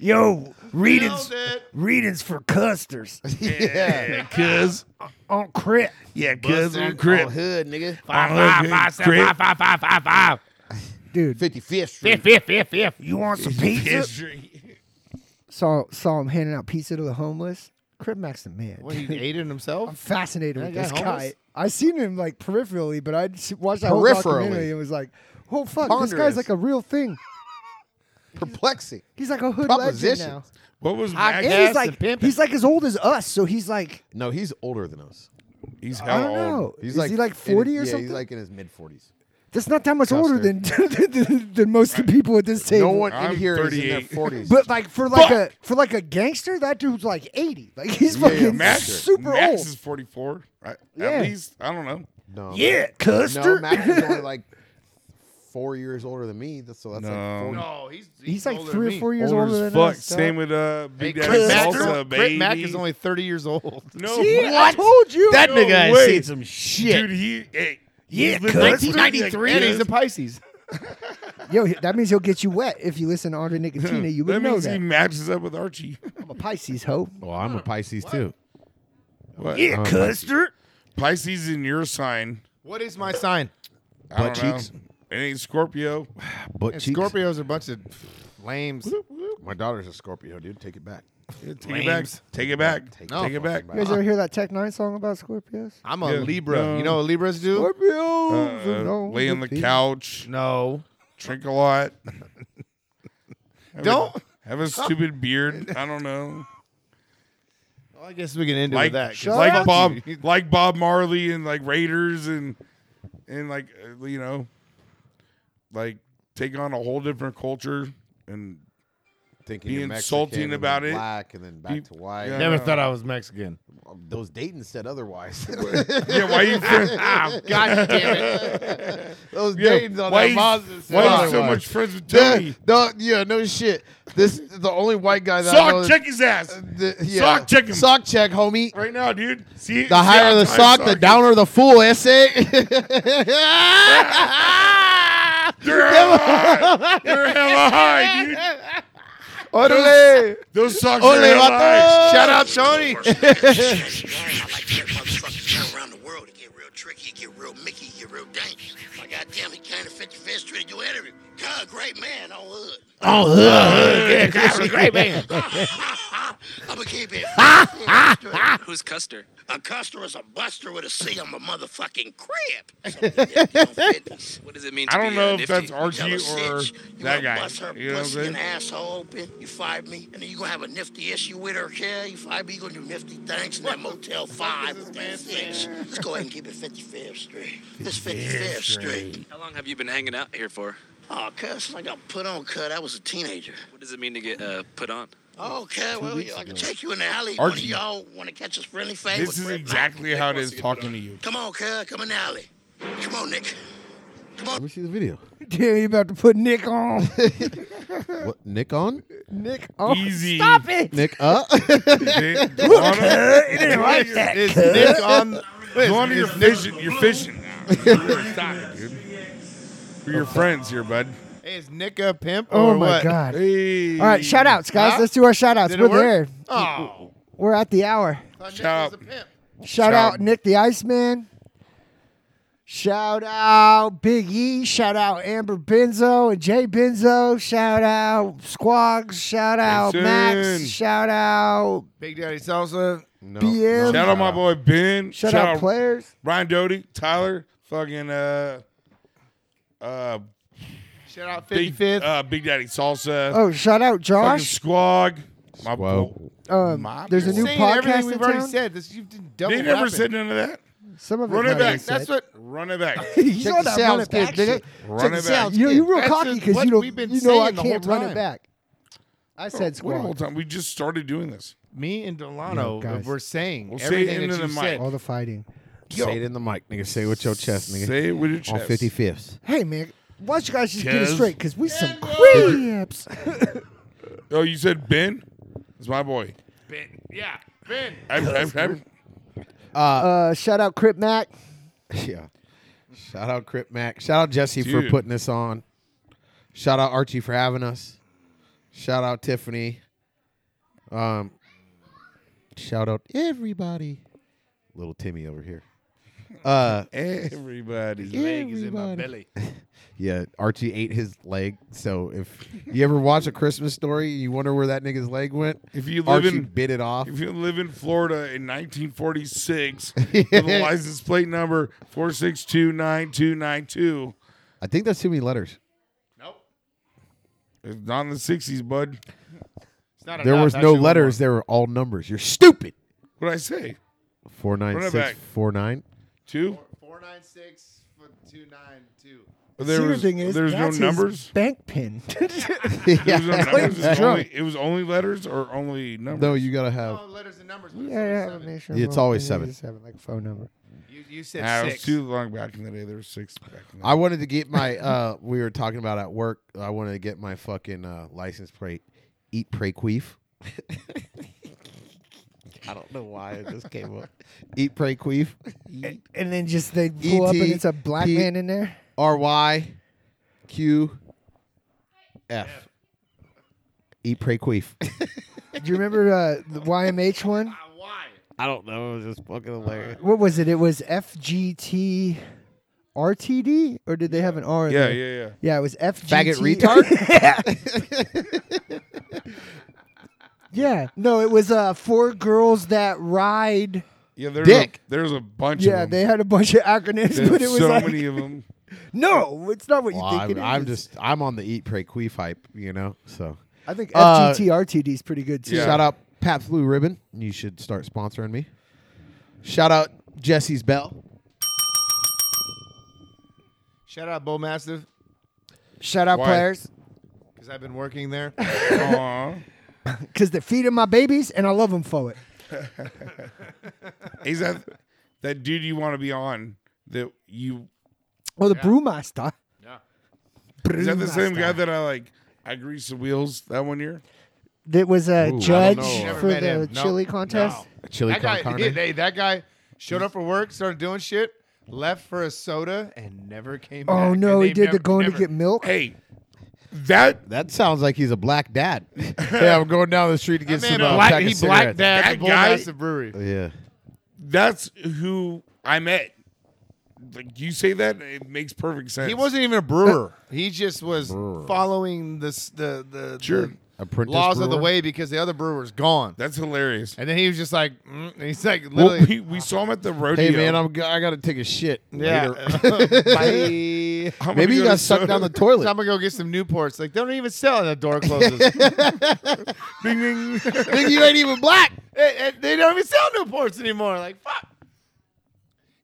Speaker 6: Yo, readings,
Speaker 5: Nailed it.
Speaker 6: readings for custers
Speaker 2: Yeah, cuz.
Speaker 6: on crit.
Speaker 2: Yeah, cuz on
Speaker 4: All
Speaker 2: crib.
Speaker 4: hood, nigga.
Speaker 2: Five, five, five, five, five, five.
Speaker 3: fucking- dude,
Speaker 4: 55th Street.
Speaker 6: If, if, if you want some pizza,
Speaker 2: History.
Speaker 3: saw saw him handing out pizza to the homeless. Crib Max the man.
Speaker 5: What he ate it
Speaker 3: I'm
Speaker 5: himself?
Speaker 3: fascinated with
Speaker 5: That
Speaker 3: this
Speaker 5: guy homeless?
Speaker 3: guy. I seen him like peripherally, but I just watched that whole
Speaker 4: Peripherally.
Speaker 3: documentary and was like, "Oh fuck, this
Speaker 4: Ponderous.
Speaker 3: guy's like a real thing.
Speaker 4: Perplexing.
Speaker 3: He's like a hood legend
Speaker 4: Proposition.
Speaker 3: now."
Speaker 2: What was
Speaker 5: I
Speaker 2: Max?
Speaker 3: And
Speaker 5: Ass
Speaker 3: he's
Speaker 5: and
Speaker 3: like,
Speaker 5: pimpin'.
Speaker 3: he's like as old as us, so he's like,
Speaker 4: No, he's older than us.
Speaker 2: He's
Speaker 3: I
Speaker 2: hella
Speaker 3: don't know.
Speaker 2: old.
Speaker 4: He's
Speaker 3: Is
Speaker 4: like
Speaker 3: he like
Speaker 4: in-
Speaker 3: forty or
Speaker 4: yeah,
Speaker 3: something?
Speaker 4: He's like in his mid forties.
Speaker 3: That's not that much older than, than, than than most of the people at this
Speaker 4: No
Speaker 3: table.
Speaker 4: one
Speaker 2: I'm
Speaker 4: in here is in their
Speaker 2: 38.
Speaker 4: forties.
Speaker 3: But like for like a for like a gangster, that dude's like eighty. Like he's
Speaker 4: Yeah,
Speaker 3: fucking
Speaker 2: Max,
Speaker 3: super
Speaker 2: Max
Speaker 3: old.
Speaker 2: is 44. Right?
Speaker 3: Yeah.
Speaker 2: At least, I don't know.
Speaker 4: no,
Speaker 6: yeah,
Speaker 4: no,
Speaker 6: custer.
Speaker 4: Max is only like four years older than me. That's so that's
Speaker 2: No.
Speaker 4: like 40.
Speaker 5: No, he's
Speaker 3: he's like
Speaker 5: older than
Speaker 3: three or
Speaker 5: me.
Speaker 3: four years
Speaker 2: Older
Speaker 3: older
Speaker 2: as
Speaker 3: than
Speaker 2: fuck.
Speaker 3: us. dog.
Speaker 2: Same with uh, Big
Speaker 5: Hey,
Speaker 2: Daddy
Speaker 5: Crit Mack-
Speaker 2: Salsa,
Speaker 5: Crit
Speaker 2: baby.
Speaker 5: Mack is only 30 years old.
Speaker 2: no,
Speaker 3: See,
Speaker 2: way.
Speaker 3: I told you.
Speaker 6: that
Speaker 2: No
Speaker 6: nigga has
Speaker 2: way.
Speaker 6: seen some shit.
Speaker 2: dude, he. Hey,
Speaker 6: Yeah,
Speaker 2: he's lived
Speaker 6: cuz.
Speaker 2: like
Speaker 6: 1993.
Speaker 5: And
Speaker 2: thirty,
Speaker 5: he's a
Speaker 2: like,
Speaker 5: Pisces.
Speaker 3: Yo, he- that means he'll get you wet if you listen to Andre Nicotina. You
Speaker 2: That
Speaker 3: would know
Speaker 2: means he
Speaker 3: that.
Speaker 2: matches up with Archie.
Speaker 3: I'm a Pisces hoe.
Speaker 4: Well, I'm a Pisces too.
Speaker 2: What? Uh,
Speaker 6: Yeah, custer.
Speaker 2: Pisces in your sign.
Speaker 5: What is my sign?
Speaker 2: I
Speaker 4: Butt
Speaker 2: don't know.
Speaker 4: cheeks.
Speaker 2: It ain't Scorpio.
Speaker 4: But
Speaker 5: And Scorpios are a bunch of lames.
Speaker 4: My daughter's a Scorpio, dude. Take it back.
Speaker 2: Take it back.
Speaker 5: Lames.
Speaker 2: Take it back. Take,
Speaker 5: No,
Speaker 2: it back.
Speaker 4: fucking
Speaker 3: You guys ever hear that Tech Nine song about Scorpios?
Speaker 5: I'm a
Speaker 2: Yeah.
Speaker 5: Libra.
Speaker 2: No.
Speaker 5: You know what Libras do?
Speaker 3: Scorpios,
Speaker 2: Uh, lay on the couch.
Speaker 5: No.
Speaker 2: Drink a lot. Have a-
Speaker 5: Don't.
Speaker 2: have a stupid beard. I don't know.
Speaker 5: Well, I guess we can end it
Speaker 2: Like
Speaker 5: with that. 'cause
Speaker 3: Shut
Speaker 2: like
Speaker 3: up.
Speaker 2: Bob, like Bob Marley and like Raiders and and like uh, you know, like take on a whole different culture and
Speaker 4: Thinking
Speaker 2: Be
Speaker 4: you're Mexican
Speaker 2: insulting
Speaker 4: and then
Speaker 2: about it.
Speaker 4: Black and then back
Speaker 2: Be-
Speaker 4: to white. Um,
Speaker 2: yeah.
Speaker 5: Never thought I was Mexican.
Speaker 4: Those Dayton said otherwise.
Speaker 2: yeah. Why you? fri-
Speaker 5: God damn it.
Speaker 4: Those
Speaker 2: Yeah,
Speaker 4: Dayton's on
Speaker 2: why
Speaker 4: that
Speaker 2: you-
Speaker 4: Mazda said
Speaker 2: why you so
Speaker 4: otherwise.
Speaker 2: much friends with
Speaker 4: Yeah,
Speaker 2: Tony?
Speaker 4: no, yeah, no shit. This the only white guy that I
Speaker 2: Sock
Speaker 4: know. is-
Speaker 2: check his ass
Speaker 4: the- yeah.
Speaker 2: Sock check him.
Speaker 4: Sock check, homie.
Speaker 2: right now, dude. See
Speaker 4: The higher the sock, the downer the fool. Essay.
Speaker 2: You're hella high. You're hella high, dude.
Speaker 4: Orale.
Speaker 2: Those socks
Speaker 4: Ole,
Speaker 2: are hella
Speaker 4: vato.
Speaker 2: high.
Speaker 5: Shout out, Tony.
Speaker 7: I like to take motherfuckers down around the world. It get real tricky, it get real Mickey, it get real dangerous. My goddamn, he came to 55th Street to do interview. God, great man, on hood. I'm gonna keep it.
Speaker 8: Who's Custer?
Speaker 7: A customer is a buster with a C. I'm a motherfucking crib.
Speaker 8: What does it mean to
Speaker 2: I don't
Speaker 8: be
Speaker 2: know
Speaker 8: uh,
Speaker 2: if
Speaker 8: nifty?
Speaker 2: that's Archie
Speaker 7: Tell a
Speaker 2: or
Speaker 7: snitch, you
Speaker 2: that
Speaker 7: gonna
Speaker 2: guy.
Speaker 7: Bust her
Speaker 2: You know what I'm
Speaker 7: pussy and
Speaker 2: saying?
Speaker 7: asshole open. You fired me, and then you gonna have a nifty issue with her. Yeah, you fired me. You gonna do nifty things in that Motel Five with that six. Let's go ahead and keep it 55th Street. It's 55th Street.
Speaker 8: How long have you been hanging out here for?
Speaker 7: Oh, cuss, I got put on cut. I was a teenager.
Speaker 8: What does it mean to get uh, put on?
Speaker 2: Oh,
Speaker 7: Okay, well, yeah, I can take you in the alley.
Speaker 2: Archie.
Speaker 7: Archie, y'all want to catch us friendly face?
Speaker 2: This is exactly how it is talking to you.
Speaker 7: Come on, cuz, come in the alley. Come on, Nick.
Speaker 4: Let me see the video.
Speaker 3: Damn, you about to put Nick on.
Speaker 4: What Nick on?
Speaker 3: Nick on.
Speaker 2: Easy.
Speaker 3: Stop it.
Speaker 4: Nick up?
Speaker 2: Nick, go on,
Speaker 6: didn't like that.
Speaker 5: Is Nick on?
Speaker 2: go on to your fishing. You're fishing now. You're dying, dude. We're your friends here, bud.
Speaker 5: Hey, is Nick a pimp
Speaker 3: Oh
Speaker 5: or
Speaker 3: my
Speaker 5: what?
Speaker 3: God.
Speaker 2: Hey.
Speaker 3: All right, shout outs, guys.
Speaker 5: Huh?
Speaker 3: Let's do our shout outs.
Speaker 5: Did
Speaker 3: We're
Speaker 5: it work?
Speaker 3: there.
Speaker 5: Oh,
Speaker 3: We're at the hour.
Speaker 5: thought Nick
Speaker 2: Shout
Speaker 5: was a
Speaker 2: out.
Speaker 5: pimp.
Speaker 3: Shout
Speaker 2: out.
Speaker 3: out Nick the Iceman. Shout out Big E. Shout out Amber Benzo and Jay Benzo. Shout out Squags. Shout out
Speaker 2: Jason.
Speaker 3: Max. Shout out
Speaker 5: Big Daddy Salsa.
Speaker 4: No.
Speaker 3: BM.
Speaker 2: Shout out my boy Ben.
Speaker 3: shout out players.
Speaker 2: Brian Doty, Tyler, fucking uh, uh,
Speaker 5: Shout out
Speaker 2: Big
Speaker 5: 55th.
Speaker 2: uh, Big Daddy Salsa,
Speaker 3: Oh, shout out
Speaker 2: fucking
Speaker 3: Josh.
Speaker 2: Squog. My
Speaker 4: Squog.
Speaker 2: boy.
Speaker 3: Um,
Speaker 2: my
Speaker 3: there's a
Speaker 2: boy.
Speaker 3: new
Speaker 5: Saying
Speaker 3: podcast
Speaker 5: everything
Speaker 3: in
Speaker 5: we've already
Speaker 3: town.
Speaker 5: said. This you didn't double.
Speaker 2: They never
Speaker 5: wrap
Speaker 2: said
Speaker 5: it.
Speaker 2: none of that.
Speaker 3: Some of it
Speaker 2: Run it
Speaker 3: might have
Speaker 2: back.
Speaker 3: said.
Speaker 5: That's what.
Speaker 2: Run it back.
Speaker 3: He's
Speaker 4: Check
Speaker 3: on
Speaker 4: the
Speaker 3: that
Speaker 4: sound
Speaker 3: run it
Speaker 4: skip,
Speaker 3: back
Speaker 4: nigga.
Speaker 3: shit.
Speaker 2: Run it back.
Speaker 3: You, you real
Speaker 5: That's
Speaker 3: cocky
Speaker 5: just
Speaker 3: because
Speaker 5: what
Speaker 3: you don't.
Speaker 5: we've been
Speaker 3: you know I
Speaker 5: saying the whole
Speaker 3: can't run
Speaker 5: time.
Speaker 3: it back. I said
Speaker 2: What the whole
Speaker 3: squad.
Speaker 2: time? We just started doing this.
Speaker 5: Me and Delano
Speaker 3: guys.
Speaker 5: were saying
Speaker 2: We'll say it
Speaker 5: everything
Speaker 2: into
Speaker 5: that you
Speaker 2: the mic.
Speaker 5: said.
Speaker 3: All the fighting.
Speaker 4: Say it in the mic, nigga. Say it with your chest, nigga.
Speaker 2: Say it with your chest.
Speaker 4: on 55th.
Speaker 3: Hey man, why don't you guys just get it
Speaker 2: Cuz-
Speaker 3: straight? Because we some creeps.
Speaker 2: Oh, you said Ben? It's my boy. Ben. Yeah, Ben. I'm, I'm,
Speaker 3: Uh, shout out Crip Mac.
Speaker 4: Yeah. Shout out Crip Mac. Shout out Jesse
Speaker 2: Dude.
Speaker 4: for putting this on. Shout out Archie for having us. Shout out Tiffany. Um, shout out everybody. Little Timmy over here. Uh,
Speaker 2: everybody's leg is in my
Speaker 4: Everybody.
Speaker 2: belly.
Speaker 4: yeah, Archie ate his leg. So if you ever watch a Christmas story, you wonder where that nigga's leg went.
Speaker 2: If you live
Speaker 4: Archie
Speaker 2: in-
Speaker 4: bit it off.
Speaker 2: If you live in Florida in 1946 with a license plate number 4629292,
Speaker 4: I think that's too many letters.
Speaker 2: it's not in the 60s, bud.
Speaker 5: It's not
Speaker 4: There
Speaker 5: enough.
Speaker 4: was
Speaker 5: I
Speaker 4: no
Speaker 5: should-
Speaker 4: letters. There were all numbers. You're stupid.
Speaker 2: What'd I say?
Speaker 4: Four
Speaker 2: Run
Speaker 4: nine
Speaker 2: it
Speaker 4: six
Speaker 2: back.
Speaker 4: four nine.
Speaker 2: Two?
Speaker 5: Four nine six foot two nine two.
Speaker 2: There
Speaker 3: Secret
Speaker 2: was,
Speaker 3: thing is,
Speaker 2: there was no
Speaker 3: that's his
Speaker 2: numbers?
Speaker 3: Bank pin.
Speaker 2: There was no numbers. It was,
Speaker 3: drunk.
Speaker 2: only, it was only letters or only numbers?
Speaker 4: No, you gotta have.
Speaker 5: Oh, letters and numbers. but it's only
Speaker 3: yeah,
Speaker 5: seven.
Speaker 3: yeah,
Speaker 4: It's always seven.
Speaker 3: Seven, like a phone number.
Speaker 5: You, you said
Speaker 2: Nah, it was
Speaker 5: six.
Speaker 2: too long back in the day. There were six back in the day.
Speaker 4: I wanted to get my. uh We were talking about at work. I wanted to get my fucking uh license plate. Eat, pray, queef. I don't know why it just came up. Eat, pray, queef.
Speaker 3: And then just they pull up and
Speaker 4: ET,
Speaker 3: it's a black
Speaker 4: E P-
Speaker 3: man in there.
Speaker 4: R Y Q F. Eat, pray, queef.
Speaker 3: Do you remember uh, the YMH one?
Speaker 4: I don't know. It was just fucking hilarious.
Speaker 3: What was it? It was FGT RTD, or did they have an R? In
Speaker 2: Yeah,
Speaker 3: there?
Speaker 2: yeah, yeah.
Speaker 3: Yeah, it was FGT.
Speaker 4: Faggot retard.
Speaker 3: yeah, no, it was uh, four girls that ride.
Speaker 2: Yeah, there's a,
Speaker 4: Dick.
Speaker 2: there's a bunch
Speaker 3: Yeah,
Speaker 2: of them.
Speaker 3: they had a bunch of acronyms,
Speaker 2: There's
Speaker 3: but it was
Speaker 2: so
Speaker 3: like,
Speaker 2: many of them.
Speaker 3: no, it's not what you
Speaker 4: Well,
Speaker 3: think
Speaker 4: I'm,
Speaker 3: it is.
Speaker 4: I'm just. I'm on the eat, pray, queef hype. You know. So.
Speaker 3: I think
Speaker 4: Uh,
Speaker 3: FGT RTD is pretty good too.
Speaker 2: Yeah.
Speaker 4: Shout out Pat Blue Ribbon. You should start sponsoring me. Shout out Jesse's Bell.
Speaker 5: Shout out Bo Massive
Speaker 3: Shout out
Speaker 2: Why?
Speaker 3: players
Speaker 5: because I've been working there.
Speaker 2: Oh. Aw.
Speaker 3: because they're feeding my babies and I love them for it.
Speaker 2: Is that that dude you want to be on that you
Speaker 3: Well, the brewmaster.
Speaker 2: Is that the same guy that I like? I greased the wheels that one year.
Speaker 3: that was a
Speaker 4: Ooh, I
Speaker 3: judge
Speaker 4: don't know.
Speaker 5: Never
Speaker 3: for
Speaker 5: met
Speaker 3: the
Speaker 5: him. No.
Speaker 3: chili contest?
Speaker 5: No.
Speaker 4: Chili
Speaker 5: that
Speaker 4: con
Speaker 5: guy,
Speaker 4: carne.
Speaker 5: hey, that guy showed up for work, started doing shit, left for a soda, and never came back.
Speaker 3: Oh
Speaker 5: And
Speaker 3: no, he
Speaker 5: they
Speaker 3: did
Speaker 5: never-
Speaker 3: the going
Speaker 5: never-
Speaker 3: to get milk.
Speaker 2: Hey, that
Speaker 4: that sounds like he's a black dad. yeah, I'm going down the street to get
Speaker 5: That man
Speaker 4: some uh,
Speaker 5: black,
Speaker 4: pack of
Speaker 5: he blacked
Speaker 4: cigarettes.
Speaker 5: dad
Speaker 2: That
Speaker 5: the Bo
Speaker 2: guy-
Speaker 5: Massive Brewery.
Speaker 4: Yeah.
Speaker 2: that's who I met. Like you say that, it makes perfect sense.
Speaker 5: He wasn't even a brewer. He just was
Speaker 4: Brewer.
Speaker 5: following this, the the, the
Speaker 2: Sure.
Speaker 4: Apprentice
Speaker 5: laws of the
Speaker 4: brewer?
Speaker 5: way because the other brewer's gone.
Speaker 2: That's hilarious.
Speaker 5: And then he was just like, mm, and he's like
Speaker 2: Well,
Speaker 5: literally,
Speaker 2: we, we saw him at the rodeo.
Speaker 4: Hey man, I'm g- I gotta take a shit.
Speaker 5: yeah.
Speaker 4: later.
Speaker 5: Bye.
Speaker 2: I'm gonna
Speaker 4: Maybe you
Speaker 2: go to
Speaker 4: got sucked
Speaker 2: soda.
Speaker 4: down the
Speaker 5: So I'm
Speaker 4: toilet.
Speaker 5: gonna go get some Newports. Like they don't even sell, and the door closes.
Speaker 2: Ding, ding.
Speaker 4: Nigga, you ain't even black.
Speaker 5: Eh, eh, they don't even sell Newports anymore. Like fuck.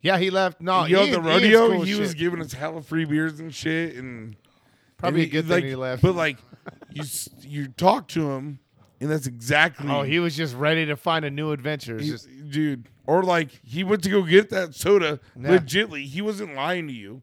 Speaker 5: Yeah, he left. No,
Speaker 2: Yo, the
Speaker 5: he, he is
Speaker 2: rodeo,
Speaker 5: cool
Speaker 2: he was
Speaker 5: shit.
Speaker 2: giving us hella free beers and shit, and
Speaker 5: Probably
Speaker 2: And
Speaker 5: a good
Speaker 2: he-
Speaker 5: thing
Speaker 2: like,
Speaker 5: he left.
Speaker 2: But like, you s- you talk to him, and that's exactly.
Speaker 5: Oh, he was just ready to find a new adventure. It's
Speaker 2: he-
Speaker 5: just
Speaker 2: dude. Or like he went to go get that soda.
Speaker 5: Yeah.
Speaker 2: Legitly, he wasn't lying to you.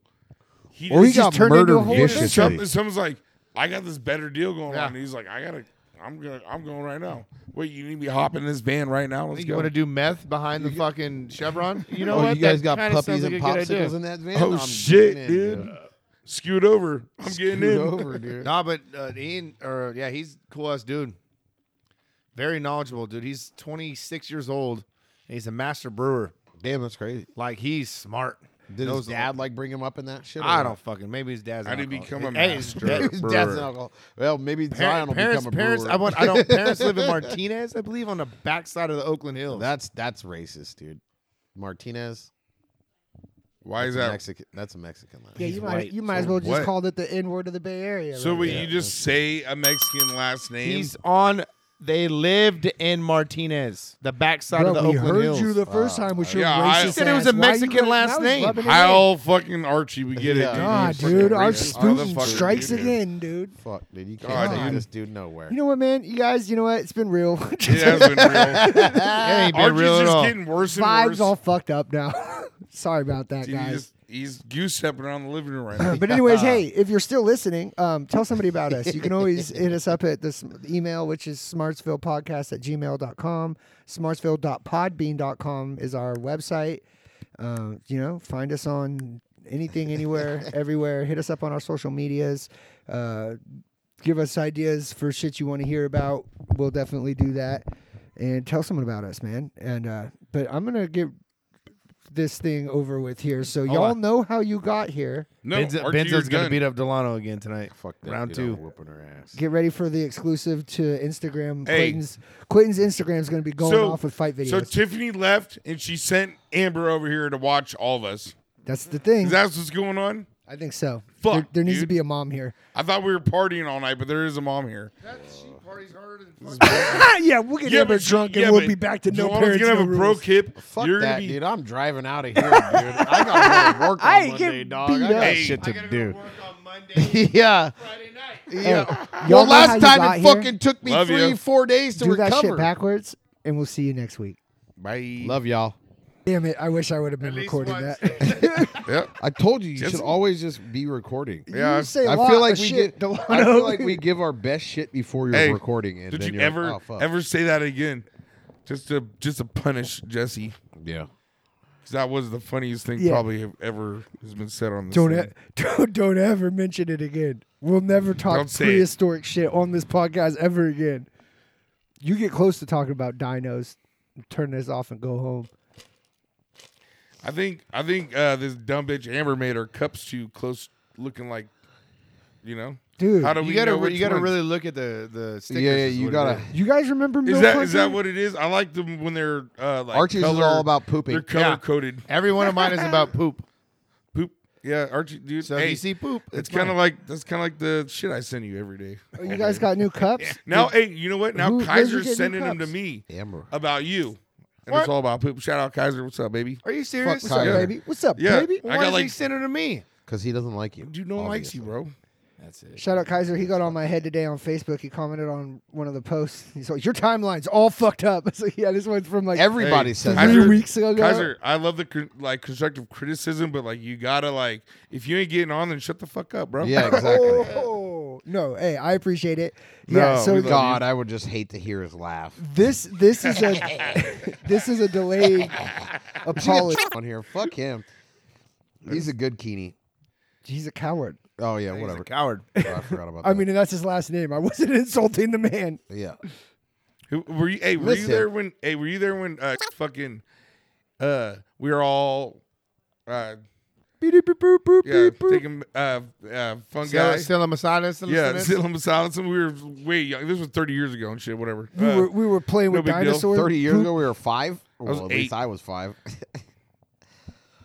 Speaker 2: He
Speaker 4: Or he
Speaker 2: just-
Speaker 4: got
Speaker 3: just turned into
Speaker 4: murdered
Speaker 3: a whole
Speaker 2: Just
Speaker 3: Shit,
Speaker 2: something-
Speaker 4: viciously.
Speaker 2: someone's like, I got this better deal going
Speaker 5: Yeah.
Speaker 2: on. And he's like, I gotta, I'm gonna, I'm going right now. Wait, you need me to hop in this van right now? Let's
Speaker 5: you
Speaker 2: go.
Speaker 5: want to do meth behind the fucking chevron? You know
Speaker 4: Oh,
Speaker 5: what?
Speaker 4: you guys
Speaker 5: That
Speaker 4: got
Speaker 5: kinda
Speaker 4: puppies
Speaker 5: sounds
Speaker 4: and
Speaker 5: like a good idea.
Speaker 4: popsicles in that van?
Speaker 2: oh
Speaker 4: I'm
Speaker 2: shit,
Speaker 4: getting in,
Speaker 2: dude! Scoot over. I'm getting
Speaker 4: Scoot
Speaker 2: in.
Speaker 4: over, dude.
Speaker 5: Nah, but uh, Ian, or yeah, he's cool ass dude. Very knowledgeable, dude. He's 26 years old. And he's a master brewer.
Speaker 4: Damn, that's crazy.
Speaker 5: Like he's smart.
Speaker 4: Did
Speaker 5: Knows
Speaker 4: his
Speaker 5: a-
Speaker 4: dad like bring him up in that shit? or
Speaker 5: I
Speaker 4: no?
Speaker 5: don't fucking. Maybe his dad's.
Speaker 2: How
Speaker 5: an
Speaker 2: do you
Speaker 5: alcoholic.
Speaker 2: become a
Speaker 5: Hey, his
Speaker 2: master
Speaker 5: dad-
Speaker 4: His dad's an alcohol. Well, maybe Zion will
Speaker 5: parents,
Speaker 4: become a
Speaker 5: parents,
Speaker 4: brewer.
Speaker 5: I want. I don't. Parents live in Martinez, I believe, on the backside of the Oakland Hills.
Speaker 4: That's that's racist, dude. Martinez.
Speaker 2: Why is
Speaker 4: That's a
Speaker 2: that?
Speaker 4: Mexican? That's a Mexican line.
Speaker 3: Yeah, you might
Speaker 5: white,
Speaker 3: you might as well just
Speaker 2: what?
Speaker 3: called it the N word of the Bay Area.
Speaker 2: So
Speaker 3: right?
Speaker 2: wait, you just say a Mexican last name?
Speaker 5: he's on. They lived in Martinez, the backside
Speaker 3: Bro,
Speaker 5: of the
Speaker 3: we
Speaker 5: Oakland
Speaker 3: heard
Speaker 5: Hills.
Speaker 3: you the first time with your
Speaker 2: Yeah,
Speaker 3: racist
Speaker 2: I-
Speaker 3: ass.
Speaker 2: You
Speaker 5: said it was a
Speaker 3: Why you
Speaker 5: Mexican
Speaker 3: rubbing-
Speaker 5: last
Speaker 3: now he's
Speaker 5: name.
Speaker 3: rubbing it in.
Speaker 2: Kyle fucking Archie. We get
Speaker 4: Yeah.
Speaker 2: it.
Speaker 3: God,
Speaker 2: You're fucking
Speaker 3: dude, our
Speaker 2: racist
Speaker 3: Spooton
Speaker 2: motherfucker,
Speaker 3: strikes
Speaker 2: dude.
Speaker 3: again, dude.
Speaker 4: Fuck, dude. You
Speaker 2: God,
Speaker 4: can't
Speaker 2: dude.
Speaker 4: take this dude nowhere.
Speaker 3: You know what, man? You guys, you know what? It's been real.
Speaker 2: It
Speaker 3: Just
Speaker 2: has been real.
Speaker 5: It ain't been
Speaker 2: Archie's
Speaker 5: real
Speaker 2: Uh,
Speaker 5: at
Speaker 2: just
Speaker 5: all.
Speaker 2: getting worse and
Speaker 3: vibes
Speaker 2: worse.
Speaker 3: all fucked up now. Sorry about that,
Speaker 2: Dude, he
Speaker 3: guys.
Speaker 2: just- he's goose stepping around the living room right now.
Speaker 3: but anyways, hey, if you're still listening, um, tell somebody about us. You can always hit us up at this email, which is smartsvillepodcast at gmail.com. Smartsville.podbean.com is our website. Uh, you know, find us on anything, anywhere, everywhere. Hit us up on our social medias. Uh, give us ideas for shit you want to hear about. We'll definitely do that. And tell someone about us, man. And uh, but I'm gonna get this thing over with here, so y'all know how you got here.
Speaker 2: No,
Speaker 5: Benza,
Speaker 2: Archie, you're
Speaker 5: Benza's gonna
Speaker 2: done.
Speaker 5: beat up Delano again tonight.
Speaker 4: Fuck that
Speaker 5: Round
Speaker 4: dude,
Speaker 5: two.
Speaker 4: I'm whooping her ass.
Speaker 3: Get ready for the exclusive to Instagram.
Speaker 2: Hey.
Speaker 3: Clayton's Clayton's Instagram is going to be going off with fight videos.
Speaker 2: So Tiffany left and she sent Amber over here to watch all of us.
Speaker 3: that's the thing.
Speaker 2: Is that what's going on?
Speaker 3: I think so.
Speaker 2: Fuck,
Speaker 3: there, there needs to
Speaker 2: dude.
Speaker 3: be a mom here.
Speaker 2: I thought we were partying all night, but there is a mom here.
Speaker 3: yeah, we'll get Amber
Speaker 2: she-
Speaker 3: drunk and
Speaker 2: yeah,
Speaker 3: we'll
Speaker 2: but
Speaker 3: be back to no
Speaker 2: Joanna's
Speaker 3: parents.
Speaker 2: gonna
Speaker 3: no
Speaker 2: have a broke
Speaker 3: rules.
Speaker 2: hip.
Speaker 4: Fuck
Speaker 2: You're
Speaker 4: that,
Speaker 2: gonna be.
Speaker 4: dude. I'm driving out of here, dude. I got to work on
Speaker 3: I ain't
Speaker 4: Monday,
Speaker 3: getting
Speaker 4: dog. I
Speaker 3: beat
Speaker 4: got
Speaker 3: up.
Speaker 2: Hey.
Speaker 4: shit to do.
Speaker 5: on Monday,
Speaker 4: yeah.
Speaker 5: Friday night.
Speaker 4: Yeah. Well,
Speaker 3: y'all know how you
Speaker 4: last
Speaker 3: got
Speaker 4: time it
Speaker 3: here?
Speaker 4: fucking took me
Speaker 2: Love
Speaker 4: three,
Speaker 2: you.
Speaker 4: four days to
Speaker 3: Do
Speaker 4: recover.
Speaker 3: that shit backwards, and we'll see you next week.
Speaker 2: Bye.
Speaker 4: Love y'all.
Speaker 3: Damn it! I wish I would have been
Speaker 5: least
Speaker 3: recording
Speaker 5: once.
Speaker 3: that.
Speaker 2: Yep.
Speaker 4: I told you, you
Speaker 2: Just-
Speaker 4: should always just be recording.
Speaker 2: Yeah,
Speaker 3: you say a
Speaker 4: I
Speaker 3: lot
Speaker 4: feel like
Speaker 3: of
Speaker 4: we get.
Speaker 3: shit, Delano.
Speaker 4: I feel like we give our best shit before you're
Speaker 2: Hey,
Speaker 4: recording. And
Speaker 2: Did
Speaker 4: then
Speaker 2: you
Speaker 4: are
Speaker 2: ever
Speaker 4: like, oh, fuck.
Speaker 2: ever say that again? Just to just to punish Jesse, 'Cause
Speaker 4: Yeah.
Speaker 2: that was the funniest thing
Speaker 3: Yeah.
Speaker 2: probably have ever has been said on this.
Speaker 3: Don't,
Speaker 2: thing.
Speaker 3: e- don't don't ever mention it again. We'll never talk
Speaker 2: Don't say it.
Speaker 3: prehistoric shit on this podcast ever again. You get close to talking about dinos, turn this off and go home.
Speaker 2: I think I think uh, this dumb bitch Amber made her cups too close, looking like, you know,
Speaker 3: Dude,
Speaker 2: How do we
Speaker 5: You gotta,
Speaker 2: know which
Speaker 5: you gotta
Speaker 2: ones?
Speaker 5: really look at the the stickers.
Speaker 4: Yeah, yeah.
Speaker 5: is
Speaker 4: You
Speaker 5: what it
Speaker 4: gotta.
Speaker 5: is.
Speaker 3: you guys remember
Speaker 2: Is
Speaker 3: Milk
Speaker 2: that is that
Speaker 3: Hunter?
Speaker 2: what it is? I like them when they're uh, like
Speaker 4: Archie's
Speaker 2: color,
Speaker 4: is all about
Speaker 2: They're
Speaker 4: pooping.
Speaker 2: color coded.
Speaker 5: Every one of mine is about poop.
Speaker 2: Poop. Yeah, Archie, dude.
Speaker 5: So
Speaker 2: hey,
Speaker 5: if you see poop,
Speaker 2: it's kind of like that's kind of like the shit I send you every day.
Speaker 3: Oh, you guys got new cups?
Speaker 2: Now, hey, you know what? Now
Speaker 3: Who- where'd you get new
Speaker 2: Kaiser's sending them to
Speaker 3: cups?
Speaker 2: me
Speaker 4: Amber.
Speaker 2: about you, and
Speaker 5: What?
Speaker 2: it's all about poop. Shout out Kaiser. What's up, baby?
Speaker 5: Are you serious?
Speaker 3: What's up,
Speaker 2: Yeah.
Speaker 3: baby? What's up,
Speaker 2: Yeah.
Speaker 3: baby?
Speaker 5: Why
Speaker 2: I got,
Speaker 5: is he
Speaker 2: like-
Speaker 5: sending to me?
Speaker 4: Because he doesn't like you.
Speaker 2: Dude, no one likes
Speaker 4: obviously.
Speaker 2: you, bro.
Speaker 5: That's it.
Speaker 3: Shout out Kaiser. He got on my head today on Facebook. He commented on one of the posts. He's like, "Your timeline's all fucked up." So yeah, this one's from like
Speaker 4: Everybody
Speaker 2: Hey,
Speaker 4: says
Speaker 3: three
Speaker 4: that.
Speaker 2: Kaiser-
Speaker 3: weeks ago.
Speaker 2: Kaiser, I love the cr- like constructive criticism, but like you gotta like if you ain't getting on, then shut the fuck up, bro.
Speaker 4: Yeah, exactly.
Speaker 3: Oh no! Hey, I appreciate it. Yeah.
Speaker 2: No,
Speaker 3: so
Speaker 2: we love
Speaker 4: God, I would just hate to hear his laugh.
Speaker 3: This this is a this is a delayed apology.
Speaker 4: on here. Fuck him. He's a good keenie.
Speaker 3: He's a coward.
Speaker 4: Oh yeah, whatever.
Speaker 5: coward.
Speaker 4: Oh, I forgot about that.
Speaker 3: I mean, and that's his last name. I wasn't insulting the man.
Speaker 4: yeah.
Speaker 2: Who- Were you? Hey, were
Speaker 4: Listen.
Speaker 2: you there when? Hey, were you there when? Uh, fucking. Uh, we were all. Uh,
Speaker 3: Beep, beep, boop, boop,
Speaker 2: yeah,
Speaker 3: beep, boop.
Speaker 2: taking uh, uh, fun
Speaker 5: Still,
Speaker 2: guy.
Speaker 5: still a Masada. Still
Speaker 2: yeah,
Speaker 5: a
Speaker 2: Salem Silenson. We were way young. This was thirty years ago and shit. Whatever.
Speaker 3: we
Speaker 2: Uh,
Speaker 3: were we were playing
Speaker 2: no
Speaker 3: with
Speaker 2: big deal.
Speaker 3: dinosaurs.
Speaker 4: Thirty years ago, we were five.
Speaker 2: was
Speaker 4: well, at least
Speaker 2: eight.
Speaker 4: I was five.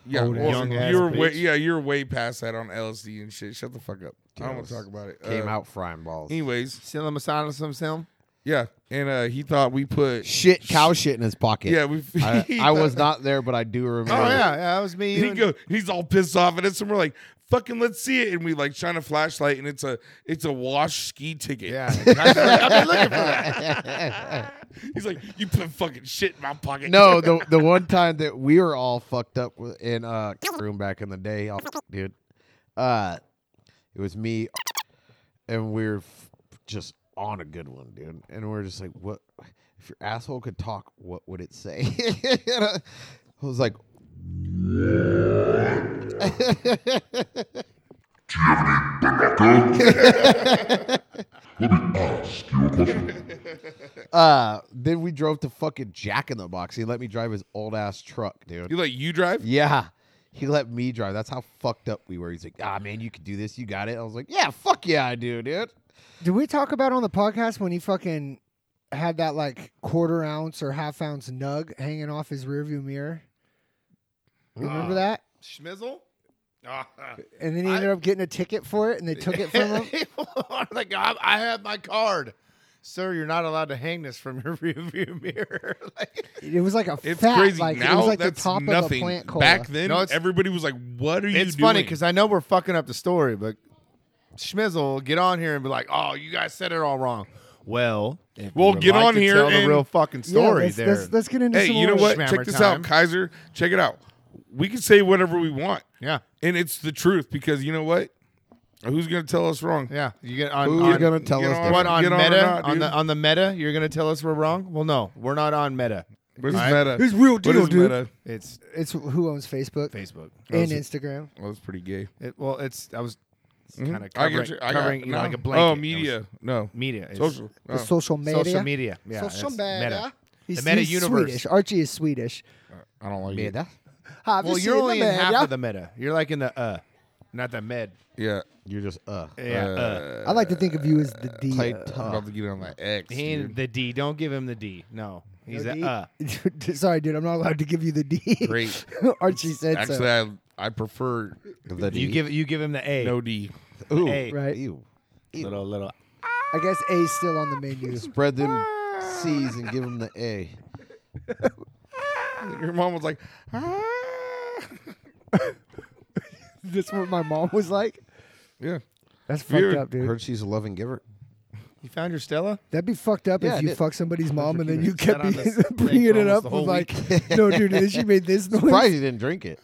Speaker 2: yeah,
Speaker 3: old
Speaker 2: well,
Speaker 3: ass
Speaker 5: young
Speaker 2: you were
Speaker 5: ass
Speaker 2: way.
Speaker 5: bitch.
Speaker 2: Yeah, you were way past that on LSD and shit. Shut the fuck up. I don't want to talk about it.
Speaker 4: Came
Speaker 2: Uh,
Speaker 4: out frying balls.
Speaker 2: Anyways,
Speaker 5: Still a Masada. Some film.
Speaker 2: Yeah, and uh, he thought we put.
Speaker 4: Shit, cow shit in his pocket.
Speaker 2: Yeah, we.
Speaker 4: I,
Speaker 2: he
Speaker 4: I was
Speaker 2: thought-
Speaker 4: not there, but I do remember.
Speaker 5: Oh yeah, yeah, that was me.
Speaker 2: And
Speaker 5: you
Speaker 2: he
Speaker 5: and-
Speaker 2: go, he's all pissed off at us, and we're like, "Fucking, let's see it!" And we like shine a flashlight, and it's a it's a wash ski ticket.
Speaker 5: Yeah, I've been looking for that.
Speaker 2: He's like, "You put fucking shit in my pocket."
Speaker 4: No, the the one time that we were all fucked up with- in uh room back in the day, oh, dude. Uh, it was me, and we were f- just on a good one, dude. And we are just like, what? If your asshole could talk, what would it say? And I I was like, uh. Then we drove to fucking Jack in the Box. He let me drive his old ass truck, dude.
Speaker 2: you like you drive.
Speaker 4: Yeah. He let me drive. That's how fucked up we were. He's like, ah, man, you could do this. You got it. I was like, yeah, fuck yeah, I do, dude.
Speaker 3: Did we talk about on the podcast when he fucking had that like quarter ounce or half ounce nug hanging off his rearview mirror? You remember that?
Speaker 5: Schmizzle. Ah.
Speaker 3: And then he
Speaker 5: I-
Speaker 3: ended up getting a ticket for it, and they took it
Speaker 5: Uh-huh.
Speaker 3: from him.
Speaker 5: like I, I have my card, sir. You're not allowed to hang this from your rearview mirror. like,
Speaker 3: It was like a
Speaker 2: It's
Speaker 3: fat,
Speaker 2: crazy
Speaker 3: like
Speaker 2: now.
Speaker 3: it was like
Speaker 2: that's
Speaker 3: the top
Speaker 2: nothing.
Speaker 3: of a plant cola.
Speaker 2: Back then,
Speaker 5: No, it's-
Speaker 2: everybody was like, "What are you
Speaker 5: it's funny
Speaker 2: doing?"
Speaker 5: because I know we're fucking up the story, but Schmizzle will get on here and be like, "Oh, you guys said it all wrong." Well, if you
Speaker 2: Well,
Speaker 5: would
Speaker 2: get
Speaker 5: like
Speaker 2: on
Speaker 5: to
Speaker 2: here
Speaker 5: Tell the
Speaker 2: and-
Speaker 5: real fucking
Speaker 3: Yeah,
Speaker 5: story
Speaker 3: let's,
Speaker 5: there.
Speaker 3: Let's, let's get into
Speaker 2: Hey,
Speaker 3: some
Speaker 2: you know
Speaker 3: more.
Speaker 2: what?
Speaker 5: Schmammer
Speaker 2: Check this
Speaker 5: time.
Speaker 2: out, Kaiser. Check it out. We can say whatever we want.
Speaker 5: yeah,
Speaker 2: and it's the truth because you know what? Who's gonna tell us wrong?
Speaker 5: yeah. You get on.
Speaker 4: Who's
Speaker 5: on-
Speaker 4: gonna tell
Speaker 2: get
Speaker 4: us
Speaker 2: on-
Speaker 4: that?
Speaker 5: what on
Speaker 2: Get on or
Speaker 5: meta
Speaker 2: not,
Speaker 5: on the
Speaker 2: dude.
Speaker 5: on the meta? You're gonna tell us we're wrong? Well, no, we're not on meta.
Speaker 2: Where's
Speaker 5: All right.
Speaker 2: Meta?
Speaker 3: Who's real
Speaker 2: What
Speaker 3: deal,
Speaker 2: is
Speaker 3: dude?
Speaker 2: Meta?
Speaker 5: It's
Speaker 3: It's who owns Facebook
Speaker 5: Facebook.
Speaker 3: and
Speaker 2: Those are-
Speaker 3: Instagram.
Speaker 2: Well, Oh, that's pretty gay.
Speaker 5: It, well, it's Mm-hmm. I was
Speaker 2: Mhm.
Speaker 5: kind of
Speaker 2: I
Speaker 5: covering,
Speaker 2: get you. I got-
Speaker 5: covering you know,
Speaker 2: no.
Speaker 5: like a blanket.
Speaker 2: Oh,
Speaker 5: That was
Speaker 2: media. No,
Speaker 5: media, is
Speaker 2: social.
Speaker 3: The
Speaker 2: Oh.
Speaker 3: social media.
Speaker 5: social media, yeah, it's
Speaker 3: Social media.
Speaker 5: Meta.
Speaker 3: He's,
Speaker 5: meta
Speaker 3: he's
Speaker 5: universe.
Speaker 3: Swedish. Archie is Swedish.
Speaker 2: I don't like it.
Speaker 3: Have you
Speaker 5: Well, you're
Speaker 3: seen
Speaker 5: only
Speaker 3: the
Speaker 5: in half
Speaker 3: media?
Speaker 5: of the meta. You're like in the uh, not the med.
Speaker 2: Yeah,
Speaker 4: You're just uh.
Speaker 5: Yeah, uh,
Speaker 3: I like to think of you as the D.
Speaker 4: Clay
Speaker 3: uh,
Speaker 2: I'm
Speaker 4: Tuck.
Speaker 2: about to get on my ex.
Speaker 5: he ain't
Speaker 2: dude.
Speaker 5: the D. Don't give him the D. No, he's
Speaker 3: no
Speaker 5: a
Speaker 3: D?
Speaker 5: uh.
Speaker 3: Sorry, dude. I'm not allowed to give you the D.
Speaker 2: Great.
Speaker 3: Archie said
Speaker 2: Actually,
Speaker 3: so.
Speaker 2: I I prefer
Speaker 4: The
Speaker 5: You give you give him the A.
Speaker 2: no D.
Speaker 4: Ooh,
Speaker 5: A.
Speaker 3: Right.
Speaker 4: Ew.
Speaker 5: little little.
Speaker 3: I guess A's still on the menu.
Speaker 4: Spread them C's and give them the A.
Speaker 2: Your mom was like, ah.
Speaker 3: That's what my mom was like.
Speaker 2: yeah.
Speaker 3: That's
Speaker 2: Weird.
Speaker 3: fucked up, dude.
Speaker 4: Heard she's a loving giver.
Speaker 5: You found your Stella?
Speaker 3: That'd be fucked up
Speaker 4: Yeah, I
Speaker 3: if you
Speaker 4: did.
Speaker 3: fuck somebody's mom and then you
Speaker 5: Sat
Speaker 3: kept
Speaker 5: on
Speaker 3: being-
Speaker 5: this thing
Speaker 3: bringing
Speaker 5: for
Speaker 3: it
Speaker 5: almost
Speaker 3: up
Speaker 5: the
Speaker 3: with
Speaker 5: whole
Speaker 3: like, no, dude, and then she made this noise.
Speaker 4: Surprised you didn't drink it.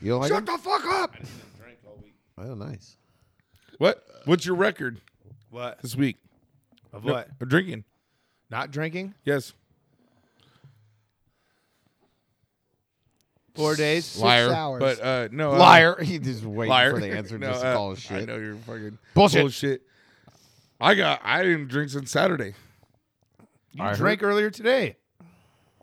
Speaker 4: You don't like
Speaker 2: Shut
Speaker 4: it?
Speaker 2: the fuck up.
Speaker 4: Oh, nice.
Speaker 2: What? What's your record
Speaker 5: What
Speaker 2: this week?
Speaker 5: of
Speaker 2: No,
Speaker 5: what?
Speaker 2: drinking.
Speaker 5: Not drinking?
Speaker 2: Yes.
Speaker 5: Four days.
Speaker 2: Liar.
Speaker 3: hours.
Speaker 2: But uh, no. uh,
Speaker 4: Liar. He just waiting
Speaker 2: Liar.
Speaker 4: for the answer
Speaker 2: No,
Speaker 4: just to
Speaker 2: uh,
Speaker 4: call his
Speaker 2: I
Speaker 4: shit.
Speaker 2: know you're fucking
Speaker 4: Bullshit.
Speaker 2: I got. I didn't drink since Saturday.
Speaker 5: You drank earlier today.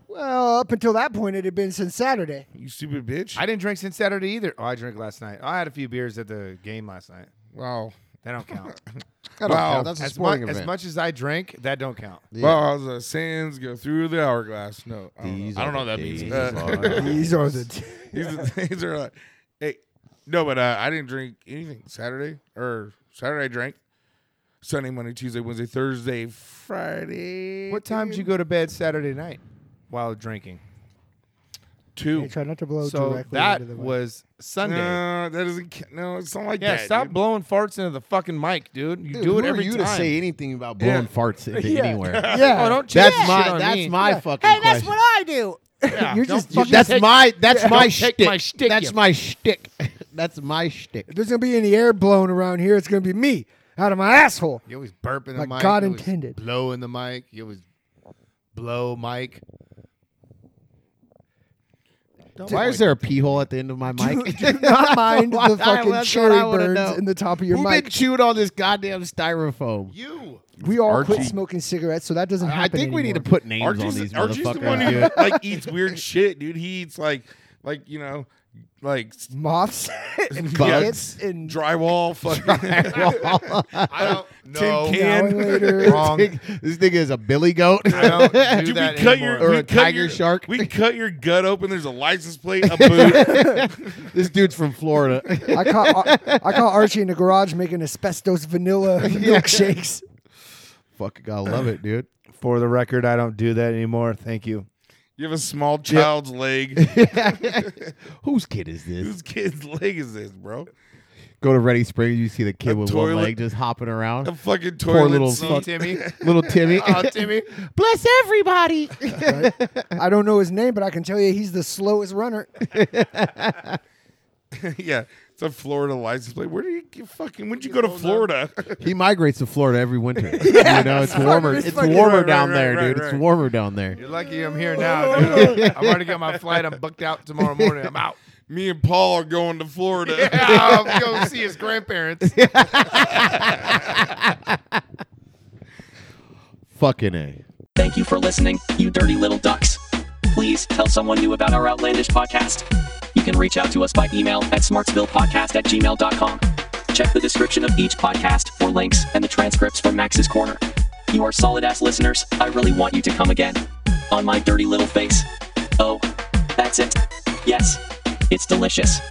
Speaker 3: Well, up until that point, it had been since Saturday.
Speaker 2: You stupid bitch.
Speaker 5: I didn't drink since Saturday either. Oh, I drank last night. I had a few beers at the game last night.
Speaker 2: wow.
Speaker 5: That don't count.
Speaker 4: That don't
Speaker 2: Wow.
Speaker 4: count. That's a
Speaker 5: as, mu-
Speaker 4: sporting
Speaker 5: as
Speaker 4: event.
Speaker 5: much as I drank, that don't count.
Speaker 4: Yeah.
Speaker 2: Well, I was uh, sands go through the hourglass. No, I don't
Speaker 4: These
Speaker 2: know, I
Speaker 4: are
Speaker 2: don't know what
Speaker 4: the
Speaker 2: that means.
Speaker 4: days
Speaker 2: Uh,
Speaker 4: of our-
Speaker 3: These are the.
Speaker 2: these, are- these are like, hey, no, but uh, I didn't drink anything Saturday or Saturday. I drank Sunday, Monday, Tuesday, Wednesday, Thursday, Friday.
Speaker 5: What time did you go to bed Saturday night while drinking?
Speaker 2: Two.
Speaker 3: Hey, try not to blow
Speaker 5: so
Speaker 3: directly
Speaker 5: that
Speaker 3: into the mic.
Speaker 5: was Sunday.
Speaker 2: No, that doesn't. ca- No, it's not like
Speaker 5: yeah,
Speaker 2: that.
Speaker 5: stop
Speaker 2: dude.
Speaker 5: blowing farts into the fucking mic, dude. You
Speaker 4: Dude,
Speaker 5: do it
Speaker 4: who
Speaker 5: every
Speaker 4: are you
Speaker 5: time.
Speaker 4: to say anything about blowing farts into
Speaker 3: Yeah.
Speaker 4: anywhere?
Speaker 3: Yeah.
Speaker 5: Oh, don't check
Speaker 4: That's
Speaker 5: that shit
Speaker 4: my.
Speaker 5: on
Speaker 4: That's
Speaker 5: me.
Speaker 4: my fucking.
Speaker 3: Hey, that's
Speaker 4: question.
Speaker 3: what I do.
Speaker 5: Yeah,
Speaker 3: You're
Speaker 5: don't
Speaker 3: just.
Speaker 5: fucking-
Speaker 4: That's
Speaker 5: take-
Speaker 4: my. That's my
Speaker 5: Don't take
Speaker 4: shtick.
Speaker 5: my shtick,
Speaker 4: That's
Speaker 5: you-
Speaker 4: my shtick. That's my shtick.
Speaker 3: If there's gonna be any air blown around here, it's gonna be me out of my asshole.
Speaker 5: You always burp in the
Speaker 3: Like
Speaker 5: mic.
Speaker 3: God
Speaker 5: you always
Speaker 3: intended.
Speaker 5: Blow in the mic. You always blow mic. Don't
Speaker 4: Why
Speaker 5: worry.
Speaker 4: is there a pee hole at the end of my
Speaker 3: Do,
Speaker 4: mic?
Speaker 3: do not mind
Speaker 4: Why-
Speaker 3: the
Speaker 4: that's
Speaker 3: fucking
Speaker 4: what
Speaker 3: cherry
Speaker 4: I wanna
Speaker 3: burns
Speaker 4: know.
Speaker 3: in the top of your
Speaker 4: Who
Speaker 3: mic.
Speaker 4: been chewing on this goddamn styrofoam?
Speaker 5: you?
Speaker 3: we all quit
Speaker 2: Archie.
Speaker 3: smoking cigarettes, so that doesn't happen.
Speaker 4: I think we need to
Speaker 3: anymore.
Speaker 4: put names on
Speaker 2: Archie's,
Speaker 4: these
Speaker 2: Archie's
Speaker 4: motherfuckers.
Speaker 2: the one who
Speaker 4: dude.
Speaker 2: like eats weird shit, dude. He eats like like you know like s-
Speaker 3: moths and
Speaker 4: Bugs.
Speaker 3: bugs and
Speaker 2: drywall fucking
Speaker 5: I don't know.
Speaker 2: tin
Speaker 3: an hour
Speaker 2: can.
Speaker 3: later.
Speaker 5: Wrong.
Speaker 4: this nigga is a billy goat.
Speaker 5: I don't do
Speaker 2: Dude, we
Speaker 5: that
Speaker 2: cut
Speaker 5: anymore.
Speaker 2: your
Speaker 4: Or
Speaker 2: we
Speaker 4: a
Speaker 2: cut
Speaker 4: tiger
Speaker 2: your-
Speaker 4: shark.
Speaker 2: We cut your gut open. There's a license plate, a boot.
Speaker 4: this dude's from Florida.
Speaker 3: I caught Ar- I caught Archie in the garage making asbestos vanilla milkshakes.
Speaker 4: Fuck, gotta love it, dude.
Speaker 5: For the record, I don't do that anymore. Thank you.
Speaker 2: You have a small child's leg.
Speaker 4: Whose kid is this?
Speaker 2: Whose kid's leg is this, bro?
Speaker 4: Go to Ready Springs, you see the kid
Speaker 2: A
Speaker 4: with
Speaker 2: toilet.
Speaker 4: one leg just hopping
Speaker 2: A
Speaker 4: around.
Speaker 2: fucking toilet
Speaker 4: Poor little
Speaker 2: seat.
Speaker 4: fuck-
Speaker 5: Timmy.
Speaker 4: Little Timmy.
Speaker 5: Oh, Timmy.
Speaker 4: Bless everybody.
Speaker 3: I don't know his name, but I can tell you he's the slowest runner.
Speaker 2: yeah, it's a Florida license plate. Where do you get fucking? When'd you go to Florida?
Speaker 4: he migrates to Florida every winter. you know, it's warmer.
Speaker 3: it's
Speaker 4: It's
Speaker 3: fucking-
Speaker 4: warmer
Speaker 2: Right,
Speaker 4: down
Speaker 2: right,
Speaker 4: there,
Speaker 2: right,
Speaker 4: dude.
Speaker 2: right.
Speaker 4: It's warmer down there.
Speaker 5: You're lucky I'm here now. Dude. I've already got my flight. I'm booked out tomorrow morning. I'm out.
Speaker 2: Me and Paul are going to Florida.
Speaker 5: Yeah, I'll go see his grandparents.
Speaker 4: Fucking a.
Speaker 9: Thank you for listening, you dirty little ducks. Please tell someone new about our outlandish podcast. You can reach out to us by email at smartsvillepodcast at gmail.com. Check the description of each podcast for links and the transcripts from Max's Corner. You are solid ass listeners. I really want you to come again. On my dirty little face. Oh, that's it. Yes, it's delicious.